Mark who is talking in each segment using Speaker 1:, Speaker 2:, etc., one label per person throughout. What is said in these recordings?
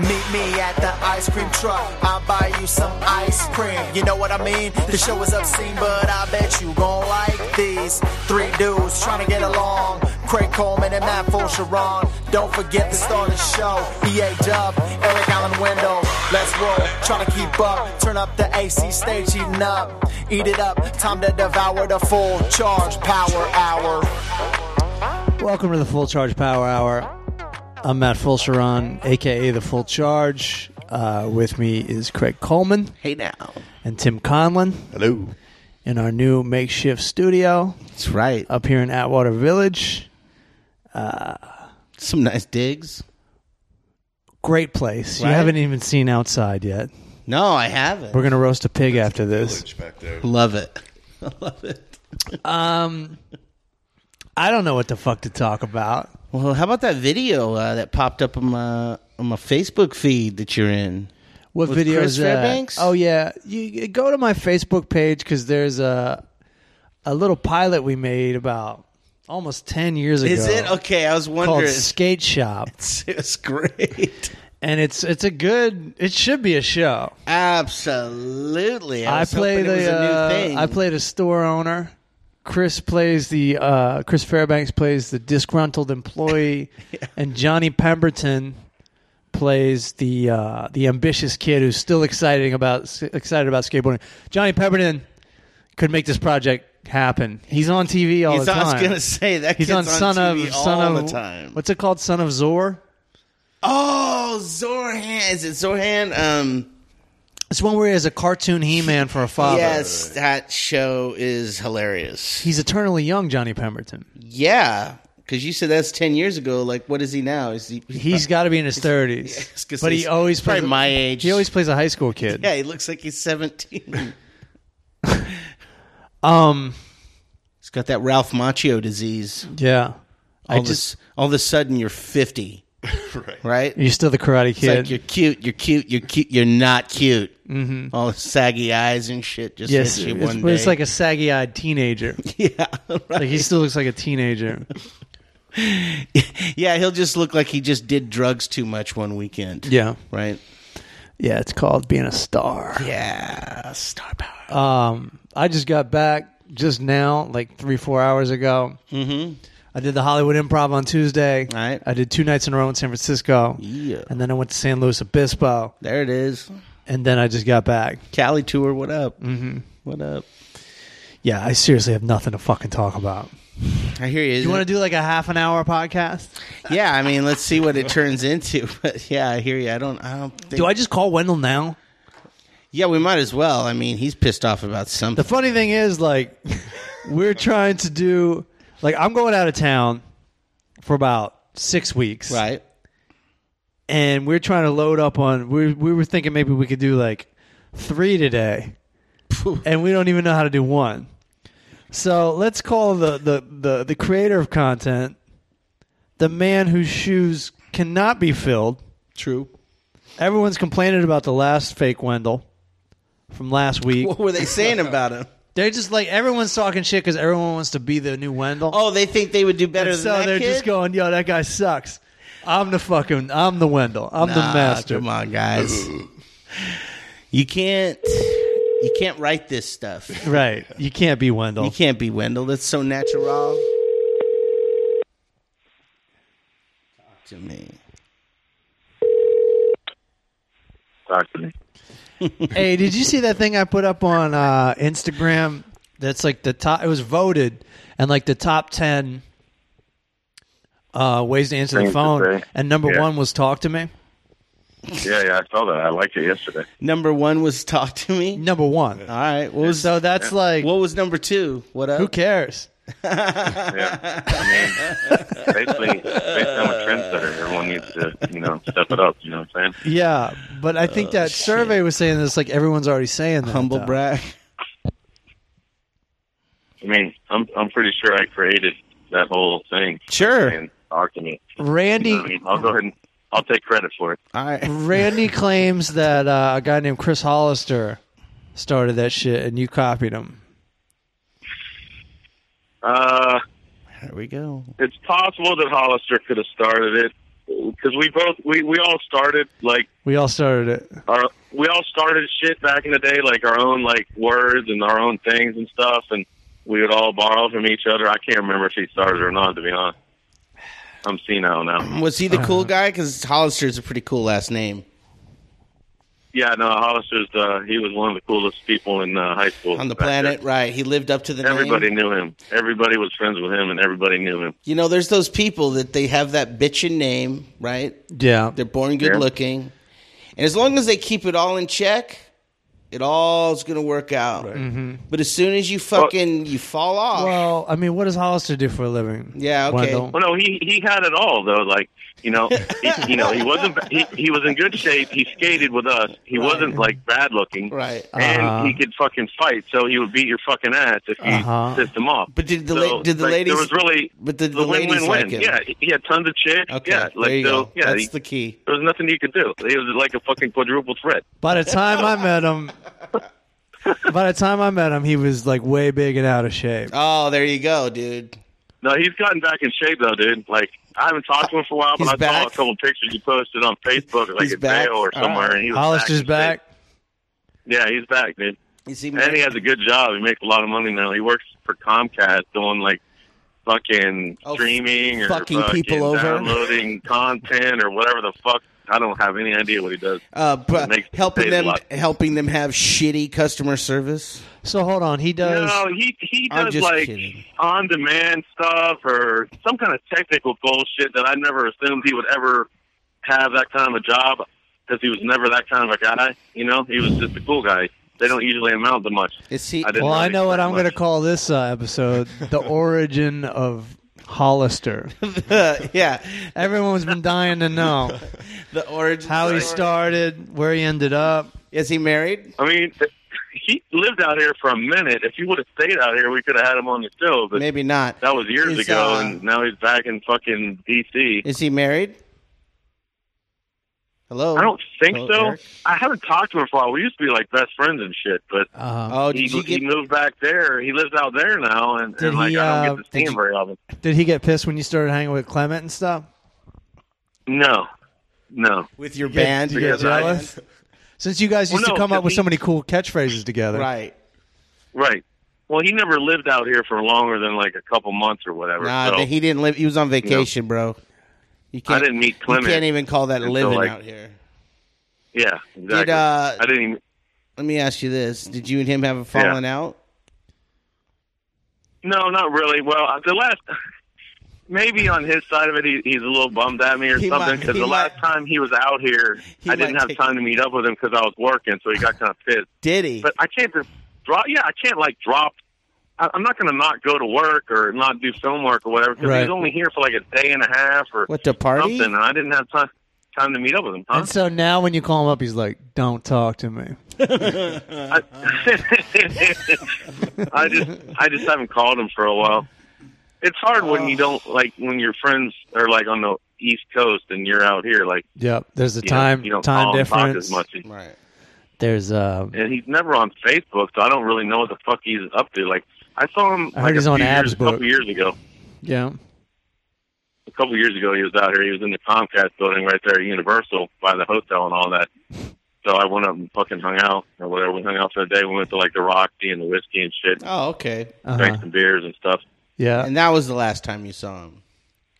Speaker 1: Meet me at the ice cream truck. I'll buy you some ice cream. You know what I mean? The show is obscene, but I bet you gon' like these three dudes trying to get along. Craig Coleman and Matt Sharon. Don't forget to start the show. EA Dub, Eric Allen Window. Let's roll. Trying to keep up. Turn up the AC stage, eating up. Eat it up. Time to devour the full charge power hour.
Speaker 2: Welcome to the Full Charge Power Hour. I'm Matt Fulcheron, aka the Full Charge. Uh, with me is Craig Coleman
Speaker 3: Hey now.
Speaker 2: and Tim Conlon
Speaker 3: Hello.
Speaker 2: in our new makeshift studio
Speaker 3: That's right. Uh,
Speaker 2: up here in Atwater Village.
Speaker 3: Some nice digs.
Speaker 2: Great place. You
Speaker 3: Right?
Speaker 2: haven't even seen outside yet.
Speaker 3: No, I haven't.
Speaker 2: We're gonna roast a pig after this.
Speaker 3: Love it. I love it.
Speaker 2: I don't know what the fuck to talk about.
Speaker 3: Well, how about that video uh, that popped up on my on my Facebook feed that you're in?
Speaker 2: What
Speaker 3: With
Speaker 2: video
Speaker 3: Chris
Speaker 2: is that?
Speaker 3: Fairbanks?
Speaker 2: Oh yeah, you, you go to my Facebook page because there's a a little pilot we made about almost ten years ago.
Speaker 3: Is it okay? I was
Speaker 2: called
Speaker 3: wondering.
Speaker 2: Skate Shop?
Speaker 3: It's great.
Speaker 2: And it's it's a good. It should be a show.
Speaker 3: Absolutely. I,
Speaker 2: I
Speaker 3: was hoping
Speaker 2: play
Speaker 3: it was
Speaker 2: the.
Speaker 3: a new
Speaker 2: uh,
Speaker 3: thing.
Speaker 2: I played a store owner. Chris plays the. Uh, Chris Fairbanks plays the disgruntled employee, and Johnny Pemberton plays the uh, the ambitious kid who's still excited about excited about skateboarding. Johnny Pemberton could make this project happen. He's on TV all
Speaker 3: He's-
Speaker 2: the time.
Speaker 3: I was gonna say that
Speaker 2: He's on
Speaker 3: kid's
Speaker 2: Son
Speaker 3: TV
Speaker 2: of
Speaker 3: all
Speaker 2: Son
Speaker 3: the
Speaker 2: of
Speaker 3: time.
Speaker 2: What's it called? Son of Zor.
Speaker 3: Oh, Zorhan. Is it Zorhan? Um,
Speaker 2: It's one where he has a cartoon He-Man for a father.
Speaker 3: yes, that show is hilarious.
Speaker 2: He's eternally young, Johnny Pemberton.
Speaker 3: Yeah, because you said that's ten years ago. Like, what is he now? Is he?
Speaker 2: He's got to be in his
Speaker 3: Yes,
Speaker 2: thirties,
Speaker 3: 'cause
Speaker 2: but he
Speaker 3: he's
Speaker 2: always
Speaker 3: probably
Speaker 2: plays
Speaker 3: my age.
Speaker 2: He always plays a high school kid.
Speaker 3: yeah, he looks like he's seventeen.
Speaker 2: Um.
Speaker 3: he's got that Ralph Macchio disease.
Speaker 2: Yeah. I
Speaker 3: All this,
Speaker 2: just.
Speaker 3: all of a sudden, you're fifty,
Speaker 4: Right.
Speaker 3: right?
Speaker 2: You're still the Karate
Speaker 3: It's like
Speaker 2: Kid.
Speaker 3: you're cute, you're cute, you're cute, you're not cute. Mm-hmm. All the saggy eyes and shit just
Speaker 2: yes,
Speaker 3: hits you
Speaker 2: it's,
Speaker 3: one
Speaker 2: but
Speaker 3: day.
Speaker 2: it's like a saggy-eyed teenager.
Speaker 3: yeah, right.
Speaker 2: Like he still looks like a teenager.
Speaker 3: yeah, he'll just look like he just did drugs too much one weekend.
Speaker 2: Yeah.
Speaker 3: right.
Speaker 2: Yeah. It's called being a star.
Speaker 3: Yeah, star power.
Speaker 2: Um. I just got back just now, like three, four hours ago. Mm-hmm. I did the Hollywood Improv on Tuesday.
Speaker 3: Right.
Speaker 2: I did two nights in a row in San Francisco.
Speaker 3: Yeah.
Speaker 2: And then I went to San Luis Obispo,
Speaker 3: there it is.
Speaker 2: and then I just got back.
Speaker 3: Cali tour. What up? Mm-hmm. What up?
Speaker 2: Yeah, I seriously have nothing to fucking talk about.
Speaker 3: I hear you.
Speaker 2: You want to do like a half an hour podcast?
Speaker 3: yeah, I mean, let's see what it turns into. But yeah, I hear you. I don't. I don't think.
Speaker 2: Do I just call Wendell now?
Speaker 3: yeah, we might as well. I mean, he's pissed off about
Speaker 2: The
Speaker 3: something.
Speaker 2: funny thing is, like, we're trying to do, like, I'm going out of town for about six weeks,
Speaker 3: right.
Speaker 2: And we're trying to load up on. We we were thinking maybe we could do like three today, and we don't even know how to do one. So let's call the the the, the creator of content, the man whose shoes cannot be filled.
Speaker 3: True.
Speaker 2: Everyone's complaining about the last fake Wendell from last week.
Speaker 3: What were they saying about him?
Speaker 2: They're just like everyone's talking shit because everyone wants to be the new Wendell.
Speaker 3: Oh, they think they would do better
Speaker 2: and
Speaker 3: than
Speaker 2: so
Speaker 3: that
Speaker 2: they're
Speaker 3: kid?
Speaker 2: just going, "Yo, that guy sucks." I'm the fucking, I'm the Wendell. I'm
Speaker 3: Nah,
Speaker 2: the master.
Speaker 3: Come on, guys. you can't. You can't write this stuff.
Speaker 2: Right? You can't be Wendell.
Speaker 3: You can't be Wendell. That's so natural. Talk to me.
Speaker 2: hey, did you see that thing I put up on uh, Instagram? That's like the top. It was voted, and like the top ten uh, ways to answer the
Speaker 5: Things to
Speaker 2: phone,
Speaker 5: say.
Speaker 2: and number
Speaker 5: Yeah.
Speaker 2: one was talk to me.
Speaker 5: Yeah, yeah, I saw that. I liked it yesterday.
Speaker 3: Number one was talk to me.
Speaker 2: Number one.
Speaker 3: All right. What was
Speaker 2: So that's like,
Speaker 3: what was number two? What up?
Speaker 2: who cares?
Speaker 5: Yeah, I mean, basically, based on what trendsetter, everyone needs to, you know, step it up. You know what I'm saying?
Speaker 2: Yeah, but I
Speaker 5: uh,
Speaker 2: think that survey was saying this. Like everyone's already saying that.
Speaker 3: Humble
Speaker 2: though.
Speaker 3: brag.
Speaker 5: I mean, I'm I'm pretty sure I created that whole thing.
Speaker 3: Sure.
Speaker 5: And argument. You know what I
Speaker 2: Randy
Speaker 5: mean, I'll go ahead and I'll take credit for it.
Speaker 3: All right.
Speaker 2: Randy claims that uh, a guy named Chris Hollister started that shit, and you copied him.
Speaker 5: Uh,
Speaker 3: There we go.
Speaker 5: it's possible that Hollister could have started it because we both we we all started like
Speaker 2: We all started it.
Speaker 5: our we all started shit back in the day, like our own like words and our own things and stuff, and we would all borrow from each other. I can't remember if he started or not, to be honest. I'm senile now.
Speaker 3: Was he the cool guy? Because Hollister's a pretty cool last name.
Speaker 5: Yeah, no, Hollister's uh, he was one of the coolest people in uh, high school
Speaker 3: On the
Speaker 5: back then.
Speaker 3: planet, right. He lived up to the
Speaker 5: Everybody
Speaker 3: name.
Speaker 5: knew him. Everybody was friends with him, and everybody knew him.
Speaker 3: You know, there's those people that they have that bitchin' name, right?
Speaker 2: Yeah.
Speaker 3: They're born good
Speaker 5: Yeah.
Speaker 3: looking. And as long as they keep it all in check, it all's going to work out.
Speaker 5: Mm-hmm.
Speaker 3: But as soon as you fucking you fall off,
Speaker 2: Well, I mean, what does Hollister do for a living?
Speaker 3: Yeah, okay.
Speaker 2: Wendell?
Speaker 5: Well, no, he he had it all though. Like you know, he, you know, he wasn't he, he was in good shape. He skated with us. He wasn't like bad looking,
Speaker 3: Right.
Speaker 5: And
Speaker 2: Uh-huh.
Speaker 5: he could fucking fight, so he would beat your fucking ass if you
Speaker 2: Uh-huh.
Speaker 5: pissed him off.
Speaker 3: But did the
Speaker 5: so,
Speaker 3: la- did the
Speaker 5: like,
Speaker 3: ladies-
Speaker 5: There was really
Speaker 3: but did
Speaker 5: it
Speaker 3: the
Speaker 5: was a
Speaker 3: ladies
Speaker 5: win-win-win.
Speaker 3: like him?
Speaker 5: Yeah, he- he had tons of chicks.
Speaker 3: okay,
Speaker 5: Yeah, like
Speaker 3: there you
Speaker 5: so,
Speaker 3: go.
Speaker 5: yeah,
Speaker 3: That's
Speaker 5: he-
Speaker 3: the key.
Speaker 5: there was nothing you could do. He was like a fucking quadruple threat.
Speaker 2: By the time I met him, by the time I met him, he was like way big and out of shape.
Speaker 3: Oh, there you go, dude.
Speaker 5: No, he's gotten back in shape though, dude. Like I haven't talked to him for a while,
Speaker 3: He's
Speaker 5: but I
Speaker 3: back?
Speaker 5: saw a couple pictures you posted on Facebook, like
Speaker 3: He's
Speaker 5: at
Speaker 3: back?
Speaker 5: Vail or
Speaker 3: All right.
Speaker 5: somewhere, and he was
Speaker 2: Hollister's
Speaker 5: back. in shape.
Speaker 2: back.
Speaker 5: Yeah, he's back, dude.
Speaker 3: You see,
Speaker 5: And he has a good job. He makes a lot of money now. He works for Comcast doing like fucking
Speaker 3: Oh,
Speaker 5: streaming or
Speaker 3: fucking people over.
Speaker 5: downloading content or whatever the fuck. I don't have any idea what he does.
Speaker 3: uh, br-
Speaker 5: makes the
Speaker 3: helping
Speaker 5: state a
Speaker 3: them
Speaker 5: lot.
Speaker 3: helping them have shitty customer service.
Speaker 2: So hold on, he does.
Speaker 5: No, he he
Speaker 3: Uh, I'm
Speaker 5: does
Speaker 3: just
Speaker 5: like
Speaker 3: kidding.
Speaker 5: on demand stuff or some kind of technical bullshit that I never assumed he would ever have that kind of a job because he was never that kind of a guy. You know, he was just a cool guy. They don't usually amount to much.
Speaker 3: Is he?
Speaker 5: I didn't
Speaker 2: well, I
Speaker 5: really
Speaker 2: know what
Speaker 5: expect
Speaker 2: I'm going to
Speaker 5: much.
Speaker 2: call this uh, episode: the origin of Hollister.
Speaker 3: yeah,
Speaker 2: Everyone's been dying to know
Speaker 3: the origin.
Speaker 2: how he
Speaker 3: story.
Speaker 2: started, where he ended up.
Speaker 3: Is he married?
Speaker 5: I mean, he lived out here for a minute. If he would have stayed out here, we could have had him on the show. But
Speaker 3: Maybe not.
Speaker 5: that was years
Speaker 3: Is,
Speaker 5: ago,
Speaker 3: uh,
Speaker 5: and now he's back in fucking D.C.
Speaker 3: Is he married? Hello.
Speaker 5: I don't think
Speaker 3: Hello,
Speaker 5: so.
Speaker 3: Eric?
Speaker 5: I haven't talked to him for a while. We used to be like best friends and shit, but
Speaker 2: Uh,
Speaker 3: Oh,
Speaker 5: he,
Speaker 3: did you
Speaker 5: he
Speaker 3: get?
Speaker 5: moved back there. He lives out there now, and,
Speaker 2: Did
Speaker 5: and like
Speaker 2: he,
Speaker 5: I don't
Speaker 2: uh,
Speaker 5: get to see
Speaker 2: did
Speaker 5: him
Speaker 2: you-
Speaker 5: very often.
Speaker 2: Did he get pissed when you started hanging with Clement and stuff?
Speaker 5: No, no.
Speaker 3: With your
Speaker 2: Get-
Speaker 3: band,
Speaker 2: did you get
Speaker 5: because I-
Speaker 2: jealous? Since you guys
Speaker 5: Well,
Speaker 2: used
Speaker 5: no,
Speaker 2: to come up
Speaker 5: because
Speaker 2: with so
Speaker 5: he-
Speaker 2: many cool catchphrases together,
Speaker 3: right?
Speaker 5: Right. Well, he never lived out here for longer than like a couple months or whatever.
Speaker 3: Nah,
Speaker 5: so
Speaker 3: but he didn't live. He was on vacation, bro. You
Speaker 5: I didn't meet Clement.
Speaker 3: You can't even call that
Speaker 5: until,
Speaker 3: living
Speaker 5: like-
Speaker 3: out here.
Speaker 5: yeah, exactly.
Speaker 3: uh,
Speaker 5: I didn't even.
Speaker 3: Let me ask you this: Did you and him have a falling out?
Speaker 5: No, not really. Well, uh, the last maybe on his side of it, he, he's a little bummed at me or
Speaker 3: He
Speaker 5: something
Speaker 3: might-
Speaker 5: because
Speaker 3: he
Speaker 5: the
Speaker 3: might-
Speaker 5: last time he was out here,
Speaker 3: He
Speaker 5: I didn't
Speaker 3: might
Speaker 5: have
Speaker 3: take-
Speaker 5: time to meet up with him because I was working, so he got kind of pissed.
Speaker 3: Did he?
Speaker 5: But I can't just drop. Yeah, I can't like drop. I, I'm not going to not go to work or not do film work or whatever because
Speaker 2: Right.
Speaker 5: he was only here for like a day and a half or
Speaker 3: what the party?
Speaker 5: something, and I didn't have time time to meet up with him. Huh?
Speaker 2: And so now when you call him up, he's like, "Don't talk to me."
Speaker 5: I, I just I just haven't called him for a while. It's hard when you don't like when your friends are like on the East Coast and you're out here. Like
Speaker 2: Yep. There's a
Speaker 5: you
Speaker 2: time
Speaker 5: know, you don't
Speaker 2: time
Speaker 5: call and talk
Speaker 2: difference.
Speaker 5: as much.
Speaker 3: Right.
Speaker 2: There's uh,
Speaker 5: And he's never on Facebook, so I don't really know what the fuck he's up to. Like I saw him.
Speaker 2: I
Speaker 5: like,
Speaker 2: heard he's
Speaker 5: a
Speaker 2: on
Speaker 5: few years,
Speaker 2: Ab's
Speaker 5: a couple
Speaker 2: book.
Speaker 5: years ago.
Speaker 2: yeah.
Speaker 5: A couple years ago, he was out here. He was in the Comcast building right there at Universal by the hotel and all that. So I went up and fucking hung out or whatever. We hung out for the day. We went to like the Roxy and the whiskey and shit,
Speaker 3: Oh, okay.
Speaker 2: Uh-huh.
Speaker 5: drank some beers and stuff.
Speaker 2: Yeah.
Speaker 3: And that was the last time you saw him.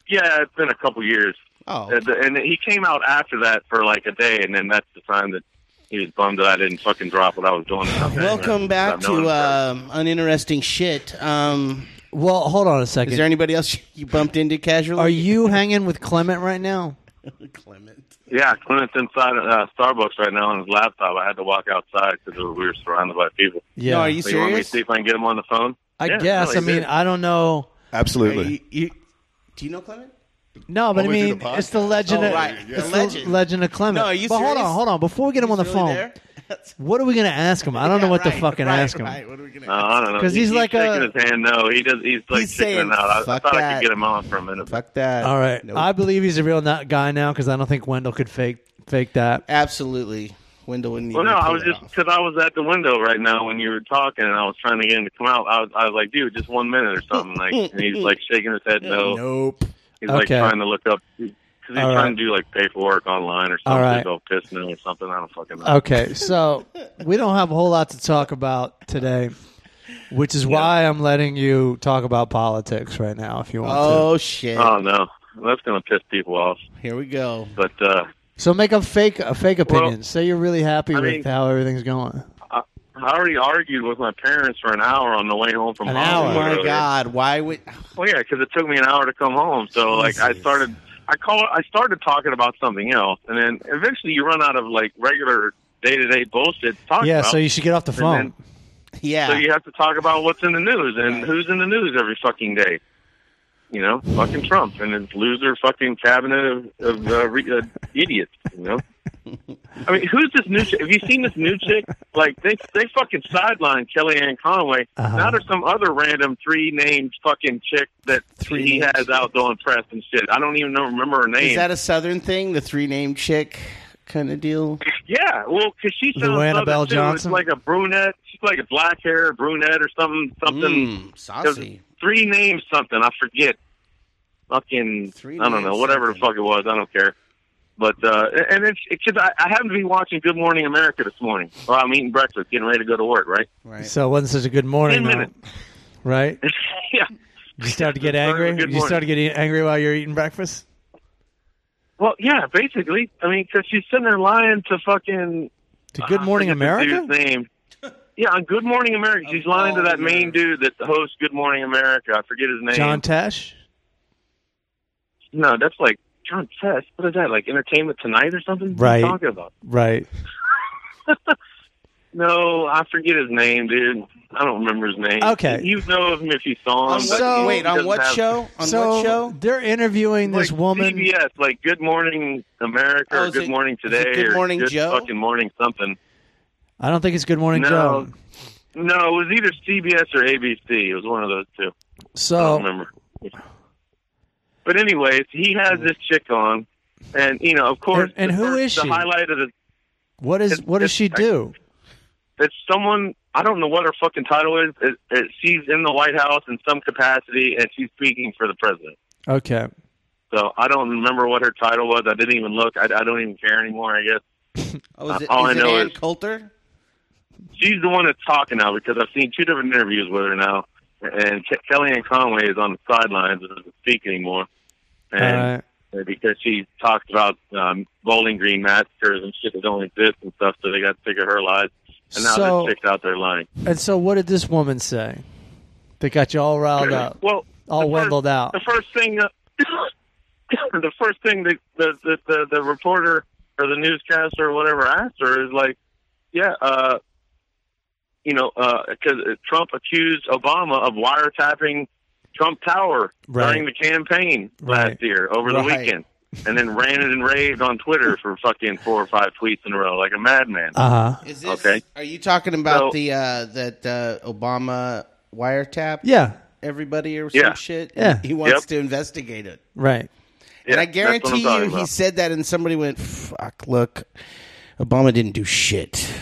Speaker 5: Yeah, it's been a couple years,
Speaker 3: Oh,
Speaker 5: and, and he came out after that for like a day, and then that's the time that he was bummed that I didn't fucking drop what I was doing.
Speaker 3: welcome back
Speaker 5: I've known him
Speaker 3: to
Speaker 5: for-
Speaker 3: um, uninteresting shit. Um,
Speaker 2: Well, hold on a second.
Speaker 3: is there anybody else you bumped into casually?
Speaker 2: Are you hanging with Clement right now?
Speaker 3: Clement?
Speaker 5: yeah, Clement's inside uh, Starbucks right now on his laptop. I had to walk outside because we were surrounded by people.
Speaker 2: Yeah.
Speaker 3: No, are you
Speaker 5: So you want me to
Speaker 3: serious?
Speaker 5: see if I can get him on the phone?
Speaker 2: I
Speaker 5: Yeah,
Speaker 2: guess.
Speaker 5: no, he
Speaker 2: I mean,
Speaker 5: did.
Speaker 2: I don't know.
Speaker 3: Are
Speaker 4: Absolutely.
Speaker 3: you- you- do you know Clement?
Speaker 2: No, but I
Speaker 4: Only through
Speaker 2: mean,
Speaker 4: the podcast.
Speaker 2: it's Oh, the legend.
Speaker 3: Oh,
Speaker 2: of,
Speaker 3: right.
Speaker 2: It's
Speaker 3: The
Speaker 2: the
Speaker 3: legend.
Speaker 2: legend. of Clement.
Speaker 3: No, are you
Speaker 2: But hold
Speaker 3: serious?
Speaker 2: on, hold on. Before we get him on the
Speaker 3: He's
Speaker 2: phone,
Speaker 3: really there?
Speaker 2: what are we going to ask him? I don't know what to
Speaker 3: right,
Speaker 2: fucking
Speaker 3: right,
Speaker 2: ask him.
Speaker 3: right. What are we gonna
Speaker 5: No, I don't know.
Speaker 2: 'Cause
Speaker 5: He-
Speaker 2: he's like
Speaker 5: shaking
Speaker 2: a-
Speaker 5: his hand. No, he does. He's like
Speaker 3: He's
Speaker 5: shaking
Speaker 3: saying,
Speaker 5: it out. I, I
Speaker 3: "Fuck
Speaker 5: thought I
Speaker 3: that."
Speaker 5: could get him on for a minute.
Speaker 3: Fuck that.
Speaker 2: All right.
Speaker 3: Nope.
Speaker 2: I believe he's a real nut guy now because I don't think Wendell could fake fake that.
Speaker 3: Absolutely. window wouldn't
Speaker 5: Well,
Speaker 3: even.
Speaker 5: no, I
Speaker 3: pull
Speaker 5: was
Speaker 3: that
Speaker 5: just
Speaker 3: off.
Speaker 5: because I was at the window right now when you were talking, and I was trying to get him to come out. I was, I was like, dude, just one minute or something. Like, and he's like shaking his head no.
Speaker 3: Nope.
Speaker 5: He's like
Speaker 2: Okay.
Speaker 5: trying to look up because he's
Speaker 2: All
Speaker 5: trying
Speaker 2: right.
Speaker 5: to do like paperwork online or
Speaker 2: All
Speaker 5: something.
Speaker 2: right.
Speaker 5: He's all pissed now or something. I don't fucking know.
Speaker 2: Okay, so we don't have a whole lot to talk about today, which is why I'm letting you talk about politics right now if you want
Speaker 3: Oh shit!
Speaker 5: Oh no, that's gonna piss people off.
Speaker 3: Here we go.
Speaker 5: But uh,
Speaker 2: to. So make a fake a fake
Speaker 5: Well,
Speaker 2: opinion. Say you're really happy
Speaker 5: I
Speaker 2: with
Speaker 5: mean-
Speaker 2: how everything's going.
Speaker 5: I already argued with my parents for an hour on the way home from
Speaker 2: An
Speaker 3: Oh
Speaker 2: hour.
Speaker 5: Hollywood
Speaker 3: my
Speaker 5: earlier.
Speaker 3: god! Why would?
Speaker 5: Well, Oh, yeah, because it took me an hour to come home. So like I
Speaker 3: Jesus.
Speaker 5: started, I call, I started talking about something else, and then eventually you run out of like regular day to day bullshit to talk
Speaker 2: Yeah,
Speaker 5: about.
Speaker 2: so you should get off the phone.
Speaker 5: then-
Speaker 3: Yeah.
Speaker 5: So you have to talk about what's in the news and who's in the news every fucking day. You know, fucking Trump and his loser fucking cabinet of, of uh, re- uh, idiots. You know, I mean, who's this new? Chick? Have you seen this new chick? Like they they fucking sidelined Kellyanne Conway.
Speaker 2: Uh-huh.
Speaker 5: Now there's some other random three named fucking chick that
Speaker 3: Three
Speaker 5: he
Speaker 3: named
Speaker 5: has out doing press and shit. I don't even know remember her name.
Speaker 3: Is that a southern thing? The three name chick kind of deal.
Speaker 5: Yeah, well, because she sounds
Speaker 2: Luana
Speaker 5: southern,
Speaker 2: Bell
Speaker 5: too.
Speaker 2: Johnson?
Speaker 5: It's like a brunette. She's like a black hair brunette or something. Something.
Speaker 3: Mm,
Speaker 5: There's
Speaker 3: saucy.
Speaker 5: three names something I forget. Fucking
Speaker 3: Three
Speaker 5: I don't
Speaker 3: names
Speaker 5: know whatever the
Speaker 3: something.
Speaker 5: fuck it was I don't care. But uh and it's because I, I happened to be watching Good Morning America this morning. Well, I'm eating breakfast, getting ready to go to work, right?
Speaker 3: Right.
Speaker 2: So it wasn't such a good morning,
Speaker 5: Ten
Speaker 2: though,
Speaker 5: minutes.
Speaker 2: right?
Speaker 5: yeah.
Speaker 2: You start to get
Speaker 5: Sorry,
Speaker 2: angry.
Speaker 5: good
Speaker 2: You start to get e- angry while you're eating breakfast.
Speaker 5: Well, yeah, basically. I mean, because she's sitting there lying to fucking
Speaker 2: To Good Morning
Speaker 5: Ah, I forget the
Speaker 2: America. Oh,
Speaker 5: dude's Name. Yeah, on Good Morning America, she's lying to
Speaker 3: all
Speaker 5: that
Speaker 3: the
Speaker 5: main
Speaker 3: nerves.
Speaker 5: dude that hosts Good Morning America. I forget his name.
Speaker 2: John Tesh.
Speaker 5: No, that's like John Tess. What is that? Like Entertainment Tonight or something? What are
Speaker 2: Right.
Speaker 5: you talking about?
Speaker 2: Right.
Speaker 5: No, I forget his name, dude. I don't remember his name.
Speaker 2: Okay.
Speaker 5: You know him if you saw
Speaker 3: On
Speaker 5: him.
Speaker 3: what-
Speaker 2: So-
Speaker 3: wait, on what show? On
Speaker 2: so
Speaker 3: what show?
Speaker 2: they're interviewing this woman.
Speaker 5: Yes, like Good Morning America
Speaker 3: Oh,
Speaker 5: or
Speaker 3: is
Speaker 5: Good
Speaker 3: it-
Speaker 5: Morning
Speaker 3: is it
Speaker 5: Today
Speaker 3: Good
Speaker 5: or
Speaker 3: Morning
Speaker 5: Good
Speaker 3: Joe?
Speaker 5: Fucking Morning something.
Speaker 2: I don't think it's Good Morning
Speaker 5: No.
Speaker 2: Joe.
Speaker 5: No, it was either CBS or ABC. It was one of those two. I
Speaker 3: Oh.
Speaker 5: don't
Speaker 2: So
Speaker 5: remember. But anyways, he has this chick on, and you know, of course,
Speaker 2: And- and
Speaker 5: the
Speaker 2: who
Speaker 5: first-
Speaker 2: is she?
Speaker 5: The highlight of the
Speaker 2: what is
Speaker 5: It's-
Speaker 2: what does
Speaker 5: it's-
Speaker 2: she do?
Speaker 5: it's someone I don't know what her fucking title is. It, it, she's in the White House in some capacity, and she's speaking for the president.
Speaker 2: Okay.
Speaker 5: So I don't remember what her title was. I didn't even look. I, I don't even care anymore. I guess
Speaker 3: Oh, is it,
Speaker 5: all
Speaker 3: is
Speaker 5: I
Speaker 3: it
Speaker 5: know
Speaker 3: Ann
Speaker 5: is-
Speaker 3: Coulter?
Speaker 5: she's the one that's talking now because I've seen two different interviews with her now, and Ke- Kellyanne Conway is on the sidelines and doesn't speak anymore,
Speaker 2: All
Speaker 5: and
Speaker 2: right.
Speaker 5: because she talks about um, Bowling Green massacres and shit that don't exist and stuff, so they got sick of her lies, and now
Speaker 2: So-
Speaker 5: this chick's out there lying.
Speaker 2: And so what did this woman say? That got you all riled up.
Speaker 5: Well,
Speaker 2: All
Speaker 5: the first-
Speaker 2: windled out.
Speaker 5: The first thing, that, the first thing that the, the the the reporter or the newscaster or whatever asked her is like, yeah, uh, you know, because Trump accused Obama of wiretapping Trump Tower
Speaker 2: Right.
Speaker 5: during the campaign
Speaker 2: Right.
Speaker 5: last year over the
Speaker 3: Right.
Speaker 5: weekend. And then ranted and raved on Twitter for fucking four or five tweets in a row, like a madman.
Speaker 2: Uh huh.
Speaker 3: Is this?
Speaker 5: Okay.
Speaker 3: Are you talking about
Speaker 5: So-
Speaker 3: the uh, that uh, Obama wiretap?
Speaker 2: Yeah.
Speaker 3: Everybody or some
Speaker 5: Yeah.
Speaker 3: shit.
Speaker 2: Yeah.
Speaker 3: He wants
Speaker 5: Yep.
Speaker 3: to investigate it.
Speaker 2: Right.
Speaker 5: Yeah,
Speaker 3: and I
Speaker 5: that's what I'm
Speaker 3: guarantee
Speaker 5: talking
Speaker 3: you, he
Speaker 5: about.
Speaker 3: said that, and somebody went, "Fuck, look, Obama didn't do shit."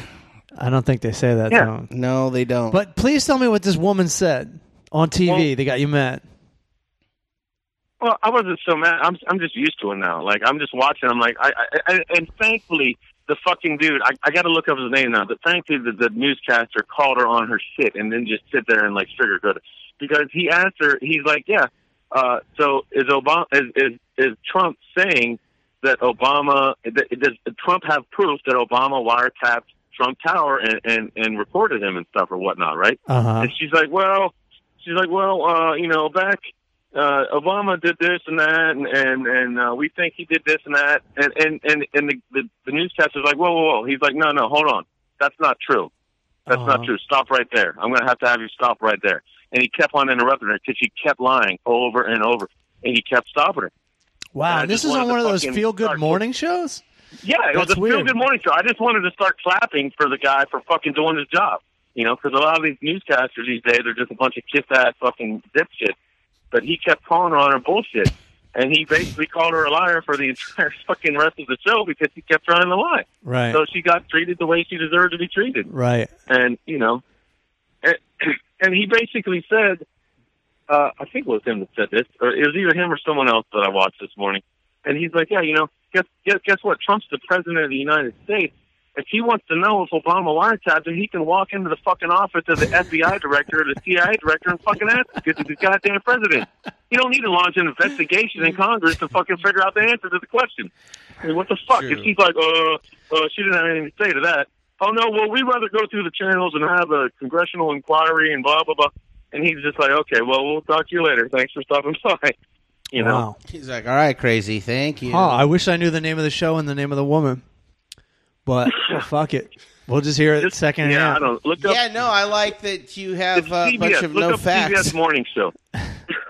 Speaker 2: I don't think they say that
Speaker 5: Yeah.
Speaker 2: though.
Speaker 3: No, they don't.
Speaker 2: But please tell me what this woman said on TV.
Speaker 5: Well-
Speaker 2: they got you mad.
Speaker 5: Well, I wasn't so mad. I'm I'm just used to it now. Like I'm just watching. I'm like I, I, I and thankfully the fucking dude. I, I got to look up his name now. But thankfully the, the newscaster called her on her shit and then just sit there and like sugarcoat it because he asked her. He's like, yeah. Uh, so is Obama is, is is Trump saying that Obama that, does Trump have proof that Obama wiretapped Trump Tower and and and recorded him and stuff or whatnot, right?
Speaker 2: Uh huh.
Speaker 5: And she's like, well, she's like, well, uh, you know, back uh, Obama did this and that, and and, and uh, we think he did this and that, and and and, and the, the the newscaster's like, whoa, whoa, whoa. He's like, no, no, hold on, that's not true. That's
Speaker 2: Uh-huh.
Speaker 5: not true. Stop right there. I'm going to have to have you stop right there. And he kept on interrupting her because she kept lying over and over, and he kept stopping her.
Speaker 2: Wow.
Speaker 5: I
Speaker 2: This
Speaker 5: just
Speaker 2: is
Speaker 5: wanted
Speaker 2: on
Speaker 5: to
Speaker 2: one of those
Speaker 5: fucking
Speaker 2: feel good
Speaker 5: start-
Speaker 2: morning shows.
Speaker 5: Yeah, it
Speaker 2: That's
Speaker 5: was a
Speaker 2: weird.
Speaker 5: feel good morning show. I just wanted to start clapping for the guy for fucking doing his job. You know, because a lot of these newscasters these days are just a bunch of kiss ass fucking dipshits. But he kept calling her on her bullshit. and he basically called her a liar for the entire fucking rest of the show because he kept trying to lie.
Speaker 2: Right.
Speaker 5: So she got treated the way she deserved to be treated,
Speaker 2: Right.
Speaker 5: and you know, and, and he basically said, uh, I think it was him that said this, or it was either him or someone else that I watched this morning, and he's like, yeah, you know, guess guess, guess what? Trump's the president of the United States. If he wants to know if Obama wiretapped him, he can walk into the fucking office of the FBI director or the CIA director and fucking ask because he's the goddamn president. You don't need to launch an investigation in Congress to fucking figure out the answer to the question. I mean, what the fuck? If she's like, uh, uh, she didn't have anything to say to that. Oh no, well we'd rather go through the channels and have a congressional inquiry and blah blah blah. And he's just like, okay, well we'll talk to you later. Thanks for stopping by. You know,
Speaker 2: Wow.
Speaker 3: He's like, all right, crazy. Thank you.
Speaker 2: Oh, I wish I knew the name of the show and the name of the woman. But fuck it. We'll just hear it
Speaker 5: Just-
Speaker 2: second
Speaker 5: yeah,
Speaker 2: hand.
Speaker 5: I don't look up.
Speaker 3: yeah, no, I like that you have
Speaker 5: it's
Speaker 3: uh, a
Speaker 5: CBS.
Speaker 3: bunch of
Speaker 5: look
Speaker 3: no
Speaker 5: up
Speaker 3: facts.
Speaker 5: CBS Morning Show.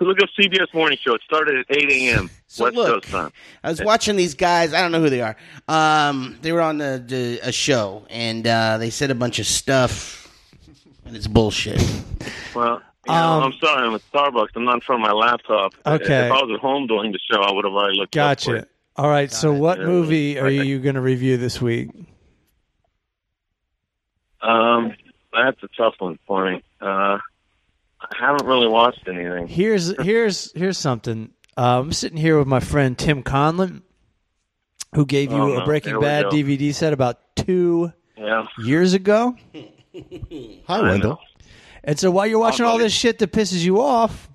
Speaker 5: look up CBS Morning Show. It started at eight a.m.
Speaker 3: So
Speaker 5: West
Speaker 3: look,
Speaker 5: Coast time.
Speaker 3: I was watching these guys. I don't know who they are. Um, they were on the, the, a show and uh, they said a bunch of stuff, and it's bullshit.
Speaker 5: Well. You know,
Speaker 2: Um,
Speaker 5: I'm sorry. I'm at Starbucks. I'm not in front of my laptop.
Speaker 2: Okay.
Speaker 5: If I was at home doing the show, I would have already looked. up for
Speaker 2: Gotcha.
Speaker 5: it.
Speaker 2: All right. So, what
Speaker 5: Yeah,
Speaker 2: movie are
Speaker 5: perfect.
Speaker 2: you going to review this week?
Speaker 5: Um, that's a tough one for me. Uh, I haven't really watched anything.
Speaker 2: Here's here's here's something. Uh, I'm sitting here with my friend Tim Conlon, who gave you
Speaker 5: Oh,
Speaker 2: a
Speaker 5: no.
Speaker 2: Breaking
Speaker 5: Here we
Speaker 2: Bad
Speaker 5: go.
Speaker 2: DVD set about two
Speaker 5: Yeah.
Speaker 2: years ago.
Speaker 4: Hi,
Speaker 5: I
Speaker 4: Wendell.
Speaker 5: know.
Speaker 2: And so, while you're watching all
Speaker 5: buddy.
Speaker 2: this shit that pisses you off,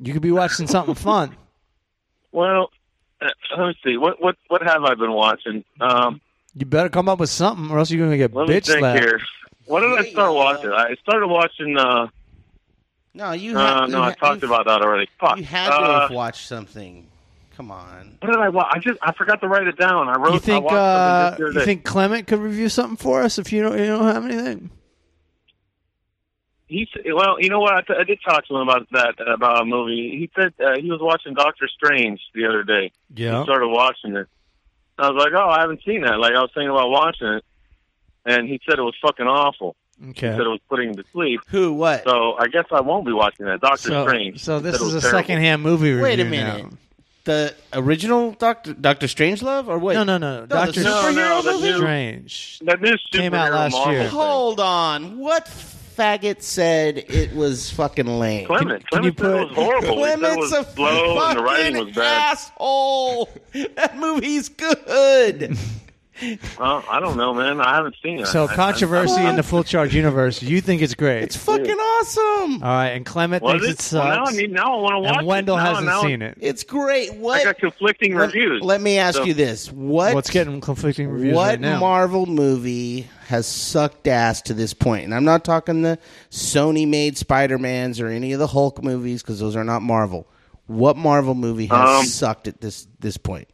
Speaker 2: you could be watching something fun.
Speaker 5: Well, uh, let me see. What what what have I been watching? Um,
Speaker 2: You better come up with something, or else you're going to get
Speaker 5: let me
Speaker 2: bitch
Speaker 5: think
Speaker 2: slapped.
Speaker 5: here. What did I
Speaker 3: Yeah, yeah.
Speaker 5: start watching? I started watching. Uh,
Speaker 3: No, you.
Speaker 5: uh,
Speaker 3: ha-
Speaker 5: no,
Speaker 3: you
Speaker 5: I
Speaker 3: ha-
Speaker 5: talked
Speaker 3: you-
Speaker 5: about that already. Fuck.
Speaker 3: You had to
Speaker 5: uh,
Speaker 3: have watched something. Come on.
Speaker 5: what did I watch? I just I forgot to write it down. I wrote.
Speaker 2: You think
Speaker 5: I watched
Speaker 2: uh,
Speaker 5: something just the other
Speaker 2: you
Speaker 5: day.
Speaker 2: think Clement could review something for us if you don't you don't have anything?
Speaker 5: He s- well, you know what? I, t- I did talk to him about that about a movie. He said uh, he was watching Doctor Strange the other day.
Speaker 2: Yeah.
Speaker 5: started watching it. I was like, oh, I haven't seen that. Like, I was thinking about watching it, and he said it was fucking awful. He
Speaker 2: Okay.
Speaker 5: said it was putting him to sleep.
Speaker 3: Who? What?
Speaker 5: So I guess I won't be watching that. Doctor
Speaker 2: So,
Speaker 5: Strange.
Speaker 2: so
Speaker 5: He
Speaker 2: this
Speaker 5: said it
Speaker 2: is a
Speaker 5: was terrible.
Speaker 2: secondhand movie review.
Speaker 3: Wait a minute.
Speaker 2: now.
Speaker 3: The original Doctor Doctor Strangelove, or what?
Speaker 2: No, no, no.
Speaker 3: the
Speaker 2: Doctor
Speaker 5: No, no,
Speaker 3: superhero
Speaker 5: the
Speaker 3: movie?
Speaker 5: new-
Speaker 2: Strange.
Speaker 5: That new
Speaker 2: Came out
Speaker 5: superhero
Speaker 2: last
Speaker 5: Marvel
Speaker 2: year.
Speaker 5: thing.
Speaker 3: Hold on. What faggot said it was fucking lame?
Speaker 5: Clement.
Speaker 2: Can- can you
Speaker 5: Clement said
Speaker 2: put-
Speaker 5: it was horrible. He said it
Speaker 3: Clement's
Speaker 5: was
Speaker 3: a
Speaker 5: slow and the writing
Speaker 3: fucking
Speaker 5: was bad.
Speaker 3: asshole. That movie's good.
Speaker 5: Well, I don't know, man. I haven't seen it.
Speaker 2: So
Speaker 5: I- I-
Speaker 2: controversy
Speaker 5: I-
Speaker 2: in the full charge universe. You think it's great?
Speaker 3: It's fucking awesome.
Speaker 2: All right, and Clement
Speaker 5: Was
Speaker 2: thinks
Speaker 5: it?
Speaker 2: it
Speaker 5: Well,
Speaker 2: sucks.
Speaker 5: now I need. Now I want to watch.
Speaker 2: and Wendell
Speaker 5: it. Now-
Speaker 2: hasn't
Speaker 5: now
Speaker 2: seen it.
Speaker 3: It's great. What?
Speaker 5: I got conflicting
Speaker 3: let,
Speaker 5: reviews.
Speaker 3: let me ask
Speaker 5: So-
Speaker 3: you this: What?
Speaker 2: What's getting conflicting reviews
Speaker 3: what
Speaker 2: right now?
Speaker 3: Marvel movie has sucked ass to this point? And I'm not talking the Sony made Spider Mans or any of the Hulk movies because those are not Marvel. What Marvel movie has
Speaker 5: Um,
Speaker 3: sucked at this this point?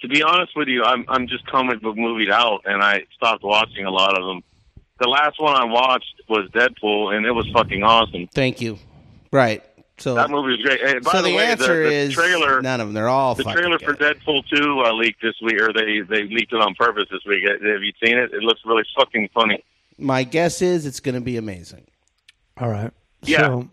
Speaker 5: to be honest with you, I'm I'm just comic book movied out, and I stopped watching a lot of them. The last one I watched was Deadpool, and it was fucking awesome.
Speaker 3: Thank you. Right. So,
Speaker 5: That movie was great. Hey, by
Speaker 3: so
Speaker 5: the,
Speaker 3: the,
Speaker 5: way, the,
Speaker 3: answer
Speaker 5: the
Speaker 3: is
Speaker 5: trailer.
Speaker 3: none of them. They're all
Speaker 5: the
Speaker 3: fucking
Speaker 5: trailer for
Speaker 3: good.
Speaker 5: Deadpool 2 uh, leaked this week, or they, they leaked it on purpose this week. Uh, Have you seen it? It looks really fucking funny.
Speaker 3: My guess is it's going to be amazing.
Speaker 2: All right.
Speaker 5: Yeah.
Speaker 2: So,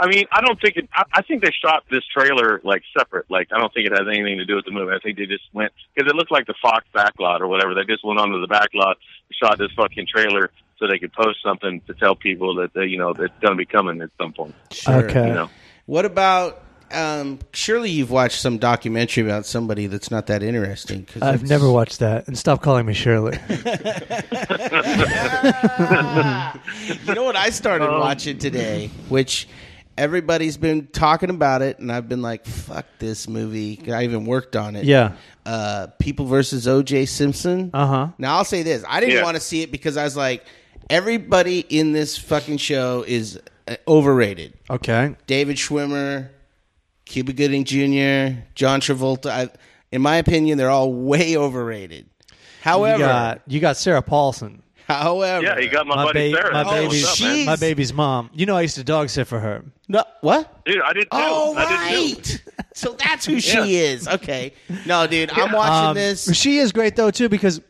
Speaker 5: I mean, I don't think it. I, I think they shot this trailer like separate. Like, I don't think it has anything to do with the movie. I think they just went because it looked like the Fox backlot or whatever. They just went onto the backlot, shot this fucking trailer so they could post something to tell people that they, you know it's going to be coming at some point.
Speaker 3: Sure.
Speaker 2: okay.
Speaker 5: You know,
Speaker 3: What about? Um, surely you've watched some documentary about somebody that's not that interesting. Cause
Speaker 2: I've
Speaker 3: it's-
Speaker 2: never watched that. And stop calling me Shirley.
Speaker 3: you know what I started watching today, which everybody's been talking about it, and I've been like, "Fuck this movie." I even worked on it.
Speaker 2: Yeah.
Speaker 3: Uh, People versus O.J. Simpson.
Speaker 2: Uh huh.
Speaker 3: Now I'll say this: I didn't
Speaker 5: Yeah.
Speaker 3: want to see it because I was like, everybody in this fucking show is uh, overrated.
Speaker 2: Okay.
Speaker 3: David Schwimmer, Cuba Gooding Jr., John Travolta. I, in my opinion, they're all way overrated.
Speaker 2: You
Speaker 3: However,
Speaker 2: got you got Sarah Paulson.
Speaker 3: however,
Speaker 5: yeah, you got my,
Speaker 2: My,
Speaker 5: buddy
Speaker 2: ba-
Speaker 5: Sarah.
Speaker 2: my,
Speaker 5: Hey,
Speaker 2: baby's,
Speaker 5: what's up,
Speaker 3: she-
Speaker 5: man?
Speaker 2: my baby's mom. You know I used to dog sit for her.
Speaker 3: no, what?
Speaker 5: dude. I did too.
Speaker 3: Oh,
Speaker 5: I did too.
Speaker 3: right. So that's who she is. Okay. No, dude, I'm watching
Speaker 2: Um,
Speaker 3: this.
Speaker 2: She is great though too because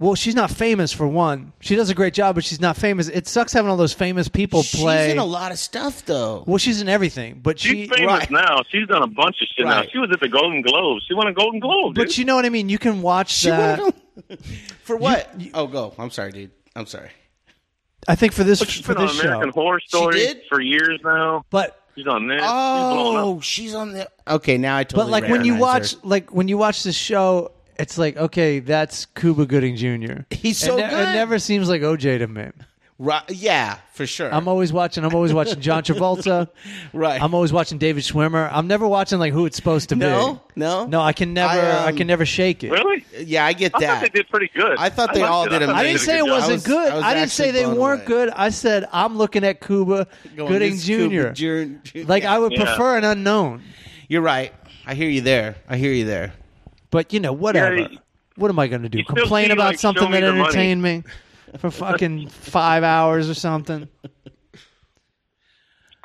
Speaker 2: Well, she's not famous for one. She does a great job, but she's not famous. It sucks having all those famous people play.
Speaker 3: She's in a lot of stuff though.
Speaker 2: well, she's in everything, but she
Speaker 5: She's famous
Speaker 3: right.
Speaker 5: now. She's done a bunch of shit now.
Speaker 3: Right.
Speaker 5: She was at the Golden Globes. She won a Golden Globe, dude.
Speaker 2: But you know what I mean. You can watch
Speaker 3: She
Speaker 2: that.
Speaker 3: would've- for what? oh, go. I'm sorry, dude. I'm sorry.
Speaker 2: I think for this
Speaker 5: she's
Speaker 2: for
Speaker 5: been on
Speaker 2: this
Speaker 5: American
Speaker 2: show.
Speaker 5: Horror Story
Speaker 3: did?
Speaker 5: for years now.
Speaker 2: But
Speaker 5: She's on this. she's blowing
Speaker 3: Oh,
Speaker 5: up.
Speaker 3: she's on the. Okay, now I totally.
Speaker 2: but like when you
Speaker 3: recognize
Speaker 2: watch
Speaker 3: her.
Speaker 2: like when you watch this show, it's like okay, that's Cuba Gooding Jr.
Speaker 3: he's so
Speaker 2: it, ne-
Speaker 3: good.
Speaker 2: it never seems like OJ to me.
Speaker 3: Ri- yeah, for sure.
Speaker 2: I'm always watching. I'm always watching John Travolta.
Speaker 3: right.
Speaker 2: I'm always watching David Schwimmer. I'm never watching like who it's supposed to
Speaker 3: No?
Speaker 2: be.
Speaker 3: No?
Speaker 2: no. I can never. I,
Speaker 3: I, um,
Speaker 2: can never shake it.
Speaker 5: Really?
Speaker 3: yeah, I get
Speaker 5: I
Speaker 3: that.
Speaker 5: thought they did pretty good.
Speaker 3: I thought they
Speaker 5: liked
Speaker 3: all
Speaker 5: it.
Speaker 3: did
Speaker 5: thought
Speaker 2: I
Speaker 5: they
Speaker 2: didn't
Speaker 3: a
Speaker 2: say it
Speaker 5: good job.
Speaker 2: wasn't
Speaker 3: I was-
Speaker 2: good.
Speaker 3: I was
Speaker 2: I, didn't say
Speaker 3: actually
Speaker 2: they
Speaker 3: blown
Speaker 2: weren't
Speaker 3: away.
Speaker 2: good. I said I'm looking at Cuba
Speaker 3: Going,
Speaker 2: Gooding
Speaker 3: this
Speaker 2: Jr.
Speaker 3: Cuba Jr. Jr.
Speaker 2: Like I would
Speaker 5: Yeah.
Speaker 2: prefer an unknown,
Speaker 3: You're right. I hear you there. I hear you there.
Speaker 2: but you know whatever.
Speaker 5: Yeah, you-
Speaker 2: what am I going to do?
Speaker 5: you still
Speaker 2: Complain
Speaker 5: see,
Speaker 2: about
Speaker 5: like, show
Speaker 2: something
Speaker 5: me
Speaker 2: that
Speaker 5: the money.
Speaker 2: entertained me for fucking five hours or something?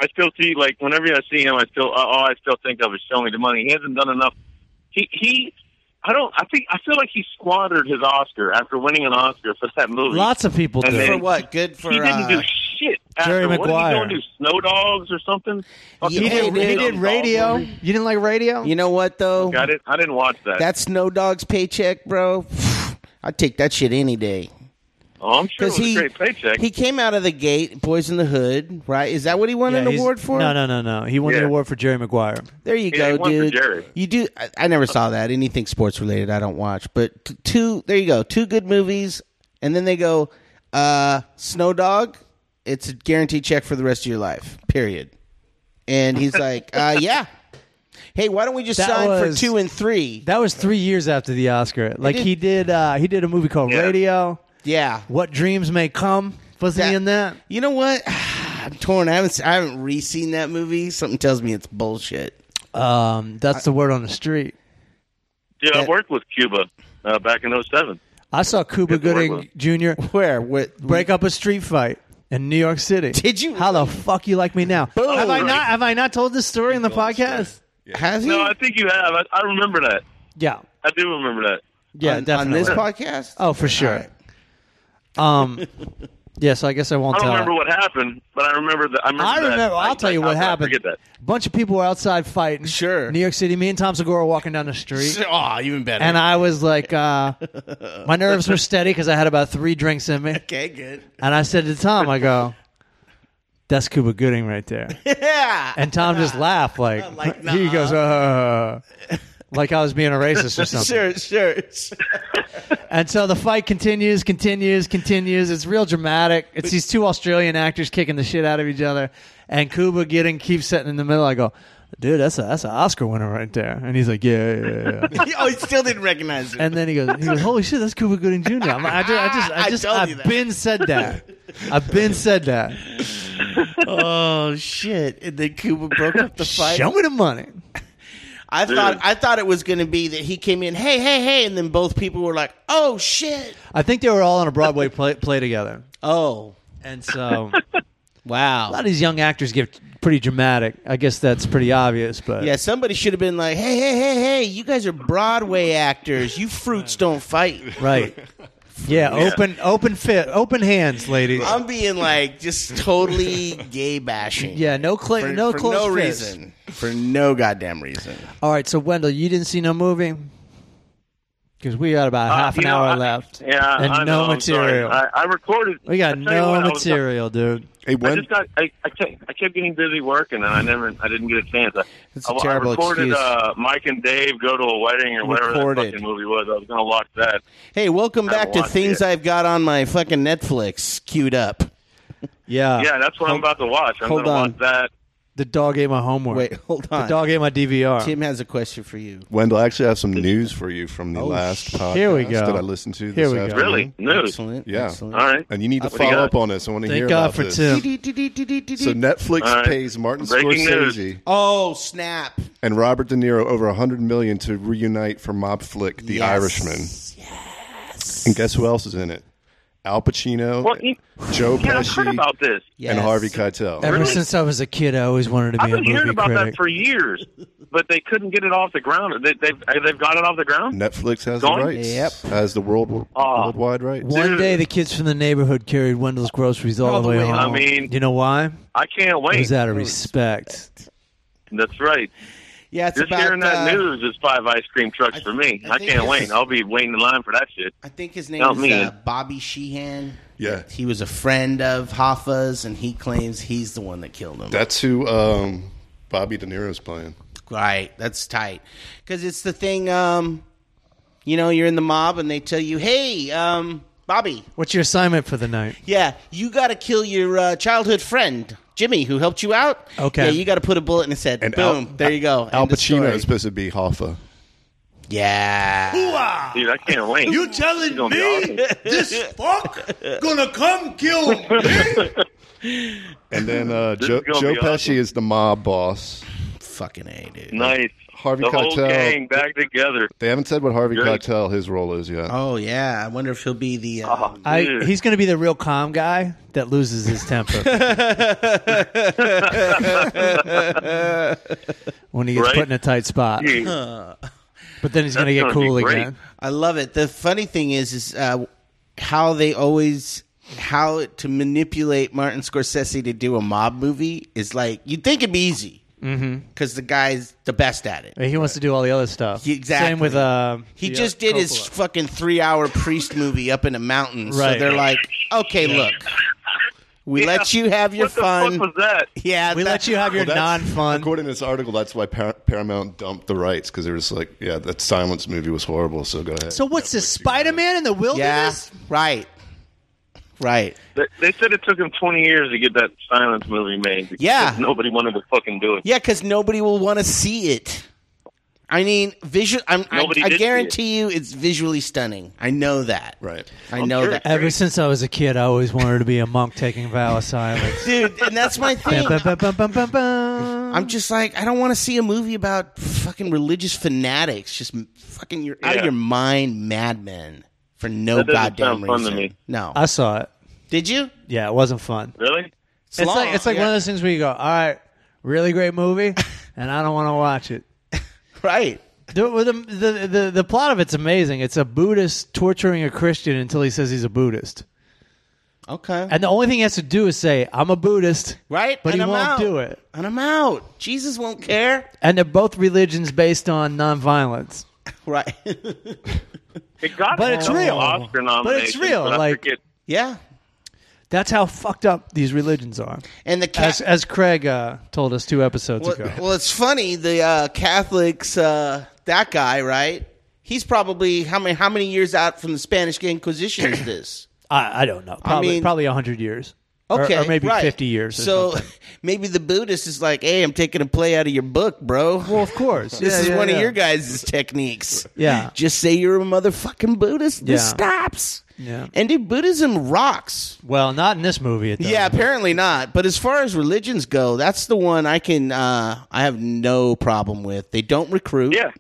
Speaker 5: I still see like whenever I see him, I still uh, all I still think of is showing me the money. He hasn't done enough. He he. I don't. I think I feel like he squandered his Oscar after winning an Oscar for that movie.
Speaker 2: Lots of people
Speaker 5: And
Speaker 2: do.
Speaker 5: then-
Speaker 3: For what? Good for.
Speaker 5: he didn't
Speaker 3: uh,
Speaker 5: do shit. After.
Speaker 2: Jerry
Speaker 5: what did he
Speaker 2: Maguire.
Speaker 5: go and do? Snow Dogs or something? Fucking
Speaker 2: he
Speaker 3: Yeah,
Speaker 2: did,
Speaker 5: really
Speaker 2: he
Speaker 5: dumb
Speaker 2: did
Speaker 5: dog
Speaker 2: radio.
Speaker 5: movie.
Speaker 2: You didn't like radio?
Speaker 3: you know what though?
Speaker 5: I didn't. I didn't watch that.
Speaker 3: That snow dog's paycheck, bro. I'd take that shit any day.
Speaker 5: oh, I'm sure it was
Speaker 3: he
Speaker 5: a great paycheck.
Speaker 3: he came out of the gate, Boys in the Hood, right? Is that what he won
Speaker 2: Yeah,
Speaker 3: an
Speaker 2: he's-
Speaker 3: award for?
Speaker 2: No, no, no, no. He won an
Speaker 5: Yeah.
Speaker 2: award for Jerry Maguire.
Speaker 3: There you
Speaker 5: Yeah, he
Speaker 3: go,
Speaker 5: won for
Speaker 3: dude.
Speaker 5: Jerry.
Speaker 3: You do. I, I never saw that anything sports related. I don't watch, but t- two. There you go. Two good movies, and then they go uh, Snow Dog. It's a guaranteed check for the rest of your life. Period. And he's like, uh, yeah. Hey, why don't we just
Speaker 2: That
Speaker 3: sign
Speaker 2: was-
Speaker 3: for two and three?
Speaker 2: That was three years after the Oscar. Like
Speaker 3: did-
Speaker 2: he did, uh, he did a movie called
Speaker 5: Yeah.
Speaker 2: Radio.
Speaker 3: yeah.
Speaker 2: What dreams may come. Wasn't he
Speaker 3: That-
Speaker 2: in that?
Speaker 3: You know what? I'm torn. I haven't. I haven't re-seen that movie. Something tells me it's bullshit.
Speaker 2: Um, that's the word on the street.
Speaker 5: Dude, I
Speaker 3: that-
Speaker 5: worked with Cuba uh, back in '07.
Speaker 2: I saw Cuba
Speaker 5: Good word,
Speaker 2: Gooding Jr.
Speaker 3: Where? What?
Speaker 2: break up a street fight in New York City.
Speaker 3: Did you
Speaker 2: How the fuck you like me now?
Speaker 3: Boom.
Speaker 2: Have I
Speaker 5: Right.
Speaker 2: not? Have I not told this story in the podcast?
Speaker 3: Has he?
Speaker 5: No, I think you have. I, I remember that.
Speaker 2: Yeah,
Speaker 5: I do remember that.
Speaker 2: yeah,
Speaker 3: on, on
Speaker 2: definitely.
Speaker 3: this podcast?
Speaker 2: oh, for sure.
Speaker 3: right.
Speaker 2: Um, yeah. So I guess I won't
Speaker 5: I don't
Speaker 2: tell.
Speaker 5: remember what happened, but I remember that. I remember.
Speaker 2: I
Speaker 5: that.
Speaker 2: remember. I'll
Speaker 5: I-
Speaker 2: tell you
Speaker 5: I-
Speaker 2: what
Speaker 5: I'll
Speaker 2: happened.
Speaker 5: Forget that.
Speaker 2: A bunch of people were outside fighting.
Speaker 3: Sure.
Speaker 2: New York City. Me and Tom Segura were walking down the street.
Speaker 3: Oh, even better.
Speaker 2: And I was like, uh, my nerves were steady because I had about three drinks in me.
Speaker 3: okay, good.
Speaker 2: And I said to Tom, I go, that's Cuba Gooding right there.
Speaker 3: Yeah.
Speaker 2: And Tom just laughed. Like,
Speaker 3: Like,
Speaker 2: he
Speaker 3: nah.
Speaker 2: goes, uh, like I was being a racist or something.
Speaker 3: Sure, sure. sure.
Speaker 2: And so the fight continues, continues, continues. It's real dramatic. It's these two Australian actors kicking the shit out of each other, and Cuba getting keeps sitting in the middle. I go, dude, that's a that's an Oscar winner right there. And he's like, yeah, yeah, yeah.
Speaker 3: oh, he still didn't recognize it.
Speaker 2: and then he goes, he goes, holy shit, that's Cuba Gooding Jr. I'm like, I just, I just, I
Speaker 3: I
Speaker 2: just,
Speaker 3: told you
Speaker 2: I've
Speaker 3: that.
Speaker 2: been said that. I've been said that.
Speaker 3: oh shit! And then Cuba broke up the fight.
Speaker 2: Show me the money.
Speaker 3: I thought I thought it was going to be that he came in, hey, hey, hey, and then both people were like, oh shit.
Speaker 2: I think they were all on a Broadway play, play together,
Speaker 3: Oh
Speaker 2: and so a lot
Speaker 3: wow.
Speaker 2: of these young actors get pretty dramatic. I guess that's pretty obvious, but
Speaker 3: Yeah, somebody should have been like, hey, hey, hey, hey, you guys are Broadway actors. You fruits don't fight.
Speaker 2: Right. Yeah, open open fit open hands, ladies.
Speaker 3: I'm being like just totally gay bashing.
Speaker 2: yeah, no cl-
Speaker 3: For
Speaker 2: no
Speaker 3: for
Speaker 2: close
Speaker 3: no
Speaker 2: fist.
Speaker 3: reason. For no goddamn reason.
Speaker 2: All right, so Wendell, you didn't see no movie because we got about
Speaker 5: Uh,
Speaker 2: half an
Speaker 5: you know,
Speaker 2: hour
Speaker 5: I-
Speaker 2: left.
Speaker 5: Yeah,
Speaker 2: and no
Speaker 5: I know, I'm sorry.
Speaker 2: material.
Speaker 5: I, I recorded.
Speaker 2: we got
Speaker 5: I tell you
Speaker 2: no
Speaker 5: what, I was-
Speaker 2: material, dude.
Speaker 4: Hey,
Speaker 5: I
Speaker 4: when
Speaker 5: just got. I, I, kept, I kept getting busy working, and I never. I didn't get a chance. I,
Speaker 3: That's a
Speaker 5: I- I
Speaker 3: terrible
Speaker 5: recorded,
Speaker 3: excuse.
Speaker 5: Uh, Mike and Dave go to a wedding or whatever
Speaker 3: Recorded.
Speaker 5: that fucking movie was. I was gonna watch that.
Speaker 3: Hey, welcome
Speaker 5: I
Speaker 3: back to
Speaker 5: watched
Speaker 3: things
Speaker 5: it.
Speaker 3: I've got on my fucking Netflix queued up.
Speaker 2: Yeah,
Speaker 5: yeah, that's what I'm about to watch. I'm
Speaker 3: hold
Speaker 5: gonna
Speaker 3: on.
Speaker 5: watch that.
Speaker 2: the dog ate my homework.
Speaker 3: Wait, hold
Speaker 2: the
Speaker 3: on.
Speaker 2: dog ate my DVR.
Speaker 3: Tim has a question for you.
Speaker 4: Wendell, I actually have some news for you from the last podcast
Speaker 2: Oh, Here we go.
Speaker 4: that I listened to. This
Speaker 2: Here we go.
Speaker 4: afternoon.
Speaker 5: Really? News.
Speaker 3: Excellent.
Speaker 4: Yeah.
Speaker 5: All
Speaker 3: Excellent.
Speaker 5: right.
Speaker 4: And you need to
Speaker 5: What do you
Speaker 4: follow
Speaker 5: got?
Speaker 4: up on this. I want to hear
Speaker 2: Thank
Speaker 4: about
Speaker 2: God for
Speaker 4: this.
Speaker 2: Tim.
Speaker 4: So Netflix
Speaker 5: All right.
Speaker 4: pays Martin
Speaker 5: Breaking
Speaker 4: Scorsese
Speaker 5: news.
Speaker 3: Oh snap!
Speaker 4: and Robert De Niro over 100 million to reunite for mob flick The
Speaker 3: Yes.
Speaker 4: Irishman. And guess who else is in it? Al Pacino,
Speaker 5: Well, you-
Speaker 4: Joe
Speaker 5: Yeah, I've heard
Speaker 4: Pesci,
Speaker 5: about this.
Speaker 3: Yes.
Speaker 4: and Harvey Keitel.
Speaker 2: Ever
Speaker 5: Really?
Speaker 2: since I was a kid, I always wanted to be
Speaker 5: I've
Speaker 2: a
Speaker 5: been
Speaker 2: movie
Speaker 5: hearing about
Speaker 2: critic.
Speaker 5: that for years. but they couldn't get it off the ground. They, they've they've got it off the ground.
Speaker 4: Netflix has
Speaker 5: Going-
Speaker 4: the rights.
Speaker 3: Yep.
Speaker 4: Has the world
Speaker 5: Aw.
Speaker 4: worldwide rights.
Speaker 2: One
Speaker 5: Ah. Dude.
Speaker 2: day, the kids from the neighborhood carried Wendell's groceries all,
Speaker 3: All
Speaker 2: the way, home.
Speaker 5: I mean-
Speaker 2: you know why?
Speaker 5: I can't
Speaker 2: It
Speaker 5: wait.
Speaker 2: was out of respect.
Speaker 5: That's right.
Speaker 3: Yeah, it's
Speaker 5: Just
Speaker 3: about.
Speaker 5: hearing that
Speaker 3: uh,
Speaker 5: news is five ice cream trucks
Speaker 3: I-
Speaker 5: for me.
Speaker 3: I
Speaker 5: I,
Speaker 3: think
Speaker 5: can't
Speaker 3: this
Speaker 5: wait.
Speaker 3: is-
Speaker 5: I'll be waiting in line for that shit.
Speaker 3: I think his name
Speaker 5: Not
Speaker 3: is
Speaker 5: me.
Speaker 3: uh, Bobby Sheehan.
Speaker 4: Yeah.
Speaker 3: He was a friend of Hoffa's, and he claims he's the one that killed him.
Speaker 4: That's who um, Bobby De Niro's playing.
Speaker 3: right. That's tight. Because it's the thing, um, you know, you're in the mob, and they tell you, hey, um, Bobby,
Speaker 2: What's your assignment for the night?
Speaker 3: yeah, you got to kill your uh, childhood friend, Jimmy, who helped you out.
Speaker 2: Okay.
Speaker 3: Yeah, you got to put a bullet in his head.
Speaker 4: And Al-
Speaker 3: Boom. there you go.
Speaker 4: Al
Speaker 3: End of
Speaker 4: Pacino
Speaker 3: story.
Speaker 4: is supposed to be Hoffa.
Speaker 3: Yeah.
Speaker 5: Dude, I can't wait. You telling me?
Speaker 4: And then uh,
Speaker 5: This
Speaker 4: Joe,
Speaker 5: is gonna
Speaker 4: Joe
Speaker 5: be
Speaker 4: Pesci
Speaker 5: awesome.
Speaker 4: is the mob boss.
Speaker 3: Fucking A, dude.
Speaker 5: Nice.
Speaker 4: Harvey
Speaker 5: the whole
Speaker 4: Keitel.
Speaker 5: gang back together.
Speaker 4: They haven't said what Harvey
Speaker 5: Great.
Speaker 4: Keitel his role is yet.
Speaker 3: Oh, yeah. I wonder if he'll be the. Uh,
Speaker 5: Oh,
Speaker 2: I,
Speaker 5: dude.
Speaker 2: he's going to be the real calm guy that loses his temper when he gets
Speaker 5: Right?
Speaker 2: put in a tight spot.
Speaker 5: Dude,
Speaker 2: But then he's going to
Speaker 5: That's
Speaker 2: get
Speaker 5: gonna be
Speaker 2: cool
Speaker 5: great.
Speaker 2: again.
Speaker 3: I love it. The funny thing is, is uh, how they always how to manipulate Martin Scorsese to do a mob movie is like you'd think it'd be easy
Speaker 4: Mm-hmm.
Speaker 3: because the guy's the best at it.
Speaker 2: He wants to do all the other stuff.
Speaker 3: Exactly.
Speaker 2: Same with uh,
Speaker 3: He
Speaker 2: the,
Speaker 3: just
Speaker 2: uh,
Speaker 3: did his
Speaker 2: Coppola.
Speaker 3: fucking three-hour priest movie up in the mountains. So
Speaker 2: Right.
Speaker 3: they're like, okay, look, we
Speaker 5: Yeah.
Speaker 3: let you have your
Speaker 5: what the
Speaker 3: fun.
Speaker 5: fuck was that?
Speaker 3: Yeah,
Speaker 2: We
Speaker 3: that-
Speaker 2: let you have your
Speaker 4: Well, that's-
Speaker 2: non-fun.
Speaker 4: According to this article, that's why Par- Paramount dumped the rights because they were just like, yeah, that Silence movie was horrible. So go ahead.
Speaker 2: So what's this? Spider Man in the
Speaker 3: Yeah,
Speaker 2: wilderness?
Speaker 3: right, right.
Speaker 5: They, they said it took him 20 years to get that silence movie made. because
Speaker 3: Yeah.
Speaker 5: Nobody wanted to fucking do it.
Speaker 3: Yeah, because nobody will want to see it. I mean, visual. I'm, I,
Speaker 5: Nobody
Speaker 3: I
Speaker 5: did see it.
Speaker 3: guarantee you, it's visually stunning. I know that.
Speaker 4: right.
Speaker 3: I know
Speaker 5: sure.
Speaker 3: that,
Speaker 2: Ever since I was a kid, I always wanted to be a monk taking vow of silence.
Speaker 3: dude. And that's my thing.
Speaker 2: Ba-ba-ba-ba-ba-ba.
Speaker 3: I'm just like, I don't want to see a movie about fucking religious fanatics. Just m- fucking, you're out of
Speaker 5: Yeah.
Speaker 3: your mind, madmen, for no
Speaker 5: That doesn't
Speaker 3: goddamn
Speaker 5: sound
Speaker 3: reason.
Speaker 5: fun to me.
Speaker 3: No,
Speaker 2: I saw it.
Speaker 3: did you?
Speaker 2: Yeah, it wasn't fun.
Speaker 5: Really?
Speaker 2: It's like it's like
Speaker 3: yeah.
Speaker 2: one of those things where you go, all right, really great movie, and I don't want to watch it.
Speaker 3: right.
Speaker 2: The, the, the, the, the plot of it's amazing. It's a Buddhist torturing a Christian until he says he's a Buddhist.
Speaker 3: Okay,
Speaker 2: And the only thing he has to do is say, I'm a Buddhist.
Speaker 3: right.
Speaker 2: But
Speaker 3: and
Speaker 2: he
Speaker 3: I'm
Speaker 2: won't
Speaker 3: out.
Speaker 2: do it.
Speaker 3: And I'm out. Jesus won't care.
Speaker 2: And they're both religions based on nonviolence.
Speaker 3: Right.
Speaker 5: It got
Speaker 2: But
Speaker 5: a
Speaker 2: it's
Speaker 5: couple
Speaker 2: real. But
Speaker 5: Oscar
Speaker 2: it's
Speaker 5: nominations,
Speaker 2: real,
Speaker 5: but I
Speaker 2: like-
Speaker 5: forget-
Speaker 3: yeah.
Speaker 2: That's how fucked up these religions are.
Speaker 3: And the cat.
Speaker 2: As, as Craig uh, told us two episodes
Speaker 3: Well,
Speaker 2: ago.
Speaker 3: well, it's funny. The uh, Catholics, uh, that guy, right? He's probably how many how many years out from the Spanish Inquisition is this?
Speaker 2: I, I don't know. Probably
Speaker 3: mean-
Speaker 2: probably 100 years. Or-
Speaker 3: Okay,
Speaker 2: Or, maybe
Speaker 3: right.
Speaker 2: 50 years. or
Speaker 3: So
Speaker 2: something.
Speaker 3: maybe the Buddhist is like, "Hey, I'm taking a play out of your book, bro.
Speaker 2: Well, of course.
Speaker 3: this
Speaker 2: Yeah,
Speaker 3: is
Speaker 2: yeah,
Speaker 3: one
Speaker 2: yeah.
Speaker 3: of your guys' techniques.
Speaker 2: Yeah.
Speaker 3: just say you're a motherfucking Buddhist. This
Speaker 2: Yeah.
Speaker 3: stops.
Speaker 2: Yeah.
Speaker 3: And dude, Buddhism rocks.
Speaker 2: Well, not in this movie. It
Speaker 3: Yeah,
Speaker 2: doesn't.
Speaker 3: apparently not. But as far as religions go, that's the one I can. Uh, I have no problem with. They don't recruit.
Speaker 5: Yeah.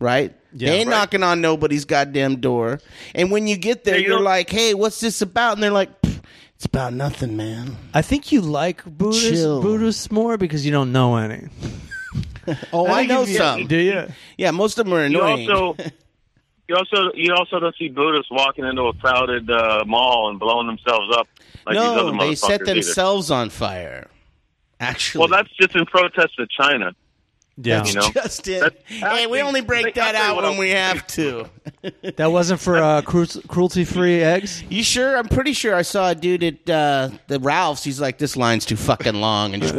Speaker 3: right?
Speaker 2: Yeah.
Speaker 3: they ain't
Speaker 2: Right.
Speaker 3: knocking on nobody's goddamn door. And when you get there,
Speaker 5: Yeah, you
Speaker 3: you're
Speaker 5: don't-
Speaker 3: like, "Hey, what's this about?" And they're like, "Pfft, "It's about nothing, man."
Speaker 2: I think you like Buddhists,
Speaker 3: Chill.
Speaker 2: Buddhists more because you don't know any.
Speaker 3: Oh, I,
Speaker 2: think
Speaker 3: know
Speaker 2: if you-
Speaker 3: some.
Speaker 2: Do you?
Speaker 3: Yeah, most of them are
Speaker 5: You
Speaker 3: annoying.
Speaker 5: also, you also, you also don't see Buddhists walking into a crowded uh, mall and blowing themselves up like these other
Speaker 3: no,
Speaker 5: motherfuckers.
Speaker 3: they set
Speaker 5: either.
Speaker 3: themselves on fire. Actually,
Speaker 5: Well, that's just in protest of China.
Speaker 2: Yeah.
Speaker 5: You know,
Speaker 3: just it.
Speaker 5: That's-
Speaker 3: hey, we only break
Speaker 5: that's
Speaker 3: that out
Speaker 5: what
Speaker 3: when
Speaker 5: I'm-
Speaker 3: we have to.
Speaker 2: That wasn't for uh, cru- cruelty-free eggs.
Speaker 3: You sure? I'm pretty sure I saw a dude at uh, the Ralphs. He's like, "This line's too fucking long," and just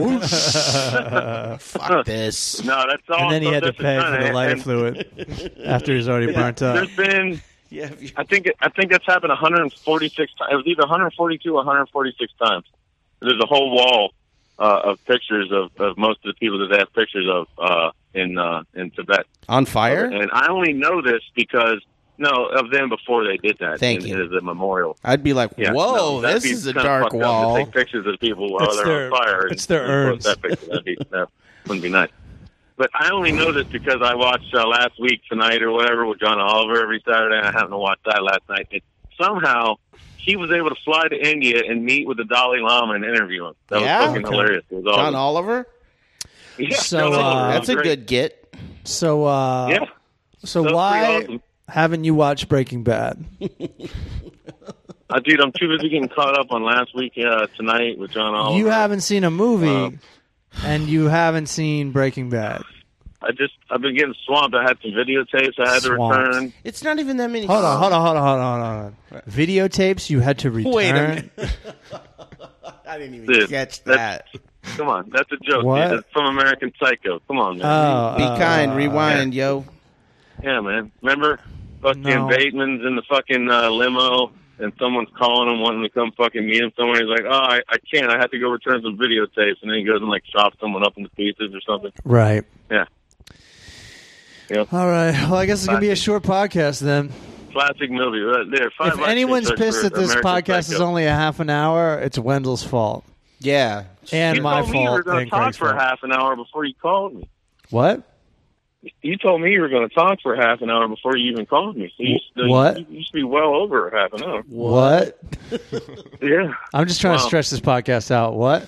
Speaker 3: whoosh. fuck this.
Speaker 5: no, that's all.
Speaker 2: And then he had to
Speaker 5: protest of
Speaker 2: pay
Speaker 5: China.
Speaker 2: for the lighter
Speaker 5: And
Speaker 2: fluid after he's already burnt up.
Speaker 5: There's been,
Speaker 3: Yeah, if you-
Speaker 5: I think, I think that's happened 146 times. It was either 142 or 146 times. There's a whole wall uh, of pictures of, of most of the people that they have pictures of uh, in uh, in Tibet.
Speaker 3: on fire.
Speaker 5: And I only know this because no, of them before they did that.
Speaker 3: Thank
Speaker 5: and
Speaker 3: you.
Speaker 5: It is a memorial.
Speaker 3: I'd be like,
Speaker 5: Yeah,
Speaker 3: "Whoa,
Speaker 5: no, that'd
Speaker 3: this
Speaker 5: be
Speaker 3: is a
Speaker 5: kinda
Speaker 3: dark
Speaker 5: fucked up
Speaker 3: wall."
Speaker 5: To take pictures of people while
Speaker 2: It's
Speaker 5: they're
Speaker 2: their-
Speaker 5: on fire.
Speaker 2: it's their
Speaker 5: and post
Speaker 2: urns.
Speaker 5: That picture. That'd be, that wouldn't be nice. But I only
Speaker 3: Mm-hmm.
Speaker 5: know this because I watched uh, last week tonight or whatever with John Oliver every Saturday. and I happened to watch that last night. It, somehow he was able to fly to India and meet with the Dalai Lama and interview him. That
Speaker 3: Yeah?
Speaker 5: was fucking
Speaker 3: Okay.
Speaker 5: hilarious. It was
Speaker 3: John
Speaker 5: awesome.
Speaker 3: Oliver.
Speaker 5: Yeah,
Speaker 2: So,
Speaker 5: John Oliver
Speaker 2: uh,
Speaker 5: was
Speaker 3: That's a
Speaker 5: great.
Speaker 3: good get.
Speaker 2: So uh, so
Speaker 5: yeah. That's pretty
Speaker 2: why
Speaker 5: awesome.
Speaker 2: haven't you watched Breaking Bad?
Speaker 5: Uh, dude, I'm too busy getting caught up on last week uh, tonight with John Oliver.
Speaker 2: you haven't seen a movie,
Speaker 5: Oh, Wow.
Speaker 2: and you haven't seen Breaking Bad.
Speaker 5: I just I've been getting swamped. I had some videotapes I had to
Speaker 2: Swamped.
Speaker 5: return.
Speaker 3: It's not even that many.
Speaker 2: Hold on, hold on, hold on, hold on, hold on. Videotapes you had to return.
Speaker 3: Wait a minute. I didn't even
Speaker 5: Dude,
Speaker 3: catch that.
Speaker 5: that's- Come on, that's a joke.
Speaker 2: What?
Speaker 5: Dude. That's from American Psycho. Come on, man.
Speaker 2: Oh,
Speaker 3: Be
Speaker 2: uh,
Speaker 3: kind. Rewind, yo.
Speaker 5: yeah, man. Remember, fucking
Speaker 2: No.
Speaker 5: Bateman's in the fucking uh, limo, and someone's calling him, wanting to come fucking meet him somewhere. He's like, "Oh, I, I can't. I have to go return some videotapes." And then he goes and like chops someone up into pieces or something.
Speaker 2: Right.
Speaker 5: Yeah,
Speaker 2: All right. Well, I guess it's gonna be a short podcast then.
Speaker 5: classic movie right there. Five
Speaker 2: If
Speaker 5: Lives
Speaker 2: anyone's
Speaker 5: Inside
Speaker 2: pissed
Speaker 5: for
Speaker 2: that this
Speaker 5: American
Speaker 2: podcast is
Speaker 5: Psycho.
Speaker 2: only a half an hour, it's Wendell's fault
Speaker 3: Yeah.
Speaker 2: and
Speaker 5: you
Speaker 2: my
Speaker 5: told me you were
Speaker 2: fault.
Speaker 5: going
Speaker 2: and
Speaker 5: to talk
Speaker 2: Craig's
Speaker 5: for
Speaker 2: fault.
Speaker 5: half an hour before you called me.
Speaker 2: What?
Speaker 5: You told me you were going to talk for half an hour before you even called me. So you, should-
Speaker 2: What?
Speaker 5: You, you should be well over half an hour.
Speaker 2: What?
Speaker 5: Yeah.
Speaker 2: I'm just trying to
Speaker 5: Wow.
Speaker 2: stretch this podcast out. What?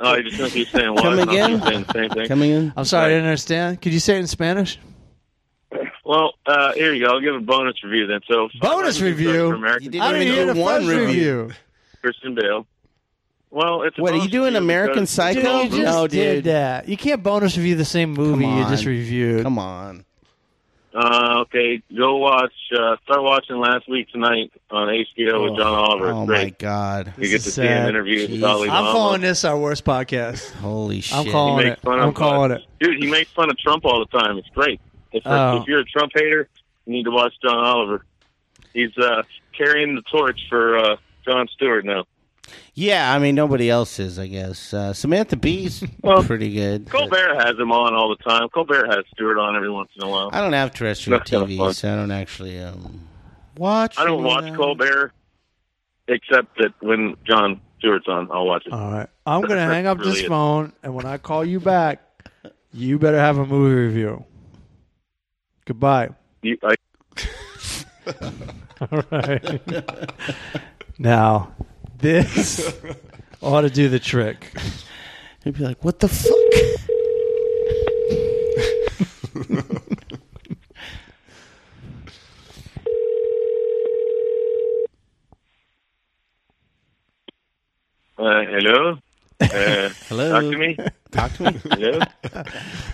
Speaker 5: Oh, you're just going to keep saying what?
Speaker 3: Come
Speaker 5: and I'll
Speaker 3: again?
Speaker 5: keep saying the same thing.
Speaker 3: Coming in.
Speaker 2: I'm sorry, I didn't understand. Could you say it in Spanish?
Speaker 5: Well, uh, here you go. I'll give a bonus review then. So
Speaker 2: Bonus
Speaker 5: Five Lives Inside
Speaker 2: review?
Speaker 5: for American
Speaker 3: You
Speaker 2: I
Speaker 3: didn't
Speaker 2: didn't
Speaker 3: even
Speaker 2: hear
Speaker 3: do
Speaker 2: the
Speaker 3: one
Speaker 2: first
Speaker 3: review.
Speaker 2: review.
Speaker 5: Christian Bale. Well, it's a
Speaker 3: What, are you
Speaker 5: bonus
Speaker 3: doing
Speaker 5: review
Speaker 3: American
Speaker 5: because-
Speaker 3: Psycho?
Speaker 2: Dude, you just
Speaker 3: No, dude.
Speaker 2: did that. You can't bonus review the same movie
Speaker 3: Come
Speaker 2: you just
Speaker 3: on.
Speaker 2: reviewed.
Speaker 3: Come on.
Speaker 5: Uh, okay, go watch. Uh, start watching last week tonight on HBO with John Oliver. It's
Speaker 3: Oh
Speaker 5: great.
Speaker 3: my god.
Speaker 5: You get
Speaker 2: is
Speaker 5: to see an
Speaker 2: sad.
Speaker 5: interview with
Speaker 3: Jeez.
Speaker 5: Dolly
Speaker 2: I'm
Speaker 5: Mama.
Speaker 2: calling this our worst podcast.
Speaker 3: Holy shit.
Speaker 2: I'm calling
Speaker 5: He
Speaker 2: it.
Speaker 5: makes fun
Speaker 2: I'm
Speaker 5: of
Speaker 2: calling
Speaker 5: us.
Speaker 2: it.
Speaker 5: Dude, he makes fun of Trump all the time. It's great. If,
Speaker 2: Oh.
Speaker 5: if you're a Trump hater, you need to watch John Oliver. He's uh, carrying the torch for uh, John Stewart now.
Speaker 3: Yeah, I mean nobody else is, I guess. Uh, Samantha Bee's
Speaker 5: Well,
Speaker 3: pretty good. but
Speaker 5: Colbert has him on all the time. Colbert has Stewart on every once in a while.
Speaker 3: I don't have terrestrial
Speaker 5: That's kinda
Speaker 3: TV,
Speaker 5: fun.
Speaker 3: so I don't actually um, watch.
Speaker 5: I don't
Speaker 3: any of
Speaker 5: watch
Speaker 3: that.
Speaker 5: Colbert except that when John Stewart's on, I'll watch it.
Speaker 2: All right. I'm going to hang up this
Speaker 5: Brilliant.
Speaker 2: phone, and when I call you back, you better have a movie review. Goodbye.
Speaker 5: You, I,
Speaker 2: All right. now, this ought to do the trick.
Speaker 3: He'd be like, "What the fuck?"
Speaker 5: uh, hello? Uh,
Speaker 3: Hello.
Speaker 5: Talk to me?
Speaker 3: Talk to me.
Speaker 5: Hello?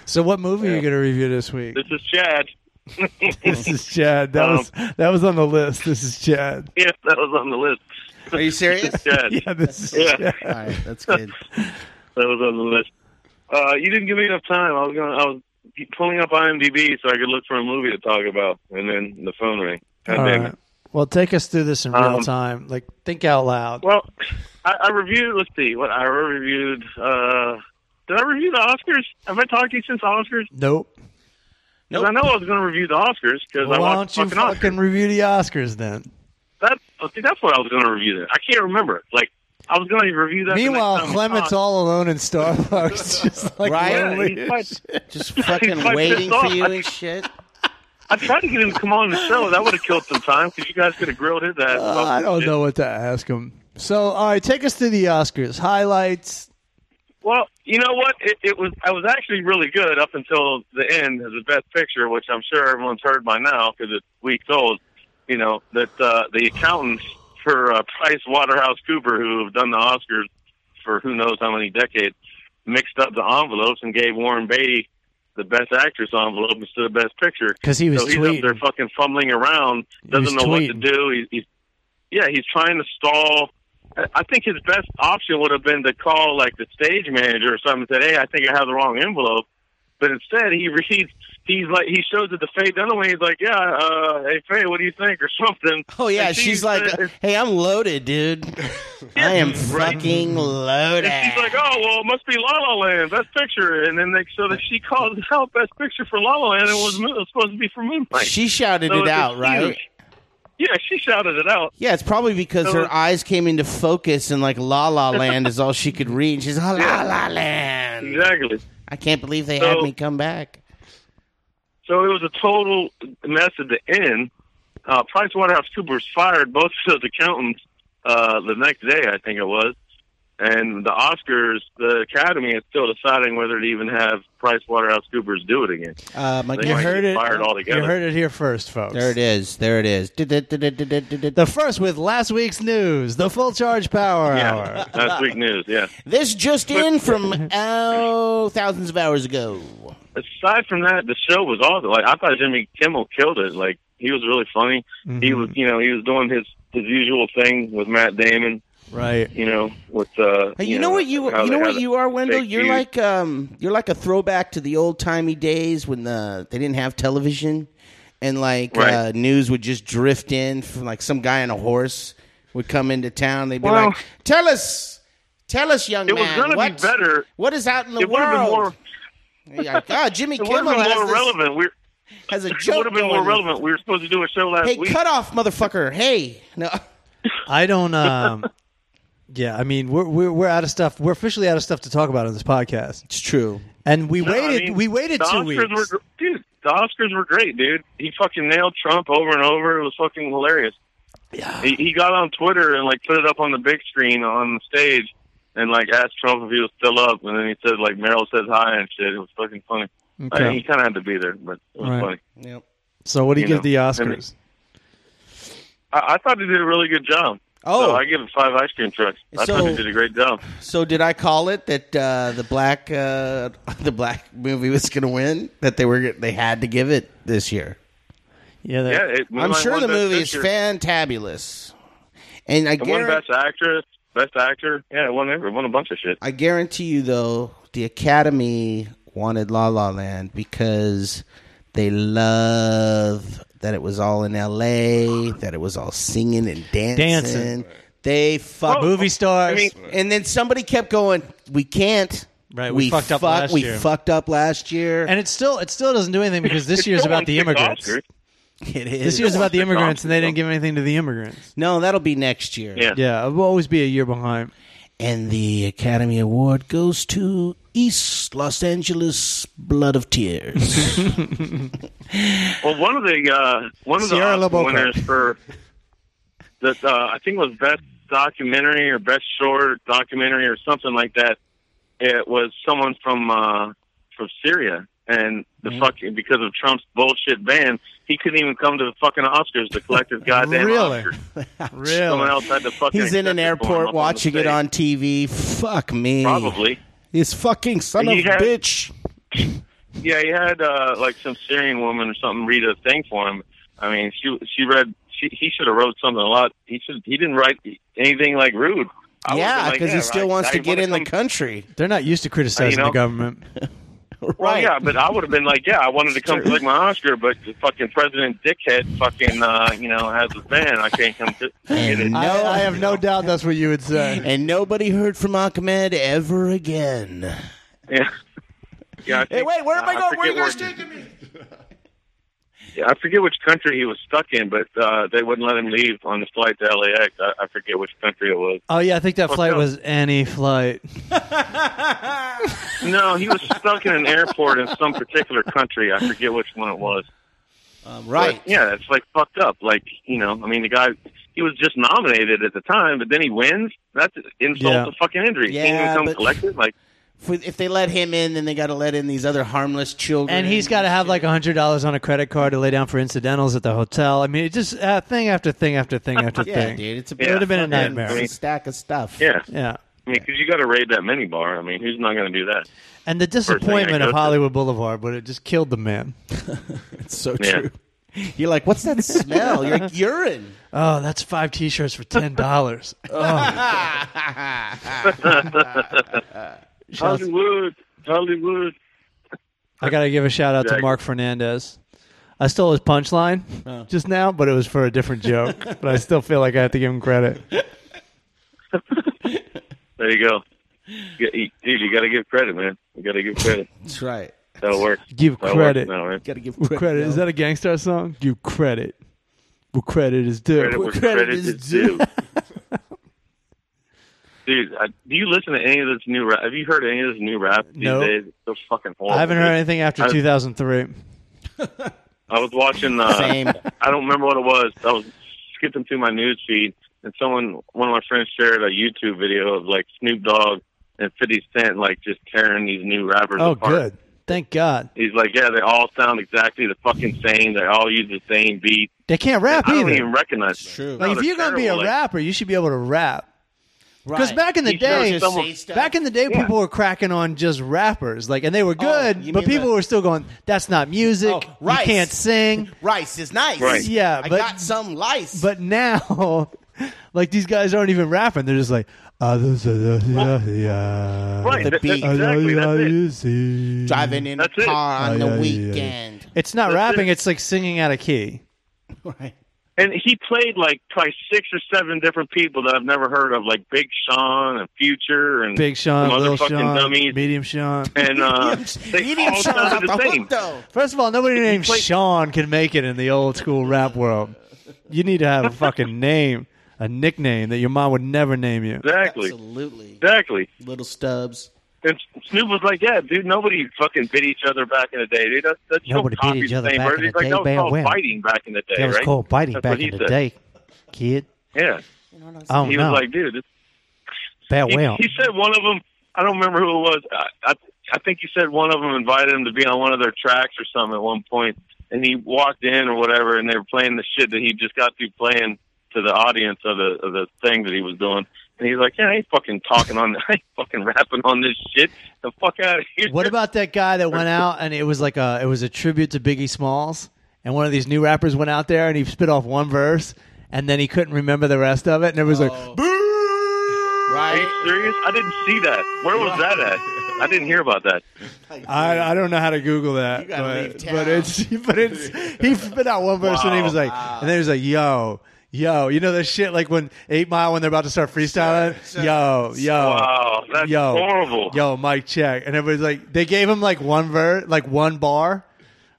Speaker 2: So, what movie are you going to review this week?
Speaker 5: this is Chad.
Speaker 2: This is Chad. That
Speaker 5: Um,
Speaker 2: was that was on the list. This is Chad.
Speaker 5: Yeah, that was on the list.
Speaker 3: Are you serious?
Speaker 5: Chad.
Speaker 2: Yeah, this is
Speaker 5: Yeah.
Speaker 2: Chad.
Speaker 3: All right, that's good.
Speaker 5: that was on the list. Uh, you didn't give me enough time. I was going. I was pulling up IMDb so I could look for a movie to talk about, and then the phone rang. God
Speaker 2: All
Speaker 5: damn
Speaker 2: right.
Speaker 5: it.
Speaker 2: Well, take us through this in real
Speaker 5: Um,
Speaker 2: time. Like, think out loud.
Speaker 5: Well, I, I reviewed. Let's see what I reviewed. Uh, did I review the Oscars? Have I talked to you since Oscars?
Speaker 2: Nope.
Speaker 5: Because I know I was going to review the Oscars because I
Speaker 2: Well, why
Speaker 5: watched
Speaker 2: don't you
Speaker 5: fucking Oscars.
Speaker 2: fucking review the Oscars then?
Speaker 5: That oh, see, that's what I was going to review. Then I can't remember. it. Like I was going to review that. the next
Speaker 2: Meanwhile,
Speaker 5: time we
Speaker 2: Clement's
Speaker 5: talked.
Speaker 2: all alone in Starbucks, just like
Speaker 3: Right?
Speaker 5: Yeah,
Speaker 2: lonely.
Speaker 5: he's quite-
Speaker 3: Just fucking
Speaker 5: Fuck
Speaker 3: waiting
Speaker 5: this
Speaker 3: for
Speaker 5: off.
Speaker 3: you and shit.
Speaker 5: I tried to get him to come on the show. That would have killed some time because you guys could have grilled his ass.
Speaker 2: Uh, I don't know what to ask him. So, all right, take us through the Oscars highlights.
Speaker 5: Well, you know what? It, it was I was actually really good up until the end as the best picture, which I'm sure everyone's heard by now because it's weeks old. You know that uh, the accountants for uh, Price Waterhouse Cooper, who have done the Oscars for who knows how many decades, mixed up the envelopes and gave Warren Beatty the best actress envelope instead of best picture.
Speaker 2: 'Cause he was
Speaker 5: so he's
Speaker 2: tweeting.
Speaker 5: up there fucking fumbling around, doesn't
Speaker 2: was
Speaker 5: know what to
Speaker 2: tweeting.
Speaker 5: do. He, he's yeah, he's trying to stall. I I think his best option would have been to call like the stage manager or something and say, "Hey, I think I have the wrong envelope." But instead, he reads. He's like he shows it to Faye Dunaway. He's like, "Yeah, uh, hey Faye, what do you think?" or something.
Speaker 3: Oh yeah,
Speaker 5: And
Speaker 3: she's, like,
Speaker 5: uh,
Speaker 3: "Hey, I'm loaded, dude. I am
Speaker 5: right.
Speaker 3: fucking loaded."
Speaker 5: and she's like, "Oh well, it must be La La Land, Best Picture." And then they, so that she calls it out Best Picture for La La Land. It was, mo- it was supposed to be for Moonlight.
Speaker 3: she shouted
Speaker 5: So
Speaker 3: it
Speaker 5: it's
Speaker 3: out, right?
Speaker 5: huge. Yeah, she shouted it out.
Speaker 3: Yeah, it's probably because
Speaker 5: So
Speaker 3: her
Speaker 5: it's-
Speaker 3: eyes came into focus and like La La Land is all she could read. And she's "Oh, La
Speaker 5: Yeah.
Speaker 3: La Land.
Speaker 5: Exactly.
Speaker 3: I can't believe they
Speaker 5: So-
Speaker 3: had me come back.
Speaker 5: So it was a total mess at the end. Uh, Price Waterhouse Coopers fired both of those accountants uh, the next day, I think it was. And the Oscars, the Academy is still deciding whether to even have PricewaterhouseCoopers do it again.
Speaker 3: Uh, my
Speaker 5: They
Speaker 2: You
Speaker 3: God.
Speaker 5: might get
Speaker 2: heard it.
Speaker 5: fired altogether.
Speaker 2: You heard it here first, folks.
Speaker 3: There it is. There it is.
Speaker 2: The first with last week's news, the full charge power
Speaker 5: Yeah,
Speaker 2: hour.
Speaker 5: that's weak news. Yeah.
Speaker 3: This just in from oh thousands of hours ago.
Speaker 5: aside from that, the show was awesome. Like I thought Jimmy Kimmel killed it. Like he was really funny.
Speaker 3: Mm-hmm.
Speaker 5: He was, you know, he was doing his his usual thing with Matt Damon.
Speaker 2: Right.
Speaker 5: You know, with uh,
Speaker 3: Hey, you, know, what you
Speaker 5: how
Speaker 3: you
Speaker 5: they
Speaker 3: know what
Speaker 5: had
Speaker 3: you are, Wendell.
Speaker 5: fake
Speaker 3: You're
Speaker 5: news.
Speaker 3: like um you're like a throwback to the old timey days when the they didn't have television, and like
Speaker 5: Right.
Speaker 3: uh, news would just drift in from like some guy on a horse would come into town. They'd be
Speaker 5: Well-
Speaker 3: like, "Tell us, tell us, young
Speaker 5: It was
Speaker 3: man,
Speaker 5: gonna be
Speaker 3: what-
Speaker 5: better.
Speaker 3: What is out in the
Speaker 5: It would have been more.
Speaker 3: world?" Yeah, God, "Ah, Jimmy
Speaker 5: It would have
Speaker 3: Kimmel
Speaker 5: been
Speaker 3: has,
Speaker 5: more
Speaker 3: this-
Speaker 5: relevant. We're,
Speaker 3: has a
Speaker 5: it
Speaker 3: joke
Speaker 5: would have been more
Speaker 3: going.
Speaker 5: relevant. We were supposed to do a show last
Speaker 3: Hey,
Speaker 5: week.
Speaker 3: cut off, motherfucker! Hey, no.
Speaker 2: I don't. Um, yeah, I mean, we're, we're we're out of stuff. We're officially out of stuff to talk about on this podcast,
Speaker 3: It's true.
Speaker 2: and we
Speaker 5: No, I
Speaker 2: waited.
Speaker 5: mean,
Speaker 2: we waited
Speaker 5: the
Speaker 2: two
Speaker 5: Oscars
Speaker 2: weeks.
Speaker 5: Were, gr- dude, the Oscars were great, dude. He fucking nailed Trump over and over. It was fucking hilarious. Yeah. He, he got on Twitter and like put it up on the big screen on the stage and like asked Trump if he was still up, and then he said like Meryl says hi and shit. It was fucking funny.
Speaker 2: Okay.
Speaker 5: I mean, he kind of had to be there, but it was
Speaker 2: Right.
Speaker 5: funny.
Speaker 3: Yep.
Speaker 2: so, what do you,
Speaker 5: you
Speaker 2: give the
Speaker 5: know, I mean-
Speaker 2: Oscars?
Speaker 5: I, I thought he did a really good job.
Speaker 3: Oh.
Speaker 5: so I give it five ice cream trucks. I
Speaker 3: So-
Speaker 5: thought he did a great job.
Speaker 3: So did I call it that uh, the black uh, the black movie was going to win? That they were they had to give it this year.
Speaker 2: yeah, that-
Speaker 5: Yeah, it,
Speaker 3: I'm
Speaker 5: Moonlight
Speaker 3: sure
Speaker 5: won
Speaker 3: the
Speaker 5: Best
Speaker 3: movie is
Speaker 5: Picture.
Speaker 3: fantabulous, and I
Speaker 5: It won
Speaker 3: guarantee,
Speaker 5: best actress, best actor. Yeah, it won every, it won a bunch of shit.
Speaker 3: I guarantee you though the Academy wanted La La Land because they love that it was all in L.A., that it was all singing and dancing.
Speaker 2: Dancing.
Speaker 3: They fuck
Speaker 5: Oh,
Speaker 2: movie stars.
Speaker 5: I mean,
Speaker 3: And then somebody kept going, "We can't."
Speaker 2: Right, we fucked up
Speaker 3: fuck-
Speaker 2: last
Speaker 3: we
Speaker 2: year."
Speaker 3: fucked up last year.
Speaker 2: and it still it still doesn't do anything because this
Speaker 5: It
Speaker 2: year's
Speaker 5: still
Speaker 2: about
Speaker 5: won
Speaker 2: the
Speaker 5: six
Speaker 2: immigrants.
Speaker 5: Oscars.
Speaker 3: it is.
Speaker 2: This year's about the
Speaker 5: six
Speaker 2: immigrants, and they
Speaker 5: Oscars,
Speaker 2: didn't give anything to the immigrants.
Speaker 3: no. That'll be next year.
Speaker 5: Yeah.
Speaker 2: Yeah, we'll always be a year behind.
Speaker 3: And the Academy Award goes to East Los Angeles Blood of Tears.
Speaker 5: Well, one of the uh, one of
Speaker 2: Sierra
Speaker 5: the
Speaker 2: LaBoca.
Speaker 5: Oscar winners for the uh, I think it was best documentary or best short documentary or something like that. It was someone from uh, from Syria, and the
Speaker 2: Mm-hmm.
Speaker 5: fucking because of Trump's bullshit ban, he couldn't even come to the fucking Oscars to collect his goddamn
Speaker 2: Really?
Speaker 5: Oscars. Someone
Speaker 2: Really?
Speaker 5: else had to fucking.
Speaker 3: He's in an
Speaker 5: accept it for him up
Speaker 3: airport
Speaker 5: on
Speaker 3: watching
Speaker 5: the
Speaker 3: it
Speaker 5: stage.
Speaker 3: on TV. Fuck me.
Speaker 5: Probably,
Speaker 3: This fucking son
Speaker 5: He
Speaker 3: of
Speaker 5: had-
Speaker 3: a bitch.
Speaker 5: yeah. He had uh, like some Syrian woman or something read a thing for him. I mean, she she read. She, he should have wrote something a lot. He should. He didn't write anything like rude. I would've
Speaker 3: yeah,
Speaker 5: been like,
Speaker 3: because he still
Speaker 5: right,
Speaker 3: wants
Speaker 5: I
Speaker 3: to get
Speaker 5: wanna
Speaker 3: in the
Speaker 5: come-
Speaker 3: country.
Speaker 2: They're not used to criticizing
Speaker 5: know?
Speaker 2: the government.
Speaker 5: Well, yeah, but I would have been like, yeah, I wanted to come collect my Oscar, but the fucking president dickhead, fucking, uh, you know, has a ban. I can't come to get it.
Speaker 3: No,
Speaker 2: I, I have no doubt that's what you would say.
Speaker 3: And nobody heard from Ahmed ever again.
Speaker 5: Yeah. Yeah, I
Speaker 3: Hey,
Speaker 5: think-
Speaker 3: wait, where am I
Speaker 5: uh,
Speaker 3: going? Where are you
Speaker 5: forget
Speaker 3: guys taking me?
Speaker 5: Yeah, I forget which country he was stuck in, but uh, they wouldn't let him leave on the flight to LAX. I, I forget which country it was.
Speaker 2: Oh yeah, I think that flight
Speaker 5: up.
Speaker 2: was any flight.
Speaker 5: No, he was stuck in an airport in some particular country. I forget which one it was.
Speaker 3: Um,
Speaker 5: But,
Speaker 3: right.
Speaker 5: yeah, it's like fucked up. Like, you know, I mean, the guy, he was just nominated at the time, but then he wins. That's insult
Speaker 2: Yeah.
Speaker 5: to fucking injury. He
Speaker 3: Yeah,
Speaker 5: Can't even come
Speaker 3: but-
Speaker 5: collect it. Like,
Speaker 3: For- if they let him in, then they got to let in these other harmless children.
Speaker 2: And he's got to have like hundred dollars on a credit card to lay down for incidentals at the hotel. I mean, it just uh, thing after thing after thing after
Speaker 3: yeah,
Speaker 2: thing.
Speaker 3: dude. It's a
Speaker 5: Yeah.
Speaker 2: It would have been a
Speaker 5: fucking-
Speaker 2: nightmare.
Speaker 5: I mean-
Speaker 3: It's a stack of stuff.
Speaker 5: yeah.
Speaker 2: Yeah,
Speaker 5: I mean, 'cause you got to raid that mini bar. I mean, who's not going to do that?
Speaker 2: and the
Speaker 5: thing I
Speaker 2: disappointment
Speaker 5: go
Speaker 2: of
Speaker 5: to.
Speaker 2: Hollywood Boulevard, but it just killed the man.
Speaker 3: it's so
Speaker 5: Yeah.
Speaker 3: true. You're like, what's that smell? You're like, urine.
Speaker 2: Oh, that's five T-shirts for ten dollars.
Speaker 5: Oh, Hollywood, Hollywood.
Speaker 2: I gotta give a shout out to
Speaker 5: Exactly.
Speaker 2: Mark Fernandez. I stole his punchline just now, but it was for a different joke. but I still feel like I have to give him credit.
Speaker 5: There you go. You- you- Dude, you got to give credit, man. You got to give credit.
Speaker 3: That's right.
Speaker 5: That'll work.
Speaker 2: Give
Speaker 5: That'll
Speaker 2: credit.
Speaker 5: Work. No, man.
Speaker 3: Got to give
Speaker 2: Credit, is that a Gangstar song? Give credit. Well, credit is due.
Speaker 5: Credit where credit is due. Dude, I, do you listen to any of this new rap? Have you heard any of this new rap these
Speaker 2: No.
Speaker 5: days? It's so fucking horrible.
Speaker 2: I haven't heard
Speaker 5: dude.
Speaker 2: anything after
Speaker 5: I-
Speaker 2: 2003.
Speaker 5: I was watching. Uh,
Speaker 3: Same.
Speaker 5: I don't remember what it was. I was skipping through my news feed, and someone, one of my friends shared a YouTube video of like Snoop Dogg and 50 Cent like just tearing these new rappers
Speaker 2: Oh,
Speaker 5: apart.
Speaker 2: good. Thank God.
Speaker 5: He's like, yeah, they all sound exactly the fucking same. They all use the same beat.
Speaker 2: They can't
Speaker 5: I
Speaker 2: rap
Speaker 5: don't
Speaker 2: either.
Speaker 5: even recognize. It's
Speaker 3: true.
Speaker 2: like if you're gonna be a rapper, you should be able to rap. Because back in the
Speaker 5: You should
Speaker 2: day,
Speaker 5: just say
Speaker 3: stuff.
Speaker 2: back in the day, people were cracking on just rappers, like, and they
Speaker 5: Oh,
Speaker 2: were good,
Speaker 3: you
Speaker 2: but
Speaker 3: mean
Speaker 2: people
Speaker 3: the-
Speaker 2: were still going, "That's not music.
Speaker 3: Oh, rice.
Speaker 2: You can't sing."
Speaker 3: rice is nice.
Speaker 5: Right.
Speaker 2: Yeah,
Speaker 3: I
Speaker 2: but-
Speaker 3: got some lice.
Speaker 2: But now, like these guys aren't even rapping; they're just like, "Ah, this is- yeah, yeah."
Speaker 5: Right,
Speaker 3: the
Speaker 5: that- that's
Speaker 3: beat.
Speaker 2: Ah, yeah,
Speaker 5: exactly.
Speaker 2: yeah,
Speaker 5: That's it.
Speaker 2: you see.
Speaker 3: driving in
Speaker 5: That's
Speaker 3: a
Speaker 5: it.
Speaker 3: car on
Speaker 2: Oh, yeah,
Speaker 3: the
Speaker 2: yeah, yeah.
Speaker 3: weekend.
Speaker 2: It's not
Speaker 5: That's
Speaker 2: rapping;
Speaker 5: it.
Speaker 2: it's like singing out of key.
Speaker 3: Right.
Speaker 5: And he played like probably six or seven different people that I've never heard of, like Big Sean and Future and
Speaker 2: Big Sean,
Speaker 5: some other
Speaker 2: Little
Speaker 5: fucking
Speaker 2: Sean,
Speaker 5: dummies.
Speaker 2: Medium Sean.
Speaker 5: and uh, they
Speaker 3: Medium
Speaker 5: all
Speaker 3: Sean's off
Speaker 5: sounded
Speaker 3: the
Speaker 5: the
Speaker 3: hook
Speaker 5: same.
Speaker 3: though.
Speaker 2: First of all, nobody named
Speaker 5: play-
Speaker 2: Sean can make it in the old school rap world. You need to have a fucking name, a nickname that your mom would never name you.
Speaker 5: Exactly,
Speaker 3: Absolutely.
Speaker 5: exactly.
Speaker 3: Little stubs.
Speaker 5: And Snoop was like, "Yeah, dude, nobody fucking bit each other back in the day. Dude, that's, that's you
Speaker 2: Nobody
Speaker 5: don't copy
Speaker 2: beat each
Speaker 5: the
Speaker 2: other
Speaker 5: same
Speaker 2: back
Speaker 5: word.
Speaker 2: in
Speaker 5: He's
Speaker 2: the
Speaker 5: like,
Speaker 2: day,
Speaker 5: that was
Speaker 2: man,
Speaker 5: called
Speaker 2: when?
Speaker 5: biting back in the day,
Speaker 2: That was
Speaker 5: right?
Speaker 2: called biting
Speaker 5: That's
Speaker 2: back
Speaker 5: what he
Speaker 2: in the
Speaker 5: said.
Speaker 2: day, kid.
Speaker 5: Yeah,
Speaker 2: I don't
Speaker 5: he
Speaker 2: know.
Speaker 5: was like, dude, this
Speaker 2: Bad
Speaker 5: he,
Speaker 2: whale.
Speaker 5: he said one of them. I don't remember who it was. I, I I think he said one of them invited him to be on one of their tracks or something at one point, and he walked in or whatever, and they were playing the shit that he just got through playing to the audience of the of the thing that he was doing. And he's like, "Yeah, I ain't fucking talking on, I ain't fucking rapping on this shit. The fuck out of here."
Speaker 2: What about that guy that went out and it was like a it was a tribute to Biggie Smalls and one of these new rappers went out there and he spit off one verse and then he couldn't remember the rest of it and everybody's like, "Boo!"
Speaker 5: Are
Speaker 3: Right.
Speaker 5: you serious? I didn't see that. Where was that at? I didn't hear about that.
Speaker 2: I, I don't know how to Google that,
Speaker 3: You gotta leave
Speaker 2: but,
Speaker 3: town.
Speaker 2: but it's but it's he spit out one verse and he
Speaker 5: Wow.
Speaker 2: was like, and then he was like, yo. Yo, you know the shit like when Eight Mile when they're about to start freestyling. yo, yo,
Speaker 5: Wow, Oh, that's
Speaker 2: Oh, yo,
Speaker 5: horrible.
Speaker 2: Yo, mic check, and everybody's like, they gave him like one verse, like one bar,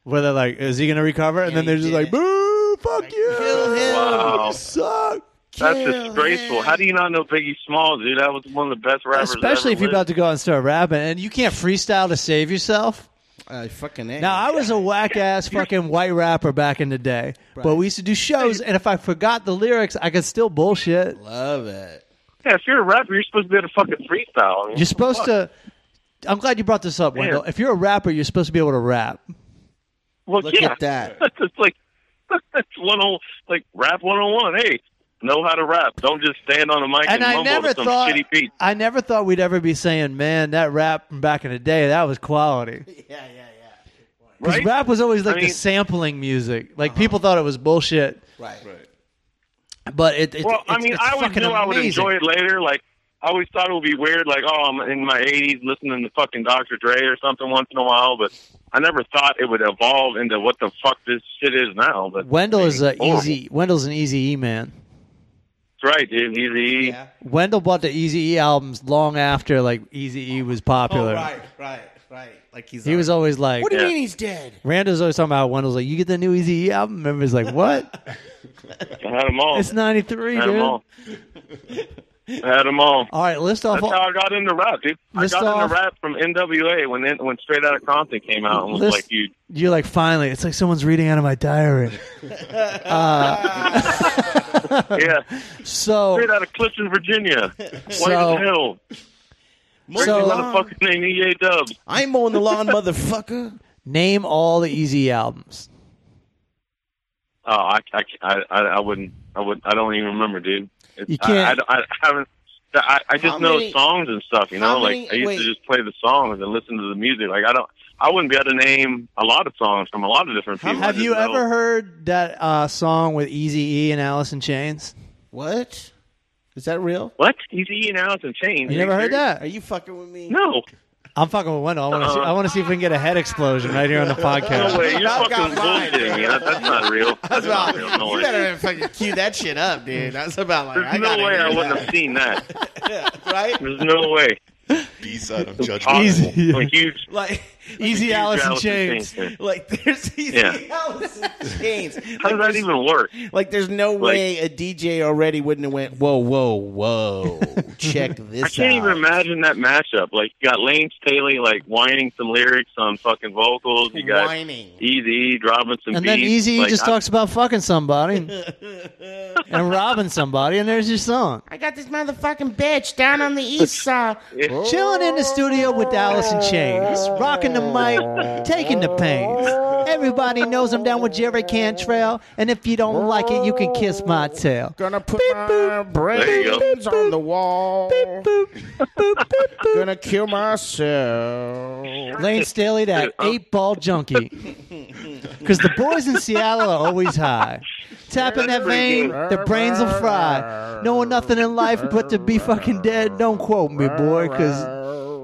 Speaker 2: where they're like, is he gonna recover? And, then
Speaker 3: he
Speaker 2: they're just like,
Speaker 3: didn't.
Speaker 2: boo, fuck you,
Speaker 3: kill him.
Speaker 5: Wow.
Speaker 2: you suck.
Speaker 5: That's
Speaker 3: Kill
Speaker 5: disgraceful.
Speaker 3: him.
Speaker 5: How do you not know Biggie Smalls, dude? That was one of the best rappers. that
Speaker 2: Especially
Speaker 5: ever
Speaker 2: if you're
Speaker 5: lived.
Speaker 2: about to go out and start rapping, and you can't freestyle to save yourself.
Speaker 3: Uh, fucking A.
Speaker 2: Now I was a whack ass fucking white rapper back in the day, but we used to do shows, and if I forgot the lyrics, I could still bullshit.
Speaker 3: love it.
Speaker 5: Yeah, if you're a rapper, you're supposed to be able to fucking freestyle. I mean,
Speaker 2: You're supposed to. I'm glad you brought this up, Wendell.
Speaker 5: Yeah.
Speaker 2: If you're a rapper, you're supposed to be able to rap.
Speaker 5: well,
Speaker 3: Look
Speaker 5: yeah.
Speaker 3: at that.
Speaker 5: it's like that's one on like rap one on one. Hey, know how to rap. Don't just stand on a mic
Speaker 2: And
Speaker 5: and,
Speaker 2: I
Speaker 5: mumble
Speaker 2: never
Speaker 5: to some
Speaker 2: thought
Speaker 5: shitty beat.
Speaker 2: I never thought we'd ever be saying, "Man, that rap from back in the day, that was quality."
Speaker 3: Yeah, yeah, yeah.
Speaker 2: Because
Speaker 5: Right?
Speaker 2: rap was always like
Speaker 5: I
Speaker 2: the
Speaker 5: mean- Uh-huh.
Speaker 2: sampling music. Like people thought it was bullshit,
Speaker 3: Right.
Speaker 4: Right.
Speaker 2: but it. it
Speaker 5: Well, I
Speaker 2: it's-
Speaker 5: mean,
Speaker 2: it's
Speaker 5: I always
Speaker 2: fucking
Speaker 5: knew I would
Speaker 2: amazing.
Speaker 5: enjoy it later. Like I always thought it would be weird. Like oh, I'm in my 80s listening to fucking Dr. Dre or something once in a while, but I never thought it would evolve into what the fuck this shit is now. But
Speaker 2: Wendell is a
Speaker 5: Horrible.
Speaker 2: easy. Wendell's an easy e man.
Speaker 5: that's right, dude. Easy.
Speaker 3: Yeah.
Speaker 2: Wendell bought the Easy E albums long after like Easy E was popular.
Speaker 3: Oh, right, right, right. Like he's.
Speaker 2: He was always like,
Speaker 3: What do you
Speaker 5: Yeah.
Speaker 3: mean he's dead?
Speaker 2: Randall's always talking about Wendell's like, you get the new Easy E album? And everybody's like, what?
Speaker 5: I had them all.
Speaker 2: it's 93,
Speaker 5: I had
Speaker 2: dude.
Speaker 5: them all.
Speaker 2: All
Speaker 5: I had them all.
Speaker 2: right, list off
Speaker 5: That's how
Speaker 2: all,
Speaker 5: I got into rap, dude. I
Speaker 2: List
Speaker 5: got
Speaker 2: off-
Speaker 5: into rap from NWA when in, when Straight Outta Compton came out and was
Speaker 2: List-
Speaker 5: like, "You
Speaker 2: You're like, finally, it's like someone's reading out of my diary.
Speaker 5: yeah,
Speaker 2: So,
Speaker 5: straight out of Clifton, Virginia, white
Speaker 2: So-
Speaker 5: as hell,
Speaker 2: So-
Speaker 5: so, motherfucking name E EA Dubs."
Speaker 3: I'm mowing the lawn, motherfucker.
Speaker 2: name all the Easy albums.
Speaker 5: Oh, I, I, I, I wouldn't, I would, I don't even remember, dude. It's,
Speaker 2: You can't-
Speaker 5: I, I, I haven't. I, I just
Speaker 3: How
Speaker 5: know
Speaker 3: many-
Speaker 5: songs and stuff, you
Speaker 3: how
Speaker 5: know.
Speaker 3: many-
Speaker 5: like I used
Speaker 3: wait.
Speaker 5: to just play the songs and listen to the music. Like I don't, I wouldn't be able to name a lot of songs from a lot of different people. I
Speaker 2: Have
Speaker 5: just
Speaker 2: you
Speaker 5: know-
Speaker 2: ever heard that uh, song with Easy E and Alice in Chains?
Speaker 3: What? Is that real?
Speaker 5: what? Easy and Alice and Chains.
Speaker 2: You
Speaker 5: Are
Speaker 2: never heard
Speaker 5: serious?
Speaker 2: that?
Speaker 3: Are you fucking with me?
Speaker 5: No,
Speaker 2: I'm fucking with Wendell. I want to see,
Speaker 5: Uh-uh.
Speaker 2: I want to see if we can get a head explosion right here on the podcast.
Speaker 5: No way, you're
Speaker 3: I've got
Speaker 5: fucking
Speaker 3: mine.
Speaker 5: bullshitting me. That, that's not real. That's not real. No
Speaker 3: You
Speaker 5: way.
Speaker 3: better fucking cue that shit up, dude. That's about like I
Speaker 5: Mm. There's
Speaker 3: gotta
Speaker 5: no way
Speaker 3: hear
Speaker 5: I
Speaker 3: that.
Speaker 5: wouldn't have seen that.
Speaker 3: right.
Speaker 5: There's no way.
Speaker 4: B side of Judge
Speaker 2: Easy.
Speaker 4: Apple.
Speaker 5: I'm a huge.
Speaker 3: Like,
Speaker 2: Easy
Speaker 5: huge
Speaker 2: Alice in
Speaker 5: Alice in
Speaker 2: Chains.
Speaker 5: Chains fan.
Speaker 3: like there's easy
Speaker 5: Yeah.
Speaker 3: Alice in Chains.
Speaker 5: How
Speaker 3: Like,
Speaker 5: does that
Speaker 3: there's-
Speaker 5: even work?
Speaker 3: Like, there's no way a DJ already wouldn't have went. Whoa, whoa, whoa! Check this
Speaker 5: I can't
Speaker 3: out.
Speaker 5: even imagine that matchup. Like, you got Lane Staley, like, whining some lyrics on fucking vocals. You got
Speaker 3: Whining.
Speaker 5: Easy dropping some
Speaker 2: And
Speaker 5: beats.
Speaker 2: then Easy
Speaker 5: like,
Speaker 2: just
Speaker 5: I-
Speaker 2: talks about fucking somebody and, and robbing somebody, and there's your song.
Speaker 3: I got this motherfucking bitch down on the east side.
Speaker 5: Yeah.
Speaker 2: Chilling in the studio with Alice in Chains, rocking the mic, taking the pains. Everybody knows I'm down with Jerry Cantrell, and if you don't like it, you can kiss my tail.
Speaker 3: Gonna put my
Speaker 5: There you go.
Speaker 3: brains on the wall.
Speaker 2: Boop, boop, boop, boop.
Speaker 3: Gonna kill myself.
Speaker 2: Lane Staley, that eight ball junkie. Because the boys in Seattle are always high. Tap in that vein, their brains will fry. Knowing nothing in life but to be fucking dead, don't quote me, boy, because.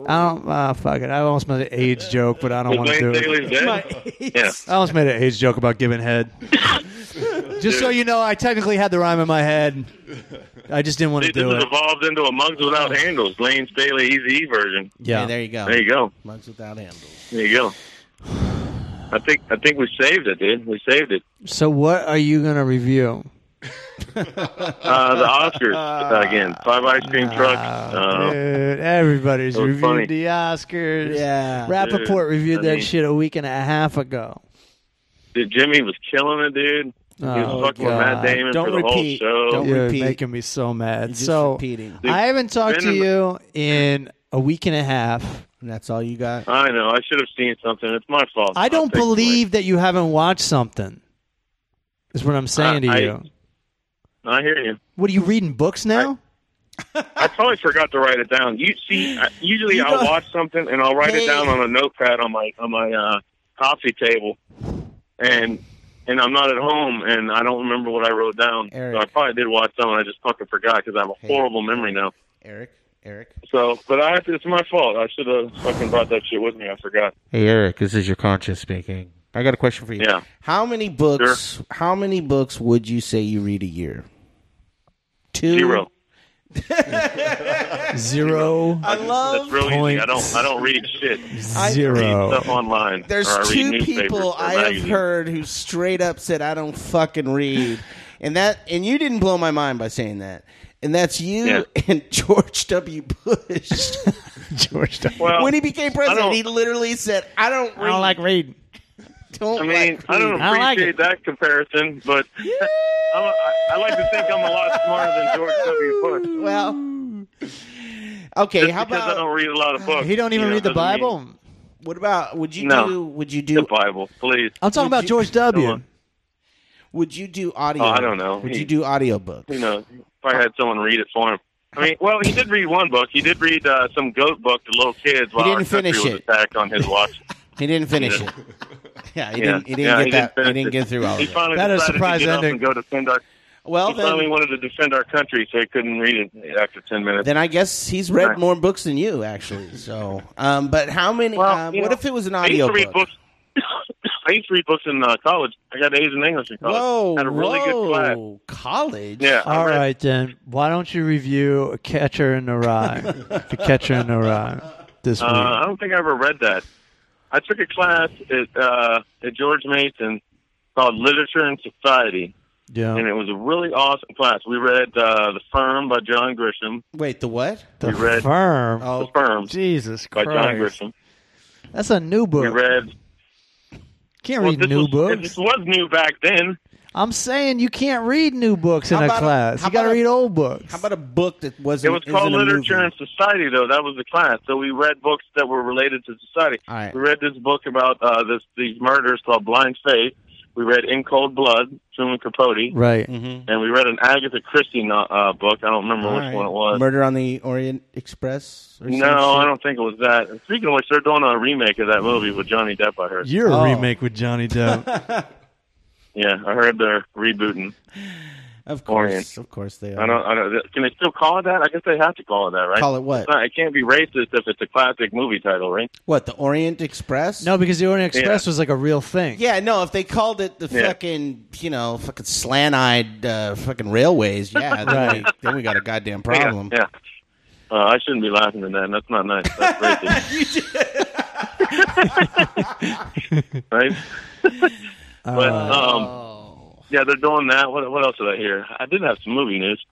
Speaker 2: I don't, ah, fuck it. I almost made an AIDS joke, but I don't
Speaker 5: Was
Speaker 2: want to do
Speaker 5: Lane
Speaker 2: it.
Speaker 5: Staley's dead? yeah.
Speaker 2: I almost made an age joke about giving head. just so you know, I technically had the rhyme in my head. I just didn't want to
Speaker 5: This
Speaker 2: do
Speaker 5: has
Speaker 2: it.
Speaker 5: evolved into a Mugs Without Handles, Lane Staley Easy E version.
Speaker 2: Yeah.
Speaker 3: Hey, there you go.
Speaker 5: There you go.
Speaker 3: Mugs without handles.
Speaker 5: There you go. I think I think we saved it, dude. We saved it.
Speaker 2: So what are you gonna review?
Speaker 5: Uh, the Oscars uh, again. Five ice cream trucks. Uh,
Speaker 2: Dude, everybody's
Speaker 5: That was
Speaker 2: reviewed
Speaker 5: funny.
Speaker 2: the Oscars.
Speaker 3: Yeah.
Speaker 2: Rappaport
Speaker 5: Dude,
Speaker 2: reviewed
Speaker 5: I
Speaker 2: that
Speaker 5: mean-
Speaker 2: shit a week and a half ago.
Speaker 5: dude, Jimmy was killing it, dude. He was
Speaker 2: Oh,
Speaker 5: fucking with
Speaker 2: God.
Speaker 5: Matt Damon
Speaker 3: Don't
Speaker 5: for the
Speaker 3: repeat.
Speaker 5: whole show.
Speaker 3: Don't
Speaker 2: You're
Speaker 3: repeat.
Speaker 2: making me so mad.
Speaker 3: just
Speaker 2: so
Speaker 3: repeating.
Speaker 2: I haven't talked to
Speaker 5: Venom-
Speaker 2: you in a week and a half.
Speaker 3: And that's all you got.
Speaker 5: I know. I should have seen something. It's my fault.
Speaker 2: I
Speaker 5: I'll
Speaker 2: don't
Speaker 5: take it away.
Speaker 2: believe that you haven't watched something. Is what I'm saying
Speaker 5: I-
Speaker 2: to you.
Speaker 5: I hear you.
Speaker 2: What are you reading books now?
Speaker 5: I probably forgot to write it down. You see, I, usually
Speaker 3: You
Speaker 5: I'll
Speaker 3: know-
Speaker 5: watch something and I'll write
Speaker 3: Hey.
Speaker 5: it down on a notepad on my on my uh, coffee table, and and I'm not at home and I don't remember what I wrote down.
Speaker 3: Eric.
Speaker 5: So I probably did watch something. I just fucking forgot because I have a
Speaker 3: Hey.
Speaker 5: horrible memory now.
Speaker 3: Eric. Eric.
Speaker 5: So, but I it's my fault. I should have fucking brought that shit with me. I forgot.
Speaker 3: Hey Eric, this is your conscience speaking. I got a question for you.
Speaker 5: Yeah.
Speaker 3: How many books how many books would you say you read a year? Two
Speaker 5: Zero.
Speaker 2: Zero.
Speaker 3: I
Speaker 5: That's
Speaker 3: love
Speaker 5: real easy.
Speaker 2: Point
Speaker 5: I don't. I don't read shit. I read
Speaker 2: Zero.
Speaker 5: stuff online.
Speaker 3: there's
Speaker 5: or I read
Speaker 3: two
Speaker 5: newspapers
Speaker 3: people
Speaker 5: or
Speaker 3: I have
Speaker 5: magazines.
Speaker 3: heard who straight up said I don't fucking read. And that and you didn't blow my mind by saying that. And that's you
Speaker 5: Yeah.
Speaker 3: and George W. Bush.
Speaker 2: George.
Speaker 5: Well,
Speaker 3: when he became president,
Speaker 5: don't-
Speaker 3: he literally said, "I don't read.
Speaker 2: I don't like reading.
Speaker 3: don't
Speaker 5: I mean,
Speaker 3: like
Speaker 5: I don't
Speaker 3: reading."
Speaker 2: I like
Speaker 5: appreciate
Speaker 2: it.
Speaker 5: that comparison, but I'm a, I, I like to think I'm a lot smarter than George W. Bush.
Speaker 3: Well, okay.
Speaker 5: Just
Speaker 3: how
Speaker 5: because I
Speaker 3: about
Speaker 5: don't read a lot of books.
Speaker 2: He don't even
Speaker 5: you know,
Speaker 2: read the
Speaker 5: doesn't mean-
Speaker 2: Bible.
Speaker 3: what about would you
Speaker 5: No.
Speaker 3: do would you
Speaker 5: The
Speaker 3: do
Speaker 5: Bible, please.
Speaker 2: I'm talking
Speaker 3: Would
Speaker 2: about
Speaker 3: you-
Speaker 2: George W.
Speaker 5: on.
Speaker 3: would you do audio?
Speaker 5: Oh, I don't know.
Speaker 3: Would
Speaker 5: He-
Speaker 3: you do audiobooks?
Speaker 5: You know, if I had someone read it for him. I mean, well, he did read one book. He did read uh, some goat book to little kids while
Speaker 3: didn't
Speaker 5: our country
Speaker 3: finish
Speaker 5: was
Speaker 3: it.
Speaker 5: attacked on his watch.
Speaker 3: He didn't finish it. Yeah, he
Speaker 5: yeah,
Speaker 3: didn't. He didn't
Speaker 5: yeah,
Speaker 3: get
Speaker 5: he
Speaker 3: that. he
Speaker 5: Didn't finish
Speaker 3: didn't
Speaker 5: it.
Speaker 3: get through all of
Speaker 5: He
Speaker 3: it.
Speaker 5: finally
Speaker 2: Oh, That is
Speaker 5: decided
Speaker 2: surprise
Speaker 5: to get
Speaker 2: ending.
Speaker 5: up and go defend our.
Speaker 3: Well,
Speaker 5: He finally
Speaker 3: then,
Speaker 5: wanted to defend our country, so he couldn't read it after ten minutes.
Speaker 3: then I guess he's read more books than you actually. So, um, but how many?
Speaker 5: Well,
Speaker 3: um,
Speaker 5: you
Speaker 3: what
Speaker 5: know,
Speaker 3: if it was an
Speaker 5: I used to read
Speaker 3: audiobook?
Speaker 5: books. I used to read books in uh, college. I got A's in English in college.
Speaker 3: Whoa,
Speaker 5: had a really
Speaker 3: whoa,
Speaker 5: good class.
Speaker 3: college.
Speaker 5: Yeah. I
Speaker 2: All
Speaker 5: read-
Speaker 2: right, then. Why don't you review A Catcher in the Rye? the Catcher in the Rye this week.
Speaker 5: Uh, I don't think I ever read that. I took a class at uh, at George Mason called Literature and Society, and
Speaker 2: yeah.
Speaker 5: it was a really awesome class. We read uh, The Firm by John Grisham.
Speaker 3: Wait, the what?
Speaker 2: The
Speaker 5: read-
Speaker 2: Firm.
Speaker 5: The
Speaker 3: Oh,
Speaker 5: Firm
Speaker 2: Jesus
Speaker 5: by John
Speaker 2: Christ.
Speaker 5: Grisham.
Speaker 2: That's a new
Speaker 5: We
Speaker 2: book.
Speaker 5: read.
Speaker 2: can't
Speaker 5: Well,
Speaker 2: read
Speaker 5: this
Speaker 2: new
Speaker 5: was,
Speaker 2: books.
Speaker 5: This was new back then.
Speaker 2: I'm saying you can't read new books in
Speaker 3: How
Speaker 2: a
Speaker 3: about a-
Speaker 2: class.
Speaker 3: how
Speaker 2: you got to
Speaker 3: about a-
Speaker 2: read old books.
Speaker 3: how about a book that
Speaker 5: It
Speaker 3: wasn't?
Speaker 5: was called
Speaker 3: isn't a
Speaker 5: Literature
Speaker 3: movie?
Speaker 5: and Society, though. That was the class. So we read books that were related to society.
Speaker 3: All right.
Speaker 5: We read this book about uh, this these murders called Blind Faith. We read In Cold Blood, Truman Capote.
Speaker 2: right.
Speaker 5: and we read an Agatha Christie no- uh, book. I don't remember
Speaker 3: All
Speaker 5: which
Speaker 3: right.
Speaker 5: one it was.
Speaker 3: Murder on the Orient Express? Or some
Speaker 5: no, I
Speaker 3: shit?
Speaker 5: don't think it was that. And Speaking of which, they're doing a remake of that movie with Johnny Depp. I heard.
Speaker 2: You're a
Speaker 3: Oh.
Speaker 2: remake with Johnny Depp.
Speaker 5: Yeah, I heard they're rebooting.
Speaker 3: Of course,
Speaker 5: Orient.
Speaker 3: of course they are.
Speaker 5: I don't. I don't. Can they still call it that? I guess they have to call it that, right?
Speaker 3: Call it what?
Speaker 5: It's not- it can't be racist if it's a classic movie title, right?
Speaker 3: What the Orient Express?
Speaker 2: no, because the Orient Express
Speaker 5: Yeah.
Speaker 2: was like a real thing.
Speaker 3: Yeah, no. If they called it the
Speaker 5: Yeah.
Speaker 3: fucking, you know, fucking slant-eyed uh, fucking railways, yeah, then,
Speaker 2: Right.
Speaker 3: we, then we got a goddamn problem.
Speaker 5: Yeah. Uh, I shouldn't be laughing at that. That's not nice. That's racist. right? but
Speaker 3: Uh,
Speaker 5: um,
Speaker 3: Oh.
Speaker 5: yeah, they're doing that. What what else did I hear? I did have some movie news.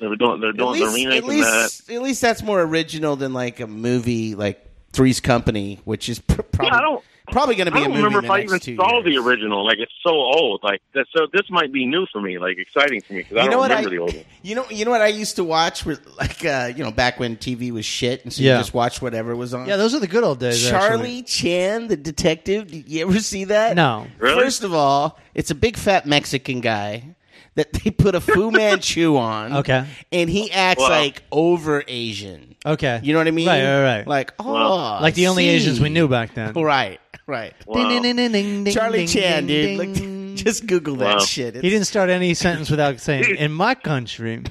Speaker 5: They were doing. They're
Speaker 3: At least,
Speaker 5: doing. they're
Speaker 3: at
Speaker 5: remaking that.
Speaker 3: least, at least that's more original than like a movie like Three's Company, which is pr- probably
Speaker 5: Yeah, I don't.
Speaker 3: probably going to be
Speaker 5: I
Speaker 3: a
Speaker 5: don't
Speaker 3: movie.
Speaker 5: remember
Speaker 3: in
Speaker 5: if
Speaker 3: the
Speaker 5: I
Speaker 3: next two
Speaker 5: even saw
Speaker 3: years.
Speaker 5: the original. Like it's so old. Like that. So this might be new for me. Like exciting for me because I
Speaker 3: you know
Speaker 5: don't
Speaker 3: what
Speaker 5: remember
Speaker 3: I,
Speaker 5: the old one.
Speaker 3: You know, you know what I used to watch with like uh, you know back when TV was shit, and so
Speaker 2: Yeah.
Speaker 3: you just watched whatever was on.
Speaker 2: Yeah, those are the good old days.
Speaker 3: Charlie Chan, the detective. Did you ever see that?
Speaker 2: No.
Speaker 5: Really?
Speaker 3: First of all, it's a big fat Mexican guy that they put a Fu Manchu on.
Speaker 2: Okay.
Speaker 3: and he acts
Speaker 5: Wow.
Speaker 3: like over Asian.
Speaker 2: actually. Okay.
Speaker 3: You know what I mean?
Speaker 2: Right, right, right.
Speaker 3: Like oh,
Speaker 5: Wow.
Speaker 2: like the only
Speaker 3: see.
Speaker 2: Asians we knew back then.
Speaker 3: Right, right.
Speaker 5: Wow.
Speaker 3: Charlie
Speaker 2: Charlie
Speaker 3: Chan, dude. Like, just Google that
Speaker 5: Wow.
Speaker 3: shit. It's
Speaker 2: He didn't start any sentence without saying "in my country."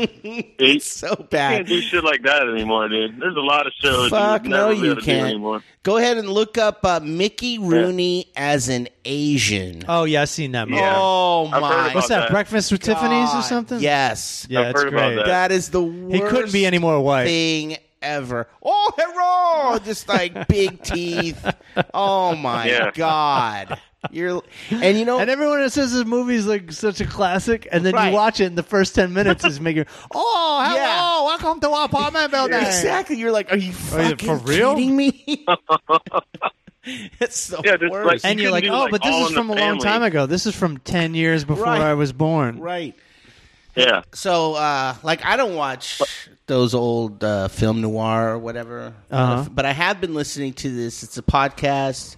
Speaker 5: Eight.
Speaker 3: so
Speaker 5: can't
Speaker 3: bad.
Speaker 5: do shit like that anymore, dude. There's a lot of shows.
Speaker 3: Fuck
Speaker 5: you would
Speaker 3: no,
Speaker 5: never be
Speaker 3: you
Speaker 5: able to do
Speaker 3: can't.
Speaker 5: anymore.
Speaker 3: Go ahead and look up uh, Mickey Rooney as an Asian.
Speaker 2: Oh yeah, I've seen that. movie.
Speaker 5: Yeah.
Speaker 3: Oh
Speaker 5: I've heard
Speaker 3: my!
Speaker 5: about
Speaker 2: What's that?
Speaker 5: that.
Speaker 2: Breakfast with Tiffany's or
Speaker 3: God.
Speaker 2: something?
Speaker 3: Yes.
Speaker 2: yeah,
Speaker 5: I've
Speaker 2: it's
Speaker 5: heard about
Speaker 2: great.
Speaker 5: that.
Speaker 3: That is the worst.
Speaker 2: He couldn't be any more white.
Speaker 3: Thing ever. Oh, hello! Just like big teeth. Oh my
Speaker 5: Yeah.
Speaker 3: God! You're and you know
Speaker 2: And everyone that says this movie's like such a classic, and then
Speaker 3: Right.
Speaker 2: you watch it, and the first ten minutes is making, "Oh, hello,
Speaker 3: Yeah.
Speaker 2: welcome to our apartment building."
Speaker 3: exactly. You're like, are you fucking
Speaker 2: for real?
Speaker 3: kidding me? it's the
Speaker 5: Yeah, just
Speaker 3: worst.
Speaker 5: like-
Speaker 2: And you're
Speaker 5: You
Speaker 2: like,
Speaker 5: couldn't
Speaker 2: "Oh,
Speaker 5: do, like,
Speaker 2: but this
Speaker 5: All
Speaker 2: is
Speaker 5: in the
Speaker 2: from a long
Speaker 5: Family."
Speaker 2: time ago. This is from ten years before
Speaker 3: Right.
Speaker 2: I was born."
Speaker 3: right.
Speaker 5: Yeah.
Speaker 3: So, uh, like, I don't watch those old uh, film noir or whatever,
Speaker 2: Uh-huh.
Speaker 3: but I have been listening to this. It's a podcast.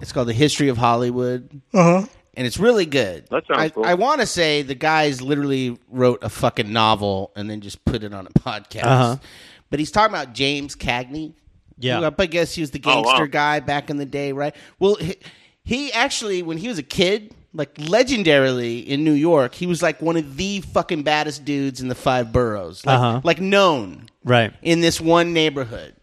Speaker 3: It's called The History of Hollywood,
Speaker 2: Uh-huh.
Speaker 3: and it's really good.
Speaker 5: That sounds
Speaker 3: I,
Speaker 5: cool.
Speaker 3: I want to say the guys literally wrote a fucking novel and then just put it on a podcast.
Speaker 2: Uh-huh.
Speaker 3: But he's talking about James Cagney.
Speaker 2: Yeah.
Speaker 3: who I guess he was the
Speaker 5: Oh, wow.
Speaker 3: gangster guy back in the day, right? Well, he, he actually, when he was a kid, like legendarily in New York, he was like one of the fucking baddest dudes in the five boroughs, like,
Speaker 2: Uh-huh.
Speaker 3: like known
Speaker 2: Right.
Speaker 3: in this one neighborhood.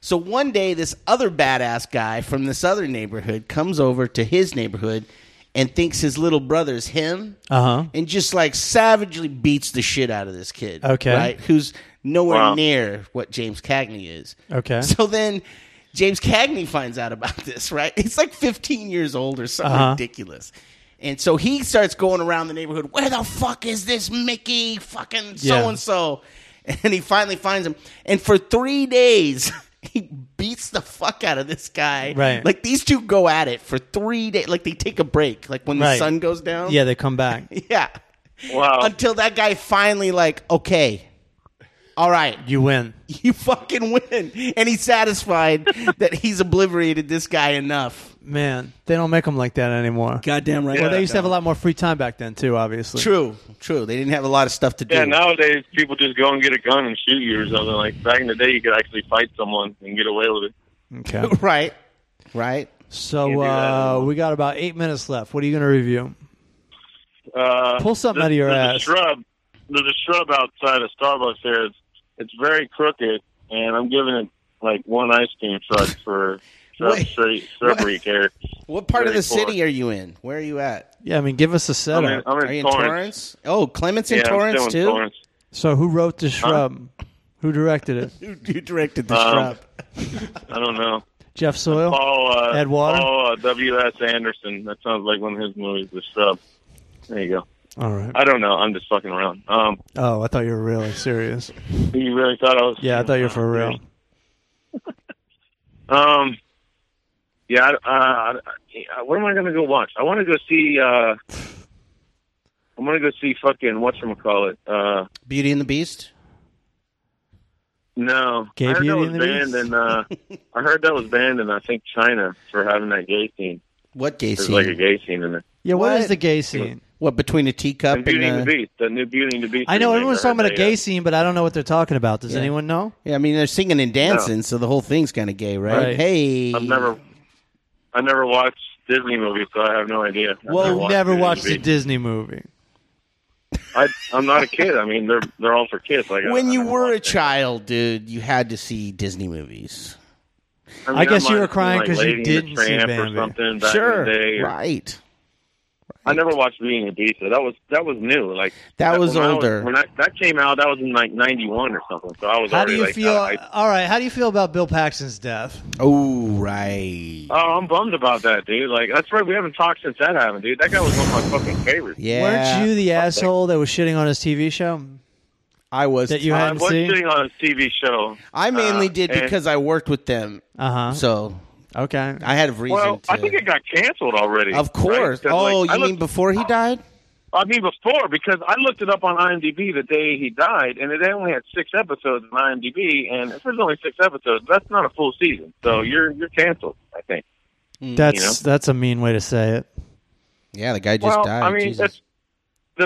Speaker 3: So one day, this other badass guy from this other neighborhood comes over to his neighborhood and thinks his little brother's him
Speaker 2: Uh huh.
Speaker 3: and just like savagely beats the shit out of this kid.
Speaker 2: Okay.
Speaker 3: Right? Who's nowhere
Speaker 5: Wow.
Speaker 3: near what James Cagney is.
Speaker 2: Okay.
Speaker 3: So then James Cagney finds out about this, right? He's like 15 years old or something
Speaker 2: Uh-huh.
Speaker 3: ridiculous. And so he starts going around the neighborhood, where the fuck is this Mickey fucking
Speaker 2: Yeah.
Speaker 3: so and so? And he finally finds him. And for three days, he beats the fuck out of this guy.
Speaker 2: Right.
Speaker 3: Like these two go at it for three days. Like they take a break. Like when the
Speaker 2: Right.
Speaker 3: sun goes down.
Speaker 2: Yeah, they come back.
Speaker 3: Yeah.
Speaker 5: Wow.
Speaker 3: Until that guy finally like, okay, all right,
Speaker 2: You win.
Speaker 3: you fucking win, and he's satisfied that he's obliterated this guy enough.
Speaker 2: Man, they don't make them like that anymore.
Speaker 3: Goddamn right.
Speaker 2: Well, they used to have a lot more free time back then too. Obviously.
Speaker 3: True, true. They didn't have a lot of stuff to do.
Speaker 5: Yeah, nowadays people just go and get a gun and shoot you or something. Like back in the day, you could actually fight someone and get away with it.
Speaker 2: Okay.
Speaker 3: Right, right.
Speaker 2: So
Speaker 5: Can't do that
Speaker 2: uh,
Speaker 5: anymore.
Speaker 2: we got about eight minutes left. What are you going to review?
Speaker 5: Uh,
Speaker 2: Pull something
Speaker 5: there's-
Speaker 2: out of your
Speaker 5: there's
Speaker 2: ass.
Speaker 5: A shrub. There's a shrub outside of Starbucks here. It's, it's very crooked, and I'm giving it like one ice cream truck for shrub,
Speaker 3: Wait.
Speaker 5: shrub, shrubbery care.
Speaker 3: What part of
Speaker 5: Very
Speaker 3: the
Speaker 5: poor.
Speaker 3: city are you in? Where are you at?
Speaker 2: Yeah, I mean, give us a
Speaker 5: I'm
Speaker 2: setup.
Speaker 5: in, Oh, I'm
Speaker 3: are
Speaker 5: in
Speaker 3: you
Speaker 5: Torrance.
Speaker 3: in Torrance? Oh, Clements in
Speaker 5: Yeah,
Speaker 3: Torrance
Speaker 5: I'm still in
Speaker 3: too.
Speaker 5: Torrance.
Speaker 2: so, who wrote the shrub? Who directed it?
Speaker 3: Who, who directed the
Speaker 5: Um,
Speaker 3: shrub?
Speaker 5: I don't know.
Speaker 2: Jeff Soil.
Speaker 5: Paul uh,
Speaker 2: Add water?
Speaker 5: Paul uh, W. S. Anderson. That sounds like one of his movies. The shrub. There you go.
Speaker 2: All right.
Speaker 5: I don't know. I'm just fucking around. Um,
Speaker 2: Oh, I thought you were really serious.
Speaker 5: you really thought I was?
Speaker 2: Yeah, I thought you were for real.
Speaker 5: Um, yeah. I, uh, I- what am I gonna go watch? I want to go see. uh I'm gonna go see fucking what's call it. Uh,
Speaker 3: Beauty and the Beast.
Speaker 5: no,
Speaker 2: Gay
Speaker 5: I heard that
Speaker 2: Beauty
Speaker 5: was
Speaker 2: and the
Speaker 5: banned,
Speaker 2: Beast?
Speaker 5: and uh, I heard that was banned in I think China for having that gay scene.
Speaker 3: What gay
Speaker 5: There's
Speaker 3: scene?
Speaker 5: like a gay scene in it.
Speaker 2: Yeah, what
Speaker 3: What?
Speaker 2: is the gay scene?
Speaker 3: what between a teacup and,
Speaker 5: And
Speaker 3: uh,
Speaker 5: Beauty
Speaker 3: a-
Speaker 5: and the Beast, the new Beauty and the Beast.
Speaker 2: uh, I know
Speaker 5: remake,
Speaker 2: everyone's
Speaker 5: heard
Speaker 2: talking about a
Speaker 5: they,
Speaker 2: gay
Speaker 5: uh,
Speaker 2: scene, but I don't know what they're talking about. Does anyone know?
Speaker 3: Yeah, I mean they're singing and dancing, so the whole thing's kind of gay, right?
Speaker 2: Right.
Speaker 3: Hey,
Speaker 5: uh, I've never, I never watched Disney movies, so I have no idea. I've
Speaker 2: Well, never
Speaker 5: Beauty and the
Speaker 2: watched a
Speaker 5: Beast.
Speaker 2: Disney movie.
Speaker 5: I, I'm not a kid. I mean, they're they're all for kids. Like I-
Speaker 3: when
Speaker 5: I
Speaker 3: you
Speaker 5: don't
Speaker 3: were a
Speaker 5: watch it.
Speaker 3: child, dude, you had to see Disney movies.
Speaker 5: I, mean,
Speaker 2: I guess
Speaker 5: might
Speaker 2: you were
Speaker 5: have seen,
Speaker 2: crying
Speaker 5: like,
Speaker 2: 'cause you
Speaker 5: Lady and the
Speaker 2: didn't see
Speaker 5: Tramp
Speaker 2: Bambi.
Speaker 5: or something back in the day. Or,
Speaker 3: right,
Speaker 5: I never watched Beauty and the Beast. So that was that was new. Like
Speaker 3: That was
Speaker 5: when I
Speaker 3: older.
Speaker 5: when I- that came out, that was in like '91 or something. So I was
Speaker 2: How do
Speaker 5: already
Speaker 2: you
Speaker 5: like, uh,
Speaker 2: feel?
Speaker 5: I,
Speaker 2: all right. How do you feel about Bill Paxton's death?
Speaker 3: Oh right.
Speaker 5: oh, I'm bummed about that, dude. Like that's right. We haven't talked since that happened, dude. That guy was one of my fucking favorites.
Speaker 3: Yeah.
Speaker 2: Weren't you the asshole that was shitting on his TV show?
Speaker 3: I was.
Speaker 2: That you
Speaker 5: I
Speaker 2: hadn't
Speaker 5: was
Speaker 2: seen?
Speaker 5: sitting on a TV show.
Speaker 3: I mainly
Speaker 5: uh,
Speaker 3: did
Speaker 5: and-
Speaker 3: because I worked with them,
Speaker 2: Uh huh.
Speaker 3: so
Speaker 2: okay.
Speaker 5: Mm,
Speaker 3: I had a reason.
Speaker 5: Well,
Speaker 3: to,
Speaker 5: I think it got canceled already.
Speaker 3: of
Speaker 5: right?
Speaker 3: course.
Speaker 5: 'Cause,
Speaker 3: Oh,
Speaker 5: like, I
Speaker 3: you mean
Speaker 5: looked-
Speaker 3: before he died?
Speaker 5: I mean before because I looked it up on IMDb the day he died, and it only had six episodes on IMDb, and if there's only six episodes, that's not a full season. So
Speaker 2: Mm-hmm.
Speaker 5: you're you're canceled, I think.
Speaker 2: that's
Speaker 5: you know?
Speaker 2: that's a mean way to say it.
Speaker 3: Yeah, the guy just
Speaker 5: well,
Speaker 3: died.
Speaker 5: I mean,
Speaker 3: Jesus.
Speaker 5: that's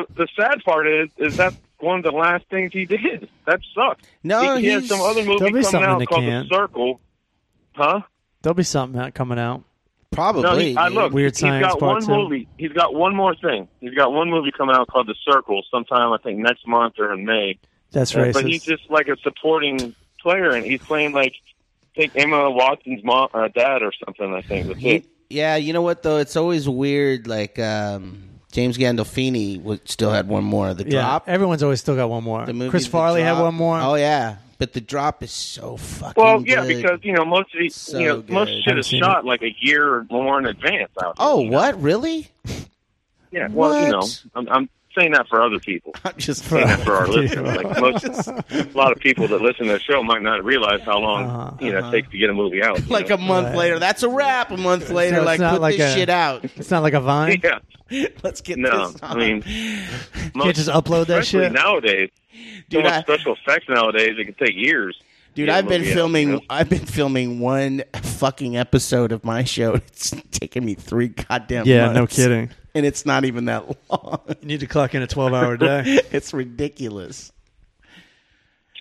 Speaker 5: the the sad part is is that's one of the last things he did. That sucks.
Speaker 3: No,
Speaker 5: he, he has
Speaker 3: he's-
Speaker 5: some other movie
Speaker 2: There'll be
Speaker 5: coming
Speaker 2: something in
Speaker 5: out
Speaker 2: the
Speaker 5: called
Speaker 2: can.
Speaker 5: The Circle, huh?
Speaker 2: There'll be something out coming out.
Speaker 3: Probably.
Speaker 5: No, he, I
Speaker 3: dude.
Speaker 5: look.
Speaker 2: Weird
Speaker 5: he's
Speaker 2: Science
Speaker 5: got
Speaker 2: Part
Speaker 5: one
Speaker 2: Two.
Speaker 5: movie. He's got one more thing. He's got one movie coming out called The Circle sometime I think next month or in May.
Speaker 2: That's
Speaker 5: Uh,
Speaker 2: racist.
Speaker 5: But he's just like a supporting player, and he's playing like I think Emma Watson's mom, uh, dad, or something. I think that's
Speaker 3: You-
Speaker 5: it.
Speaker 3: yeah, you know what though? It's always weird. Like um, James Gandolfini would, still had one more. The
Speaker 2: yeah.
Speaker 3: drop.
Speaker 2: Everyone's always still got one more.
Speaker 3: The movie.
Speaker 2: Chris
Speaker 3: The
Speaker 2: Farley had
Speaker 3: Drop.
Speaker 2: one more.
Speaker 3: Oh yeah, but the drop is so fucking.
Speaker 5: Well, yeah,
Speaker 3: good.
Speaker 5: because you know most of the,
Speaker 3: So
Speaker 5: you know most
Speaker 3: good.
Speaker 5: shit
Speaker 2: Haven't
Speaker 5: is
Speaker 2: seen
Speaker 5: shot like a year or more in advance. Out here,
Speaker 3: Oh
Speaker 5: you know?
Speaker 3: what? Really?
Speaker 5: Yeah. Well, you know,
Speaker 3: What?
Speaker 5: I'm, I'm saying that for other people.
Speaker 3: I'm just
Speaker 5: Saying that for our listeners, like most, a lot of people that listen to the show might not realize how long
Speaker 2: Uh-huh,
Speaker 5: you know it takes to get a movie out. you
Speaker 3: like
Speaker 5: know?
Speaker 3: a month
Speaker 2: Right.
Speaker 3: later. That's a wrap. A month later,
Speaker 2: it's
Speaker 3: like
Speaker 2: not
Speaker 3: put
Speaker 2: like
Speaker 3: this
Speaker 2: a-
Speaker 3: shit out.
Speaker 2: It's not like a Vine.
Speaker 5: yeah.
Speaker 3: Let's get
Speaker 5: No,
Speaker 3: this.
Speaker 5: I
Speaker 3: On.
Speaker 5: mean,
Speaker 2: Can't just upload that
Speaker 5: especially
Speaker 2: shit.
Speaker 5: nowadays.
Speaker 3: Dude,
Speaker 5: so much
Speaker 3: I-
Speaker 5: special effects nowadays it can take years. to
Speaker 3: Dude,
Speaker 5: get a
Speaker 3: I've been
Speaker 5: movie out,
Speaker 3: filming.
Speaker 5: you know?
Speaker 3: I've been filming one fucking episode of my show. It's taken me three goddamn.
Speaker 2: Yeah, no
Speaker 3: months.
Speaker 2: kidding.
Speaker 3: And it's not even that long.
Speaker 2: You need to clock in a twelve-hour day.
Speaker 3: it's ridiculous.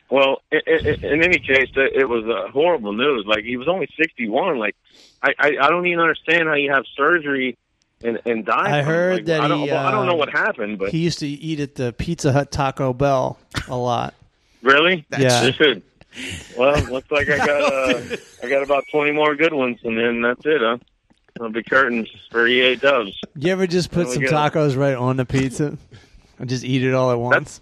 Speaker 5: Well, i i i- in any case, it, it was uh, horrible news. Like he was only sixty-one. Like I, I, I don't even understand how you have surgery and and die.
Speaker 2: I
Speaker 5: from it.
Speaker 2: heard
Speaker 5: Like,
Speaker 2: that
Speaker 5: I don't,
Speaker 2: he,
Speaker 5: well, I don't know
Speaker 2: uh,
Speaker 5: what happened, but
Speaker 2: he used to eat at the Pizza Hut Taco Bell a lot.
Speaker 5: really,
Speaker 2: That's-
Speaker 5: Dude. Well, looks like I got uh, I got about twenty more good ones, and then that's it. Huh? I'll be curtains for EA Dubs.
Speaker 2: You ever just put
Speaker 5: There we
Speaker 2: some
Speaker 5: go.
Speaker 2: tacos right on the pizza and just eat it all at once?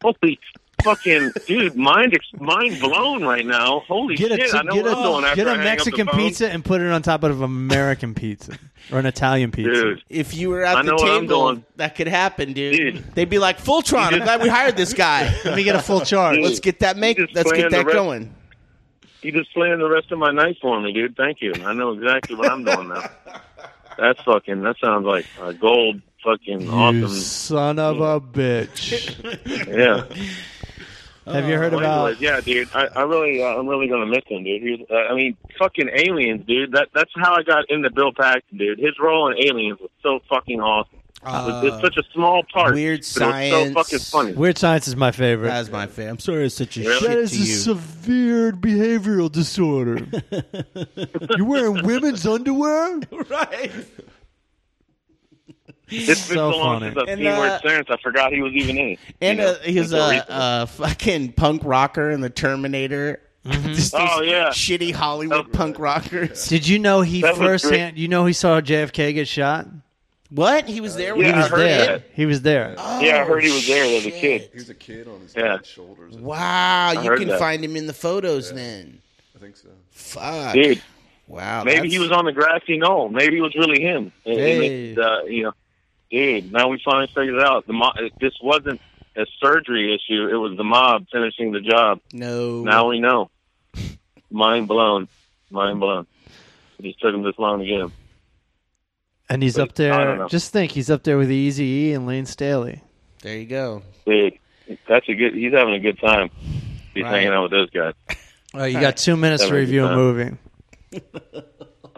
Speaker 5: Holy fucking dude, mind ex- mind blown right now. Holy
Speaker 2: Get a,
Speaker 5: shit! I know
Speaker 2: get
Speaker 5: what I'm doing
Speaker 2: a,
Speaker 5: after
Speaker 2: get
Speaker 5: I
Speaker 2: a
Speaker 5: hang up the
Speaker 2: Mexican
Speaker 5: phone.
Speaker 2: pizza and put it on top of American pizza or an Italian pizza.
Speaker 5: dude.
Speaker 3: If you were at
Speaker 5: I
Speaker 3: the
Speaker 5: know what I'm
Speaker 3: table,
Speaker 5: doing.
Speaker 3: that could happen, dude.
Speaker 5: Dude.
Speaker 3: They'd be like, "Fultron, I'm glad we hired this guy.
Speaker 2: Let me get a full charge.
Speaker 3: Let's get that make.
Speaker 5: You just
Speaker 3: Let's get
Speaker 5: planned the
Speaker 3: that
Speaker 5: rest-
Speaker 3: going."
Speaker 5: You just planned the rest of my night for me, dude. Thank you. I know exactly what I'm doing now. That's fucking. That sounds like a gold fucking
Speaker 2: You
Speaker 5: awesome.
Speaker 2: son of a bitch.
Speaker 5: Yeah.
Speaker 2: Have you heard
Speaker 5: Well,
Speaker 2: about?
Speaker 5: anyways, yeah, dude. I, I really, uh, I'm really gonna miss him, dude. He was, uh, I mean, fucking aliens, dude. That that's how I got into Bill Paxton, dude. His role in Aliens was so fucking awesome. it was just such a small part.
Speaker 3: Uh, Weird
Speaker 5: but It was so
Speaker 3: Science.
Speaker 5: fucking funny.
Speaker 2: Weird Science is my favorite.
Speaker 3: That's my fan. I'm sorry, it's such a
Speaker 5: Really?
Speaker 3: shit
Speaker 2: That is
Speaker 3: to
Speaker 2: a
Speaker 3: you.
Speaker 2: severe behavioral disorder. You're wearing women's underwear?
Speaker 3: right?
Speaker 5: It's been
Speaker 2: so
Speaker 5: so, long
Speaker 2: funny.
Speaker 5: since I've
Speaker 3: And,
Speaker 5: seen
Speaker 3: uh,
Speaker 5: Weird Science. I forgot he was even in. it, you
Speaker 3: And
Speaker 5: know?
Speaker 3: uh, he was
Speaker 5: Until
Speaker 3: a,
Speaker 5: recently.
Speaker 3: a fucking punk rocker in the Terminator. Just
Speaker 5: Oh,
Speaker 3: these
Speaker 5: yeah.
Speaker 3: shitty Hollywood punk rockers.
Speaker 2: Did you know he
Speaker 5: That was
Speaker 2: first
Speaker 5: great.
Speaker 2: hand? You know he saw JFK get shot.
Speaker 3: What? He was there. when
Speaker 5: Yeah,
Speaker 3: he
Speaker 5: I
Speaker 3: was
Speaker 5: heard
Speaker 3: there. Oh,
Speaker 5: that.
Speaker 2: He was there.
Speaker 5: yeah, I heard he was there as a kid.
Speaker 4: He's a kid on his
Speaker 5: Yeah.
Speaker 4: shoulders.
Speaker 3: Wow, you
Speaker 5: heard
Speaker 3: can
Speaker 5: that.
Speaker 3: find him in the photos then.
Speaker 4: I think
Speaker 5: Uh,
Speaker 4: so.
Speaker 3: Fuck.
Speaker 5: Dude,
Speaker 3: Wow.
Speaker 5: maybe
Speaker 3: Oh, that's-
Speaker 5: he was on the grassy knoll. Maybe it was really him. And- and
Speaker 3: Hey.
Speaker 5: it, uh, you know, dude, now we finally figured it out. The mo- this wasn't a surgery issue. It was the mob finishing the job.
Speaker 3: No.
Speaker 5: Now we know. Mind blown. Mind blown. It just took him this long to get him.
Speaker 2: And he's up
Speaker 5: I don't
Speaker 2: there.
Speaker 5: know.
Speaker 2: Just think, he's up there with Easy E and Lane Staley.
Speaker 3: There you go.
Speaker 5: Dude, that's a good. He's having a good time. He's
Speaker 3: Right.
Speaker 5: hanging out with those guys.
Speaker 2: All right, you got two minutes to
Speaker 5: That would be
Speaker 2: review a
Speaker 5: fun.
Speaker 2: movie.
Speaker 5: Uh,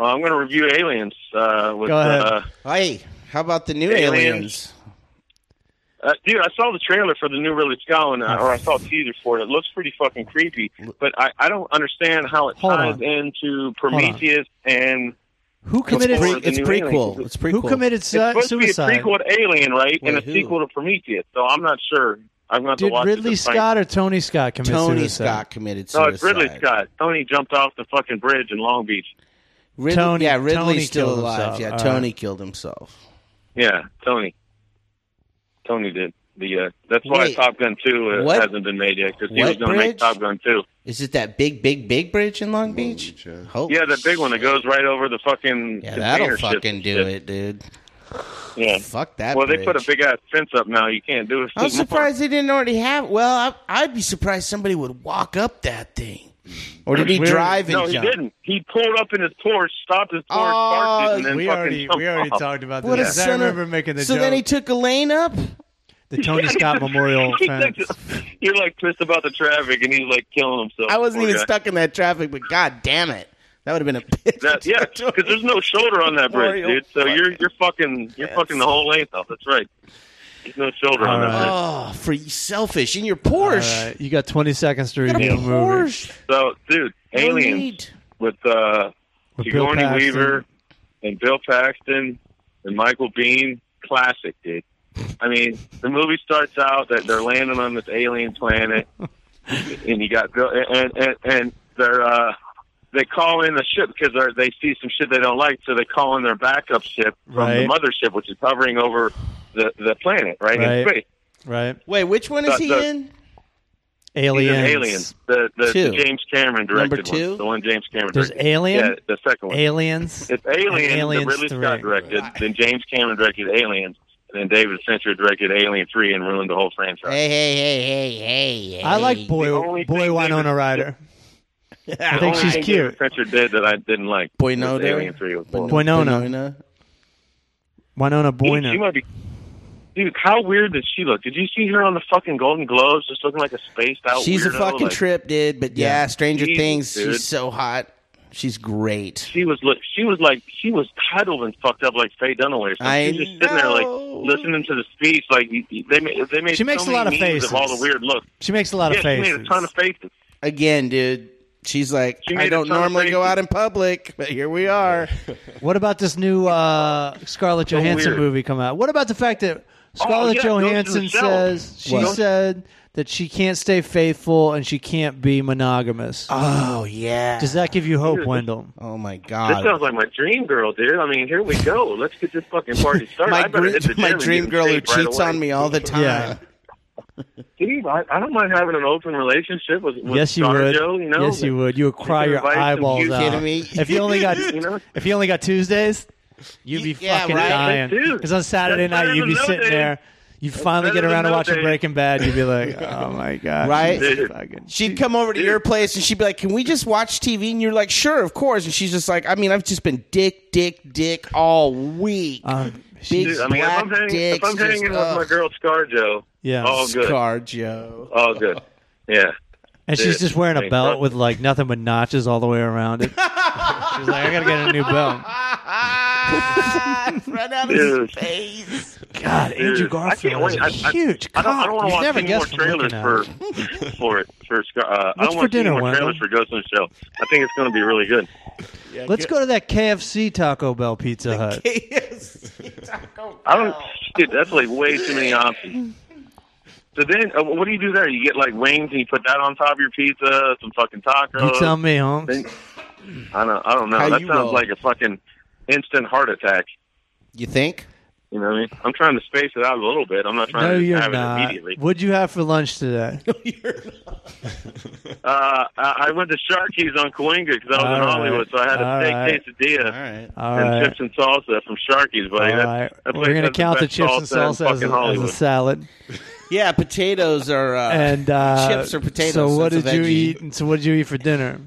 Speaker 5: I'm going to review Aliens. Uh, with,
Speaker 2: Go ahead.
Speaker 5: Uh,
Speaker 3: Hey, how about the new aliens?
Speaker 5: Aliens. Uh, dude, I saw the trailer for the new Ridley Scott one, uh, or I saw a teaser for it. It looks pretty fucking creepy, but I, I don't understand how it
Speaker 2: Hold
Speaker 5: ties
Speaker 2: on.
Speaker 5: into
Speaker 2: on.
Speaker 5: Prometheus and
Speaker 2: Who committed?
Speaker 5: Or
Speaker 3: Pre-
Speaker 5: the
Speaker 3: it's
Speaker 5: new
Speaker 3: prequel.
Speaker 5: aliens.
Speaker 3: It's prequel.
Speaker 2: Who committed
Speaker 5: it's
Speaker 2: su-
Speaker 5: supposed to
Speaker 2: suicide?
Speaker 5: be a prequel to Alien, right? and
Speaker 3: Wait,
Speaker 5: a
Speaker 3: who?
Speaker 5: sequel to Prometheus. So I'm not sure. I'm going to
Speaker 2: Did
Speaker 5: watch it
Speaker 2: Ridley
Speaker 5: to find-
Speaker 2: Scott or Tony Scott commit
Speaker 3: Tony
Speaker 2: suicide?
Speaker 3: Scott committed
Speaker 5: No,
Speaker 3: suicide.
Speaker 5: it's Ridley Scott. Tony jumped off the fucking bridge in Long Beach.
Speaker 3: Ridley,
Speaker 2: Tony-
Speaker 3: yeah, Ridley's
Speaker 2: Tony
Speaker 3: still
Speaker 2: killed
Speaker 3: alive.
Speaker 2: himself.
Speaker 3: Yeah,
Speaker 2: All
Speaker 3: Tony killed himself.
Speaker 5: Yeah, Tony. Tony did the. Uh, that's why
Speaker 3: Wait.
Speaker 5: Top Gun Two uh,
Speaker 3: What?
Speaker 5: hasn't been made yet because he
Speaker 3: What
Speaker 5: was going to
Speaker 3: bridge?
Speaker 5: make Top Gun Two.
Speaker 3: Is it that big, big, big bridge in Long Beach?
Speaker 4: Beach, yeah.
Speaker 3: Holy
Speaker 5: Yeah, the big one that
Speaker 3: shit.
Speaker 5: goes right over the fucking.
Speaker 3: Yeah,
Speaker 5: container
Speaker 3: that'll
Speaker 5: ships
Speaker 3: fucking
Speaker 5: and
Speaker 3: do
Speaker 5: shit.
Speaker 3: it, dude.
Speaker 5: Yeah.
Speaker 3: Fuck that.
Speaker 5: Well, they
Speaker 3: bridge.
Speaker 5: put a big ass fence up now. You can't do it.
Speaker 3: I'm
Speaker 5: anymore.
Speaker 3: surprised they didn't already have. Well, I, I'd be surprised somebody would walk up that thing. Or did he
Speaker 2: We're-
Speaker 3: drive and
Speaker 5: No, he
Speaker 3: jump?
Speaker 5: didn't. He pulled up in his Porsche, stopped his Porsche,
Speaker 3: Oh,
Speaker 5: parked it, and then
Speaker 2: we
Speaker 5: fucking
Speaker 2: already
Speaker 5: jumped
Speaker 2: we already
Speaker 5: off.
Speaker 2: talked about
Speaker 3: What a
Speaker 2: this. I
Speaker 3: son of-
Speaker 2: remember making the
Speaker 3: so
Speaker 2: joke.
Speaker 3: then he took a lane up.
Speaker 2: the Tony Scott Memorial
Speaker 5: He
Speaker 2: fence.
Speaker 5: took it- You're like pissed about the traffic, and he's like killing himself.
Speaker 3: I wasn't
Speaker 5: Poor
Speaker 3: even
Speaker 5: guy.
Speaker 3: stuck in that traffic, but god damn it, that would have been a pitch.
Speaker 5: That, yeah, because there's no shoulder on that bridge,
Speaker 3: Memorial
Speaker 5: dude. So you're
Speaker 3: fucking-
Speaker 5: you're fucking you're fucking the whole length off. That's right. There's no shoulder on that
Speaker 2: All right.
Speaker 5: bridge.
Speaker 3: Oh, for you selfish in your
Speaker 2: All
Speaker 3: Porsche.
Speaker 2: right, you got 20 seconds to
Speaker 3: You got a
Speaker 2: review the movie.
Speaker 3: Porsche.
Speaker 5: So, dude,
Speaker 3: No
Speaker 5: Aliens
Speaker 3: need.
Speaker 5: with uh,
Speaker 2: With Bill
Speaker 5: Sigourney
Speaker 2: Paxton.
Speaker 5: Weaver and Bill Paxton and Michael Bean, classic, dude. I mean, the movie starts out that they're landing on this alien planet, and you got Bill, and and, and they're uh, they call in the ship because they they see some shit they don't like, so they call in their backup ship from
Speaker 2: Right.
Speaker 5: the mothership, which is hovering over the the planet, right,
Speaker 2: Right.
Speaker 5: in space.
Speaker 2: Right.
Speaker 3: Wait, which one is
Speaker 5: Uh,
Speaker 3: he
Speaker 5: the-
Speaker 3: in?
Speaker 5: He's
Speaker 2: Aliens.
Speaker 5: an alien. The the,
Speaker 3: Two.
Speaker 5: the James Cameron directed
Speaker 3: Number two?
Speaker 5: one, the one James Cameron.
Speaker 2: There's
Speaker 5: directed.
Speaker 2: Alien?
Speaker 5: Yeah, the second one.
Speaker 2: Aliens.
Speaker 5: It's Alien.
Speaker 2: And Aliens
Speaker 5: that Ridley Scott
Speaker 2: 3.
Speaker 5: directed. Then James Cameron directed Aliens. And then David Fincher directed Alien Three and ruined the whole franchise.
Speaker 3: Hey, hey, hey, hey, hey, hey.
Speaker 2: I like
Speaker 5: The
Speaker 2: boy
Speaker 5: only
Speaker 2: boy
Speaker 5: thing
Speaker 2: Winona
Speaker 5: David-
Speaker 2: Ryder. I
Speaker 5: The
Speaker 2: think
Speaker 5: only
Speaker 2: she's
Speaker 5: thing
Speaker 2: cute.
Speaker 5: David Fincher did that I didn't like. was
Speaker 3: Boynodo?
Speaker 5: Alien Three was bull.
Speaker 2: Winona. Winona
Speaker 5: Dude, She
Speaker 2: Boyna.
Speaker 5: might be. Dude, how weird did she look? Did you see her on the fucking Golden Globes, just looking like a spaced out?
Speaker 3: She's a
Speaker 5: weirdo?
Speaker 3: fucking
Speaker 5: Like,
Speaker 3: trip, dude. But yeah,
Speaker 2: Yeah.
Speaker 3: Stranger
Speaker 5: Jesus,
Speaker 3: Things.
Speaker 5: dude.
Speaker 3: She's so hot. She's great.
Speaker 5: She was look. She was like she was titled and fucked up like Faye Dunaway. Or something.
Speaker 3: I
Speaker 5: She's just sitting there like
Speaker 3: know.
Speaker 5: listening to the speech. Like you- you- they ma- they made.
Speaker 2: She makes a
Speaker 5: so
Speaker 2: lot
Speaker 5: many
Speaker 2: of
Speaker 5: memes Of all
Speaker 2: faces.
Speaker 5: the weird looks.
Speaker 2: She makes a lot
Speaker 5: yeah,
Speaker 2: of faces.
Speaker 5: she made a ton of faces.
Speaker 3: Again, dude. She's like,
Speaker 5: She made
Speaker 3: I
Speaker 5: a
Speaker 3: don't
Speaker 5: ton of
Speaker 3: normally go
Speaker 5: faces.
Speaker 3: out in public, but here we are.
Speaker 2: What about this new uh, Scarlett Johansson
Speaker 5: weird. Oh,
Speaker 2: movie come out? What about the fact that Scarlett
Speaker 5: yeah, Ghost in the
Speaker 2: Johansson
Speaker 5: Shell.
Speaker 2: says she
Speaker 5: What?
Speaker 2: said that she can't stay faithful and she can't be monogamous?
Speaker 5: Uh,
Speaker 3: Oh yeah.
Speaker 2: Does that give you hope, Wendell?
Speaker 3: oh my
Speaker 5: This
Speaker 2: Uh,
Speaker 3: god.
Speaker 5: sounds like my dream girl, dude. I mean, here we go. Let's get this fucking party started.
Speaker 3: my
Speaker 5: I better
Speaker 3: gr-
Speaker 5: hit the
Speaker 3: my
Speaker 5: gym and
Speaker 3: dream
Speaker 5: get
Speaker 3: girl who
Speaker 5: shaved right
Speaker 3: cheats
Speaker 5: away.
Speaker 3: on me all the time.
Speaker 2: Yeah.
Speaker 5: Steve, I, I don't mind having an open relationship with, with
Speaker 2: yes, you
Speaker 5: Star
Speaker 2: would.
Speaker 5: Joe, you know?
Speaker 2: yes, you would. You would cry
Speaker 5: could
Speaker 2: your
Speaker 5: invite some
Speaker 2: eyeballs
Speaker 5: huge-
Speaker 2: out.
Speaker 3: Kidding me?
Speaker 2: If you only got,
Speaker 5: You know?
Speaker 2: if you only got Tuesdays, you'd be
Speaker 3: Yeah,
Speaker 2: fucking
Speaker 3: right.
Speaker 2: dying.
Speaker 5: Dude,
Speaker 2: Because on Saturday
Speaker 5: that's better
Speaker 2: night, you'd be
Speaker 5: than no
Speaker 2: sitting
Speaker 5: days.
Speaker 2: there. You finally
Speaker 5: better
Speaker 2: get
Speaker 5: than
Speaker 2: around to
Speaker 5: no
Speaker 2: watching
Speaker 5: days.
Speaker 2: Breaking Bad. You'd be like, "Oh my god!"
Speaker 3: Right?
Speaker 2: she's
Speaker 5: Dude.
Speaker 2: fucking-
Speaker 3: She'd come over to your place and she'd be like, "Can we just watch TV?" And you're like, "Sure, of course." And she's just like, "I mean, I've just been dick, dick, dick all week."
Speaker 5: Uh,
Speaker 2: Um,
Speaker 3: Big
Speaker 5: Dude, I mean, if I'm
Speaker 3: black
Speaker 5: hanging, if
Speaker 3: dicks
Speaker 5: I'm hanging
Speaker 3: just,
Speaker 5: with my
Speaker 3: ugh.
Speaker 5: girl Scar Joe,
Speaker 2: Yeah.
Speaker 5: all good.
Speaker 3: Scar Joe.
Speaker 5: All good. Yeah.
Speaker 2: And she's
Speaker 5: Dude,
Speaker 2: just wearing a
Speaker 5: thank
Speaker 2: belt
Speaker 5: God.
Speaker 2: with like nothing but notches all the way around it. she's like, I gotta get a new belt.
Speaker 3: Ah, run out
Speaker 5: Dude.
Speaker 3: of space.
Speaker 2: God, Andrew
Speaker 5: Dude, I
Speaker 2: Garfield
Speaker 5: can't
Speaker 2: was
Speaker 5: wait.
Speaker 2: a
Speaker 5: I, I,
Speaker 2: huge
Speaker 5: I don't, I don't
Speaker 2: cock.
Speaker 5: want
Speaker 2: You've
Speaker 5: to watch
Speaker 2: never
Speaker 5: any more
Speaker 2: guessed from
Speaker 5: trailers
Speaker 2: looking at
Speaker 5: for
Speaker 2: him.
Speaker 5: for it for Scar. Uh, I
Speaker 2: What's
Speaker 5: don't want
Speaker 2: for
Speaker 5: to see any
Speaker 2: dinner,
Speaker 5: more trailers for
Speaker 2: Wendell?
Speaker 5: Ghost in the Shell. I think it's going to be really good.
Speaker 2: Let's go to that KFC Taco Bell Pizza Hut.
Speaker 5: I don't, dude. That's like way too many options. So then, uh, what do you do there? You get like wings and you put that on top of your pizza, some fucking tacos.
Speaker 2: You tell me, Holmes.
Speaker 5: Then- I don't, I don't know.
Speaker 3: How
Speaker 5: that
Speaker 3: you
Speaker 5: sounds
Speaker 3: roll.
Speaker 5: like a fucking instant heart attack.
Speaker 3: You think?
Speaker 5: You know what I mean? I'm trying to space it out a little bit. I'm not trying
Speaker 2: No,
Speaker 5: to
Speaker 2: you're
Speaker 5: have it
Speaker 2: not.
Speaker 5: immediately.
Speaker 2: What'd you have for lunch today?
Speaker 5: Uh, I, I went to Sharky's on Coinga because I was
Speaker 2: All
Speaker 5: in
Speaker 2: right.
Speaker 5: Hollywood, so I had a
Speaker 2: All
Speaker 5: steak
Speaker 2: right.
Speaker 5: quesadilla
Speaker 3: right.
Speaker 2: All
Speaker 5: and
Speaker 2: right.
Speaker 5: chips and salsa from Sharky's, buddy.
Speaker 2: All
Speaker 5: That-
Speaker 2: right.
Speaker 5: that place
Speaker 2: We're gonna
Speaker 5: has
Speaker 2: count the
Speaker 5: best
Speaker 2: chips and salsa
Speaker 5: in
Speaker 2: as a,
Speaker 5: fucking
Speaker 2: as a
Speaker 5: Hollywood.
Speaker 2: salad.
Speaker 3: Yeah, potatoes are uh,
Speaker 2: And uh,
Speaker 3: chips or potatoes.
Speaker 2: So what
Speaker 3: That's
Speaker 2: did
Speaker 3: a
Speaker 2: you
Speaker 3: veggie.
Speaker 2: eat? And so what did you eat for dinner?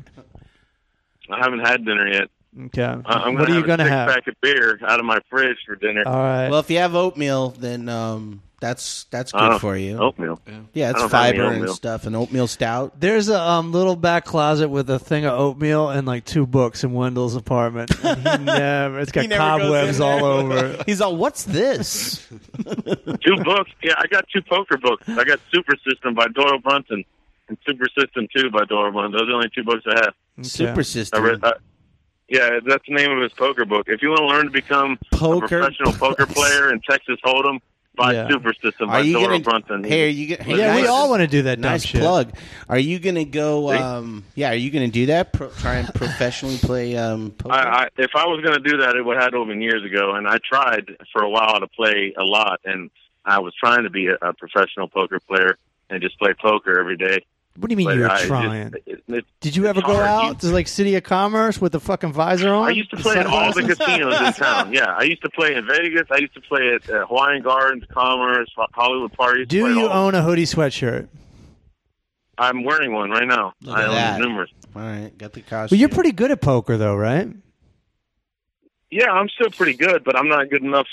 Speaker 5: I haven't had dinner yet.
Speaker 2: Okay.
Speaker 5: I- Uh, I'm
Speaker 2: what
Speaker 5: gonna
Speaker 2: are you
Speaker 5: going to
Speaker 2: gonna have? Oh,
Speaker 5: Pack of beer out of my fridge for dinner.
Speaker 2: All right.
Speaker 3: Well, if you have oatmeal, then um, that's that's good
Speaker 5: Uh,
Speaker 3: for you.
Speaker 5: Oatmeal.
Speaker 3: yeah,
Speaker 5: I
Speaker 3: it's
Speaker 5: don't have any
Speaker 3: fiber and
Speaker 5: oatmeal.
Speaker 3: stuff, and oatmeal stout.
Speaker 2: There's a um, little back closet with a thing of oatmeal and like two books in Wendell's apartment. And he never, it's got
Speaker 3: He never goes
Speaker 2: cobwebs
Speaker 3: in there.
Speaker 2: all over.
Speaker 3: He's all, "What's this?"
Speaker 5: Two books. Yeah, I got two poker books. I got Super System by Doyle Brunson and Super System 2 by Doyle Brunson. Those are the only two books I have.
Speaker 3: Super
Speaker 5: I
Speaker 3: system.
Speaker 5: read, I, yeah, that's the name of his poker book. If you want to learn to become
Speaker 3: Poker
Speaker 5: a professional poker player in Texas Hold'em by
Speaker 2: Yeah.
Speaker 5: Super System by
Speaker 3: Are you
Speaker 5: Dora
Speaker 3: gonna?
Speaker 5: Brunson.
Speaker 3: Hey, are you gonna? hey,
Speaker 2: Yeah, we
Speaker 3: nice-
Speaker 2: all want to do that dumb
Speaker 3: Nice
Speaker 2: shit.
Speaker 3: plug. Are you gonna go? Um, yeah, are you gonna do that? Pro, try and professionally play um, poker.
Speaker 5: I, I, if I was going to do that, it would have to have been years ago. And I tried for a while to play a lot, and I was trying to be a, a professional poker player and just play poker every day.
Speaker 2: What do you mean
Speaker 5: But
Speaker 2: you were
Speaker 5: I,
Speaker 2: trying?
Speaker 5: It, it, it,
Speaker 2: Did you ever
Speaker 5: it's
Speaker 2: go
Speaker 5: hard.
Speaker 2: out to like City of Commerce with the fucking visor on?
Speaker 5: I used to play at all the
Speaker 2: sunglasses?
Speaker 5: casinos in town. Yeah, I used to play in Vegas. I used to play at uh, Hawaiian Gardens, Commerce, Ho- Hollywood Parties.
Speaker 2: Do
Speaker 5: played
Speaker 2: you
Speaker 5: all-
Speaker 2: own a hoodie sweatshirt?
Speaker 5: I'm wearing one right now.
Speaker 3: Look
Speaker 5: I
Speaker 3: at
Speaker 5: own
Speaker 3: that.
Speaker 5: numerous.
Speaker 3: all right, got the costume.
Speaker 2: Well, you're pretty good at poker, though, right?
Speaker 5: Yeah, I'm still pretty good, but I'm not good enough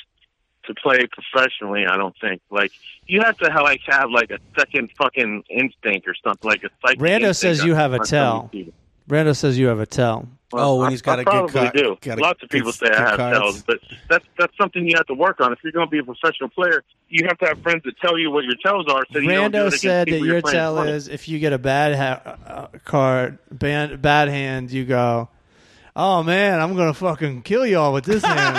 Speaker 5: to play professionally. I don't think. Like you have to have, like have like a second fucking instinct or something. Like a psychic.
Speaker 2: Rando
Speaker 5: instinct
Speaker 2: says you
Speaker 5: on-
Speaker 2: have a
Speaker 5: on
Speaker 2: tell.
Speaker 5: some people.
Speaker 2: Randall says you have a tell.
Speaker 3: Oh, when
Speaker 5: I-
Speaker 3: he's got
Speaker 5: I
Speaker 3: a good
Speaker 5: probably
Speaker 3: card-
Speaker 5: do.
Speaker 3: got a
Speaker 5: Lots of
Speaker 3: good-
Speaker 5: people say
Speaker 3: good
Speaker 5: I have
Speaker 3: cards.
Speaker 5: tells, but that's that's something you have to work on. If you're going to be a professional player, you have to have friends that tell you what your tells are. So you don't do it
Speaker 2: Rando
Speaker 5: against
Speaker 2: said that
Speaker 5: people you're
Speaker 2: your
Speaker 5: playing
Speaker 2: tell
Speaker 5: with.
Speaker 2: is if you get a bad ha- uh, card, bad, bad hand, you go, "Oh man, I'm gonna fucking kill y'all with this hand."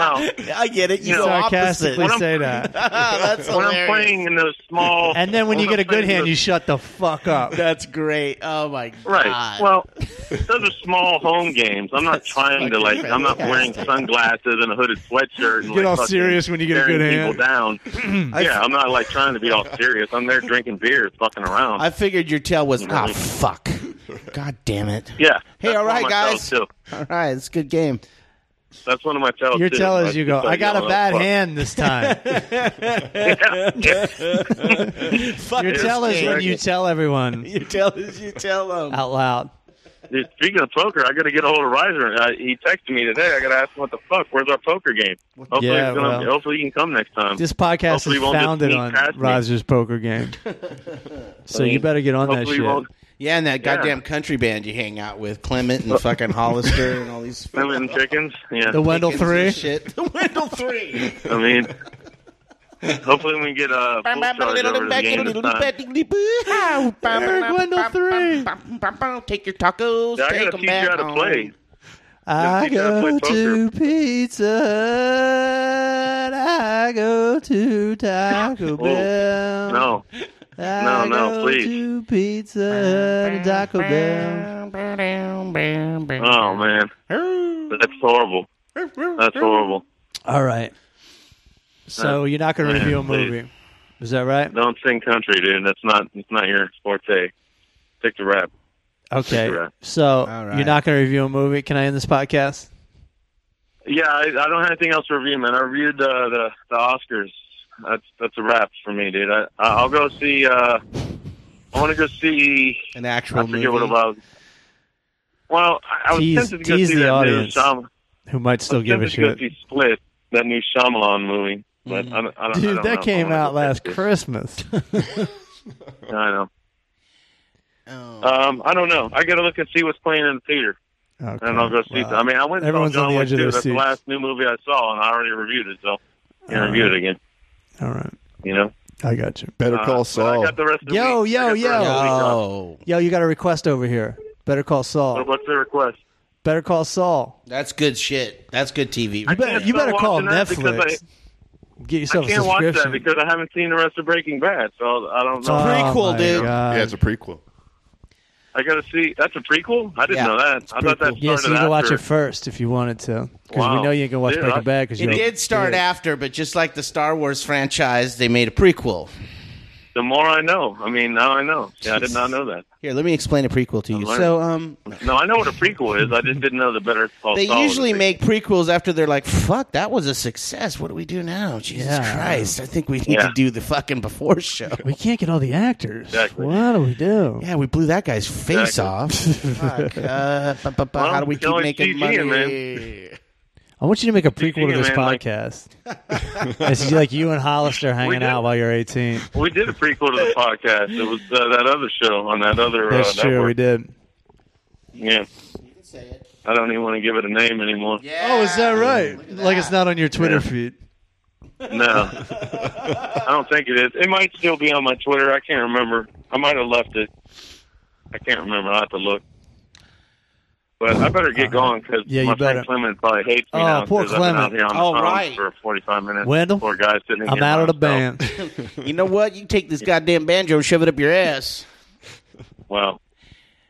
Speaker 5: Well,
Speaker 3: I get it. You
Speaker 5: You
Speaker 3: go Ah,
Speaker 5: know,
Speaker 2: sarcastically
Speaker 5: When I'm-
Speaker 2: say that,
Speaker 3: That's
Speaker 5: when I'm
Speaker 3: hilarious.
Speaker 5: playing in those small,
Speaker 2: and then when you
Speaker 5: when
Speaker 2: get a
Speaker 5: I'm playing
Speaker 2: good
Speaker 5: in
Speaker 2: hand,
Speaker 5: those
Speaker 2: you shut the fuck up.
Speaker 3: That's great. Oh my god.
Speaker 5: Right.
Speaker 2: Uh,
Speaker 5: Well, those are small home games. I'm not trying to like. I'm not wearing sunglasses and a hooded sweatshirt. And,
Speaker 2: Get
Speaker 5: like,
Speaker 2: all
Speaker 5: fucking
Speaker 2: serious when you get a good
Speaker 5: staring
Speaker 2: hand.
Speaker 5: People down. yeah, I'm not like trying to be all serious. I'm there drinking beer, fucking around.
Speaker 3: I figured your tail was ah fuck. God damn it.
Speaker 5: yeah.
Speaker 3: Hey,
Speaker 5: that's
Speaker 3: all right,
Speaker 5: one of my
Speaker 3: guys.
Speaker 5: tells, Too.
Speaker 3: All right, it's a good game.
Speaker 5: That's one of my tells.
Speaker 2: Your
Speaker 5: too.
Speaker 2: tell is
Speaker 5: Like,
Speaker 2: you go,
Speaker 5: just, like,
Speaker 2: "I got a
Speaker 5: yelling,
Speaker 2: bad
Speaker 5: "Fuck."
Speaker 2: hand this time."
Speaker 5: Yeah.
Speaker 2: Your tell is when you tell everyone
Speaker 3: Your tail is you tell them.
Speaker 2: out loud.
Speaker 5: Dude, Speaking of poker, I got to get a hold of Riser. Uh, he texted me today. I got to ask him what the fuck. Where's our poker game? Hopefully,
Speaker 2: Yeah,
Speaker 5: he's gonna,
Speaker 2: well.
Speaker 5: hopefully he can come next time.
Speaker 2: This podcast
Speaker 5: Hopefully
Speaker 2: is
Speaker 5: he won't just
Speaker 2: founded
Speaker 5: sneak
Speaker 2: on
Speaker 5: past me.
Speaker 2: Roger's poker game, so you better get on that
Speaker 5: Hopefully he
Speaker 2: shit.
Speaker 5: won't
Speaker 3: Yeah, and that goddamn country band you hang out with, Clement and fucking Hollister and all these
Speaker 5: Women and chickens. Yeah.
Speaker 2: The Wendell
Speaker 3: chickens and
Speaker 2: three.
Speaker 3: shit. The Wendell three.
Speaker 5: I mean, hopefully we can get uh, full charge over to the game this time.
Speaker 2: Eric Wendell three.
Speaker 3: Take your tacos.
Speaker 5: Yeah, I
Speaker 3: take
Speaker 5: gotta
Speaker 3: them
Speaker 5: teach you how
Speaker 3: back
Speaker 5: to play.
Speaker 3: home.
Speaker 2: I
Speaker 5: you gotta play
Speaker 2: go to
Speaker 5: poker.
Speaker 2: pizza. Hut, I go to Taco Bell.
Speaker 5: Oh, No,
Speaker 2: I
Speaker 5: no, no,
Speaker 2: go
Speaker 5: please.
Speaker 2: To pizza Hut and Taco Bell.
Speaker 5: oh man, that's horrible. That's horrible.
Speaker 2: All right. So you're not going to
Speaker 5: man,
Speaker 2: review a
Speaker 5: Uh, please.
Speaker 2: movie, is that right?
Speaker 5: Don't sing country, dude. That's not. It's not your forte. Stick to rap.
Speaker 2: Okay.
Speaker 5: Correct.
Speaker 2: So
Speaker 3: All right.
Speaker 2: you're not going to review a movie. Can I end this podcast?
Speaker 5: Yeah, I, I don't have anything else to review, man. I reviewed uh, the the Oscars. That's that's a wrap for me, dude. I I- I'll go see. uh I want to go see.
Speaker 3: An actual
Speaker 5: I
Speaker 3: movie.
Speaker 5: forget what it was. Well, I I was
Speaker 2: Tease-
Speaker 5: tempted to go
Speaker 2: tease
Speaker 5: see
Speaker 2: the
Speaker 5: that new
Speaker 2: audience.
Speaker 5: Shaman.
Speaker 2: Who might still give a
Speaker 5: tempted to go
Speaker 2: shit?
Speaker 5: see Split, that new Shyamalan movie. But I don't, I don't, I
Speaker 2: Dude,
Speaker 5: don't know if
Speaker 2: that
Speaker 5: I
Speaker 2: came
Speaker 5: wanna
Speaker 2: out
Speaker 5: go see
Speaker 2: last
Speaker 5: it.
Speaker 2: Christmas.
Speaker 5: I know.
Speaker 3: Oh.
Speaker 5: Um, I don't know. I got to look and see what's playing in the theater,
Speaker 2: Okay.
Speaker 5: and I'll go see.
Speaker 2: Wow.
Speaker 5: I mean, I went and saw
Speaker 2: Everyone's on
Speaker 5: John
Speaker 2: the
Speaker 5: Wick
Speaker 2: edge of
Speaker 5: 2.
Speaker 2: their
Speaker 5: That's the
Speaker 2: seats.
Speaker 5: last new movie I saw, and I already reviewed it, so I
Speaker 2: All
Speaker 5: review
Speaker 2: right.
Speaker 5: it again.
Speaker 2: All right.
Speaker 5: You know.
Speaker 2: I got you.
Speaker 4: Better
Speaker 5: Uh,
Speaker 4: call
Speaker 5: but I
Speaker 4: Saul.
Speaker 5: got the rest of the
Speaker 2: Yo,
Speaker 5: week. I
Speaker 2: yo,
Speaker 5: got the rest of the week off.
Speaker 3: Oh.
Speaker 2: Yo, you got a request over here. Better call
Speaker 5: But
Speaker 2: Saul.
Speaker 5: What's the request?
Speaker 2: Better call Saul.
Speaker 3: That's good shit. That's good TV.
Speaker 2: You better,
Speaker 5: can't
Speaker 2: you better
Speaker 5: stop
Speaker 2: call
Speaker 5: watching that because
Speaker 2: Netflix. Get
Speaker 5: I
Speaker 2: yourself a
Speaker 5: can't watch that
Speaker 2: subscription.
Speaker 5: because I haven't seen the rest of Breaking Bad, so I don't know.
Speaker 2: Oh,
Speaker 3: Prequel,
Speaker 2: my
Speaker 3: dude.
Speaker 2: God.
Speaker 4: yeah, it's a prequel.
Speaker 5: I got to see. That's a prequel. I didn't
Speaker 3: Yeah,
Speaker 5: know that. I thought that started
Speaker 2: Yes, you
Speaker 5: after.
Speaker 2: can watch it first if you wanted to. Because we
Speaker 5: Wow.
Speaker 2: know you can watch
Speaker 5: Dude, I-
Speaker 2: Breaking Bad. Because
Speaker 3: It did start after, but just like the Star Wars franchise, they made a prequel.
Speaker 5: The more I know. I mean, now I know. Yeah, I did not know that.
Speaker 3: Here, let me explain a prequel to you.
Speaker 5: learning.
Speaker 3: So, um,
Speaker 5: No, I know what a prequel is. I just didn't know the better. Call
Speaker 3: they
Speaker 5: Saul was a
Speaker 3: usually
Speaker 5: prequel.
Speaker 3: make prequels after they're like, "Fuck, that was a success. What do we do now?" Jesus
Speaker 2: Yeah.
Speaker 3: Christ, I think we need
Speaker 5: Yeah.
Speaker 3: to do the fucking before show.
Speaker 2: We can't get all the actors.
Speaker 5: Exactly.
Speaker 2: What do we do?
Speaker 3: Yeah, we blew that guy's face
Speaker 5: Exactly.
Speaker 3: off. Fuck. Uh, bu- bu- bu-
Speaker 5: Well,
Speaker 3: how do we
Speaker 5: you
Speaker 3: keep
Speaker 5: know, it's
Speaker 3: making
Speaker 5: CG,
Speaker 3: money?
Speaker 5: man.
Speaker 2: I want you to make a prequel to
Speaker 5: of
Speaker 2: this
Speaker 5: man, like-
Speaker 2: podcast. it's like you and Hollister hanging
Speaker 5: did.
Speaker 2: out while you're 18.
Speaker 5: We did a prequel to the podcast. It was uh, that other show on that other.
Speaker 2: That's
Speaker 5: uh,
Speaker 2: true.
Speaker 5: network.
Speaker 2: We did.
Speaker 5: Yeah, I don't even want to give it a name anymore.
Speaker 2: Oh, is that right? Like it's not on your Twitter
Speaker 5: Yeah.
Speaker 2: feed.
Speaker 5: No, I don't think it is. It might still be on my Twitter. I can't remember. I might have left it. I can't remember. I will have to look. But I better get going because
Speaker 2: Uh-huh. Yeah, you
Speaker 5: my friend
Speaker 2: better.
Speaker 5: Clement probably hates me
Speaker 2: Oh,
Speaker 5: now
Speaker 2: poor
Speaker 5: 'cause I've been out
Speaker 2: Clement.
Speaker 5: here on
Speaker 3: All
Speaker 5: the phone
Speaker 3: right.
Speaker 5: for 45 minutes.
Speaker 2: Wendell,
Speaker 5: poor guy sitting
Speaker 2: I'm
Speaker 5: here
Speaker 2: out of the
Speaker 5: by himself.
Speaker 2: band.
Speaker 3: You know what? You take this goddamn banjo and shove it up your ass.
Speaker 5: Well,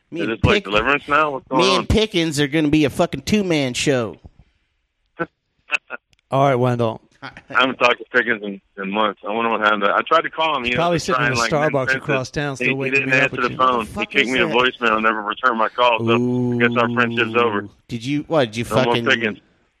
Speaker 3: Me
Speaker 5: is this
Speaker 3: and,
Speaker 5: like
Speaker 3: Pick-
Speaker 5: Deliverance now? What's going
Speaker 3: me
Speaker 5: on?
Speaker 3: and Pickens are going to be a fucking two man show.
Speaker 2: All right, Wendell.
Speaker 5: I haven't talked to Pickens in, in months. I wonder what happened. I tried to call him. You know,
Speaker 2: Probably
Speaker 5: to
Speaker 2: sitting
Speaker 5: try
Speaker 2: in
Speaker 5: and,
Speaker 2: a
Speaker 5: like,
Speaker 2: Starbucks
Speaker 5: convince
Speaker 2: across
Speaker 5: us.
Speaker 2: town, still
Speaker 5: he,
Speaker 2: waiting to
Speaker 5: he didn't
Speaker 2: meet up
Speaker 5: answer
Speaker 2: with
Speaker 5: the
Speaker 2: you.
Speaker 3: What
Speaker 5: phone.
Speaker 3: the
Speaker 5: He
Speaker 3: fuck
Speaker 5: kicked
Speaker 3: is
Speaker 5: me a
Speaker 3: that?
Speaker 5: voicemail. Never returned my call. So I guess our friendship's over.
Speaker 3: Did you? What? Did you
Speaker 5: No more
Speaker 3: fucking?
Speaker 5: Pickens.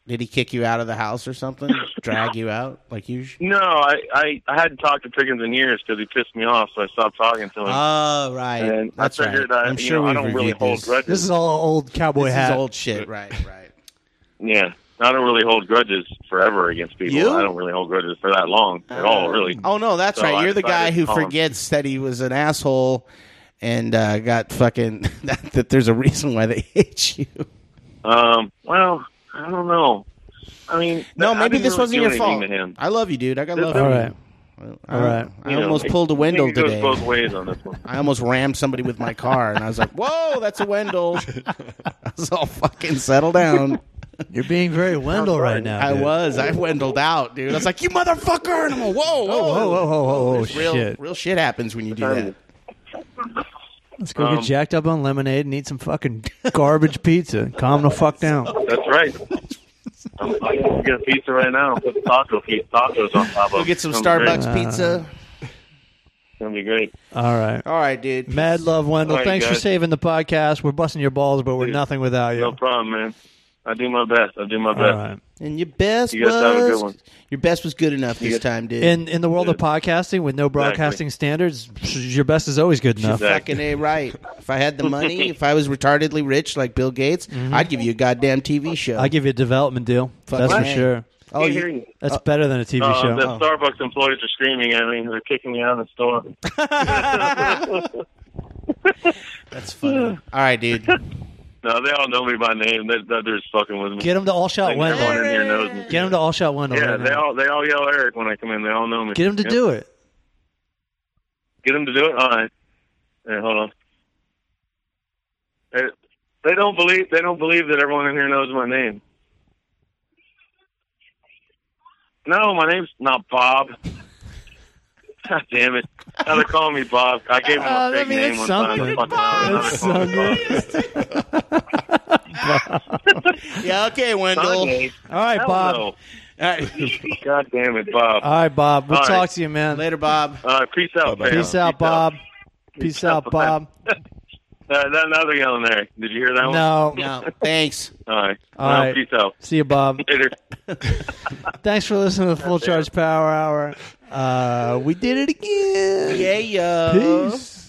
Speaker 3: Did he kick you out of the house or something? Drag you out like you?
Speaker 5: No, I, I, I hadn't talked to Pickens in years because he pissed me off, so I stopped talking to him.
Speaker 3: Oh right,
Speaker 5: and
Speaker 3: that's
Speaker 5: I figured
Speaker 3: right.
Speaker 5: I,
Speaker 3: I'm
Speaker 5: you
Speaker 3: sure
Speaker 5: know,
Speaker 3: we
Speaker 5: I don't really
Speaker 3: reviewed
Speaker 5: hold
Speaker 3: this.
Speaker 5: grudges.
Speaker 2: This is all old cowboy
Speaker 3: This
Speaker 2: hat.
Speaker 3: is old shit. Right, right.
Speaker 5: Yeah, I don't really hold grudges forever against people.
Speaker 3: You?
Speaker 5: I don't really hold grudges for that long at all, really.
Speaker 3: Oh no, that's
Speaker 5: So
Speaker 3: right.
Speaker 5: I
Speaker 3: You're the
Speaker 5: decided
Speaker 3: guy
Speaker 5: to
Speaker 3: who
Speaker 5: call him.
Speaker 3: forgets that he was an asshole and uh, got fucking that, that. There's a reason why they hate you.
Speaker 5: Um, well, I don't know. I mean,
Speaker 3: No,
Speaker 5: I
Speaker 3: maybe
Speaker 5: didn't
Speaker 3: this
Speaker 5: really
Speaker 3: wasn't
Speaker 5: do
Speaker 3: your
Speaker 5: anything
Speaker 3: fault.
Speaker 5: To him.
Speaker 3: I love you, dude. I got
Speaker 5: This
Speaker 3: love.
Speaker 5: is-
Speaker 3: for
Speaker 2: All
Speaker 3: you.
Speaker 2: right.
Speaker 3: I,
Speaker 2: All right.
Speaker 3: I
Speaker 5: You know,
Speaker 3: almost
Speaker 5: it-
Speaker 3: pulled a
Speaker 5: I think
Speaker 3: window
Speaker 5: it goes
Speaker 3: today.
Speaker 5: both ways on this one.
Speaker 3: I almost rammed somebody with my car, and I was like, "Whoa, that's a Wendell." I was all fucking settle down.
Speaker 2: You're being very Wendell right now.
Speaker 3: I
Speaker 2: dude.
Speaker 3: was. I Wendelled out, dude. I was like, "You motherfucker!" And I'm like, "Whoa, whoa,
Speaker 2: Oh, whoa, whoa, whoa, whoa, whoa
Speaker 3: There's real,
Speaker 2: shit.
Speaker 3: real shit happens when you do that.
Speaker 2: Let's go
Speaker 5: Um,
Speaker 2: get jacked up on lemonade and eat some fucking garbage pizza. Calm the fuck down.
Speaker 5: That's right. I'm gonna get a pizza right now. and Put taco pizza, tacos on top of.
Speaker 3: Go get some
Speaker 5: It's gonna be great.
Speaker 3: Starbucks pizza.
Speaker 5: It's gonna be great.
Speaker 2: All
Speaker 5: Uh,
Speaker 2: right.
Speaker 3: All right, dude.
Speaker 2: Mad love, Wendell.
Speaker 5: All right,
Speaker 2: Thanks for
Speaker 5: guys.
Speaker 2: saving the podcast. We're busting your balls, but we're nothing without you.
Speaker 5: No problem, man. I do my best. I do my
Speaker 2: All
Speaker 5: best.
Speaker 2: right.
Speaker 3: And your best
Speaker 5: You guys
Speaker 3: was
Speaker 5: have a good one.
Speaker 3: your best was good enough this
Speaker 5: guys-
Speaker 3: time, dude.
Speaker 2: In in the world of podcasting, with no broadcasting standards, your best is always good enough.
Speaker 5: Exactly.
Speaker 3: Fucking a right. If I had the money, if I was retardedly rich like Bill Gates, I'd give you a goddamn TV show.
Speaker 2: I give you a development deal. That's for
Speaker 3: yeah.
Speaker 2: sure.
Speaker 3: oh,
Speaker 5: Can't hear
Speaker 3: you,
Speaker 5: you.
Speaker 2: That's better than a TV
Speaker 5: Uh,
Speaker 2: show.
Speaker 5: the Starbucks employees are screaming at me. They're kicking me out of the store.
Speaker 3: that's funny. All right, dude.
Speaker 5: No, they all know me by name. They, they're just fucking with me.
Speaker 2: Get him to all shot
Speaker 5: Like, everyone in
Speaker 2: Wendell.
Speaker 5: here knows me.
Speaker 2: Get him to all shot Wendell.
Speaker 5: Yeah,
Speaker 2: right
Speaker 5: they
Speaker 2: now.
Speaker 5: all they all yell Eric when I come in. They all know me.
Speaker 2: Get him to
Speaker 5: Yeah.
Speaker 2: do it.
Speaker 5: Get him to do it. All right. Hey, hold on. They, they don't believe they don't believe that everyone in here knows my name. No, my name's not Bob. God damn it! Now they call me Bob. I gave him
Speaker 2: Uh,
Speaker 5: a
Speaker 2: I
Speaker 5: fake
Speaker 2: mean,
Speaker 5: name
Speaker 2: that's
Speaker 5: one time.
Speaker 2: something.
Speaker 5: Fucking hell, now they
Speaker 2: That's
Speaker 5: call me Bob.
Speaker 3: Yeah, okay, Wendell. All
Speaker 5: Kanye.
Speaker 2: All right,
Speaker 5: Hell
Speaker 2: Bob.
Speaker 5: no.
Speaker 3: right.
Speaker 5: God damn it, Bob.
Speaker 2: All right, Bob. We'll
Speaker 5: All
Speaker 2: talk
Speaker 5: right.
Speaker 2: to you, man.
Speaker 3: Later, Bob.
Speaker 5: All right, peace out,
Speaker 4: Bye-bye.
Speaker 5: fam.
Speaker 2: Peace out, Bob. Peace out,
Speaker 5: out.
Speaker 2: Bob.
Speaker 5: Uh, that, another yelling there. Did you hear that one?
Speaker 2: No.
Speaker 3: No, thanks.
Speaker 5: All right.
Speaker 2: All
Speaker 5: No,
Speaker 2: right.
Speaker 5: Peace out.
Speaker 2: See you, Bob.
Speaker 5: Later.
Speaker 2: Thanks for listening to the Full Charge Power Hour. Uh, we did it again.
Speaker 3: Yeah, yo.
Speaker 2: Peace.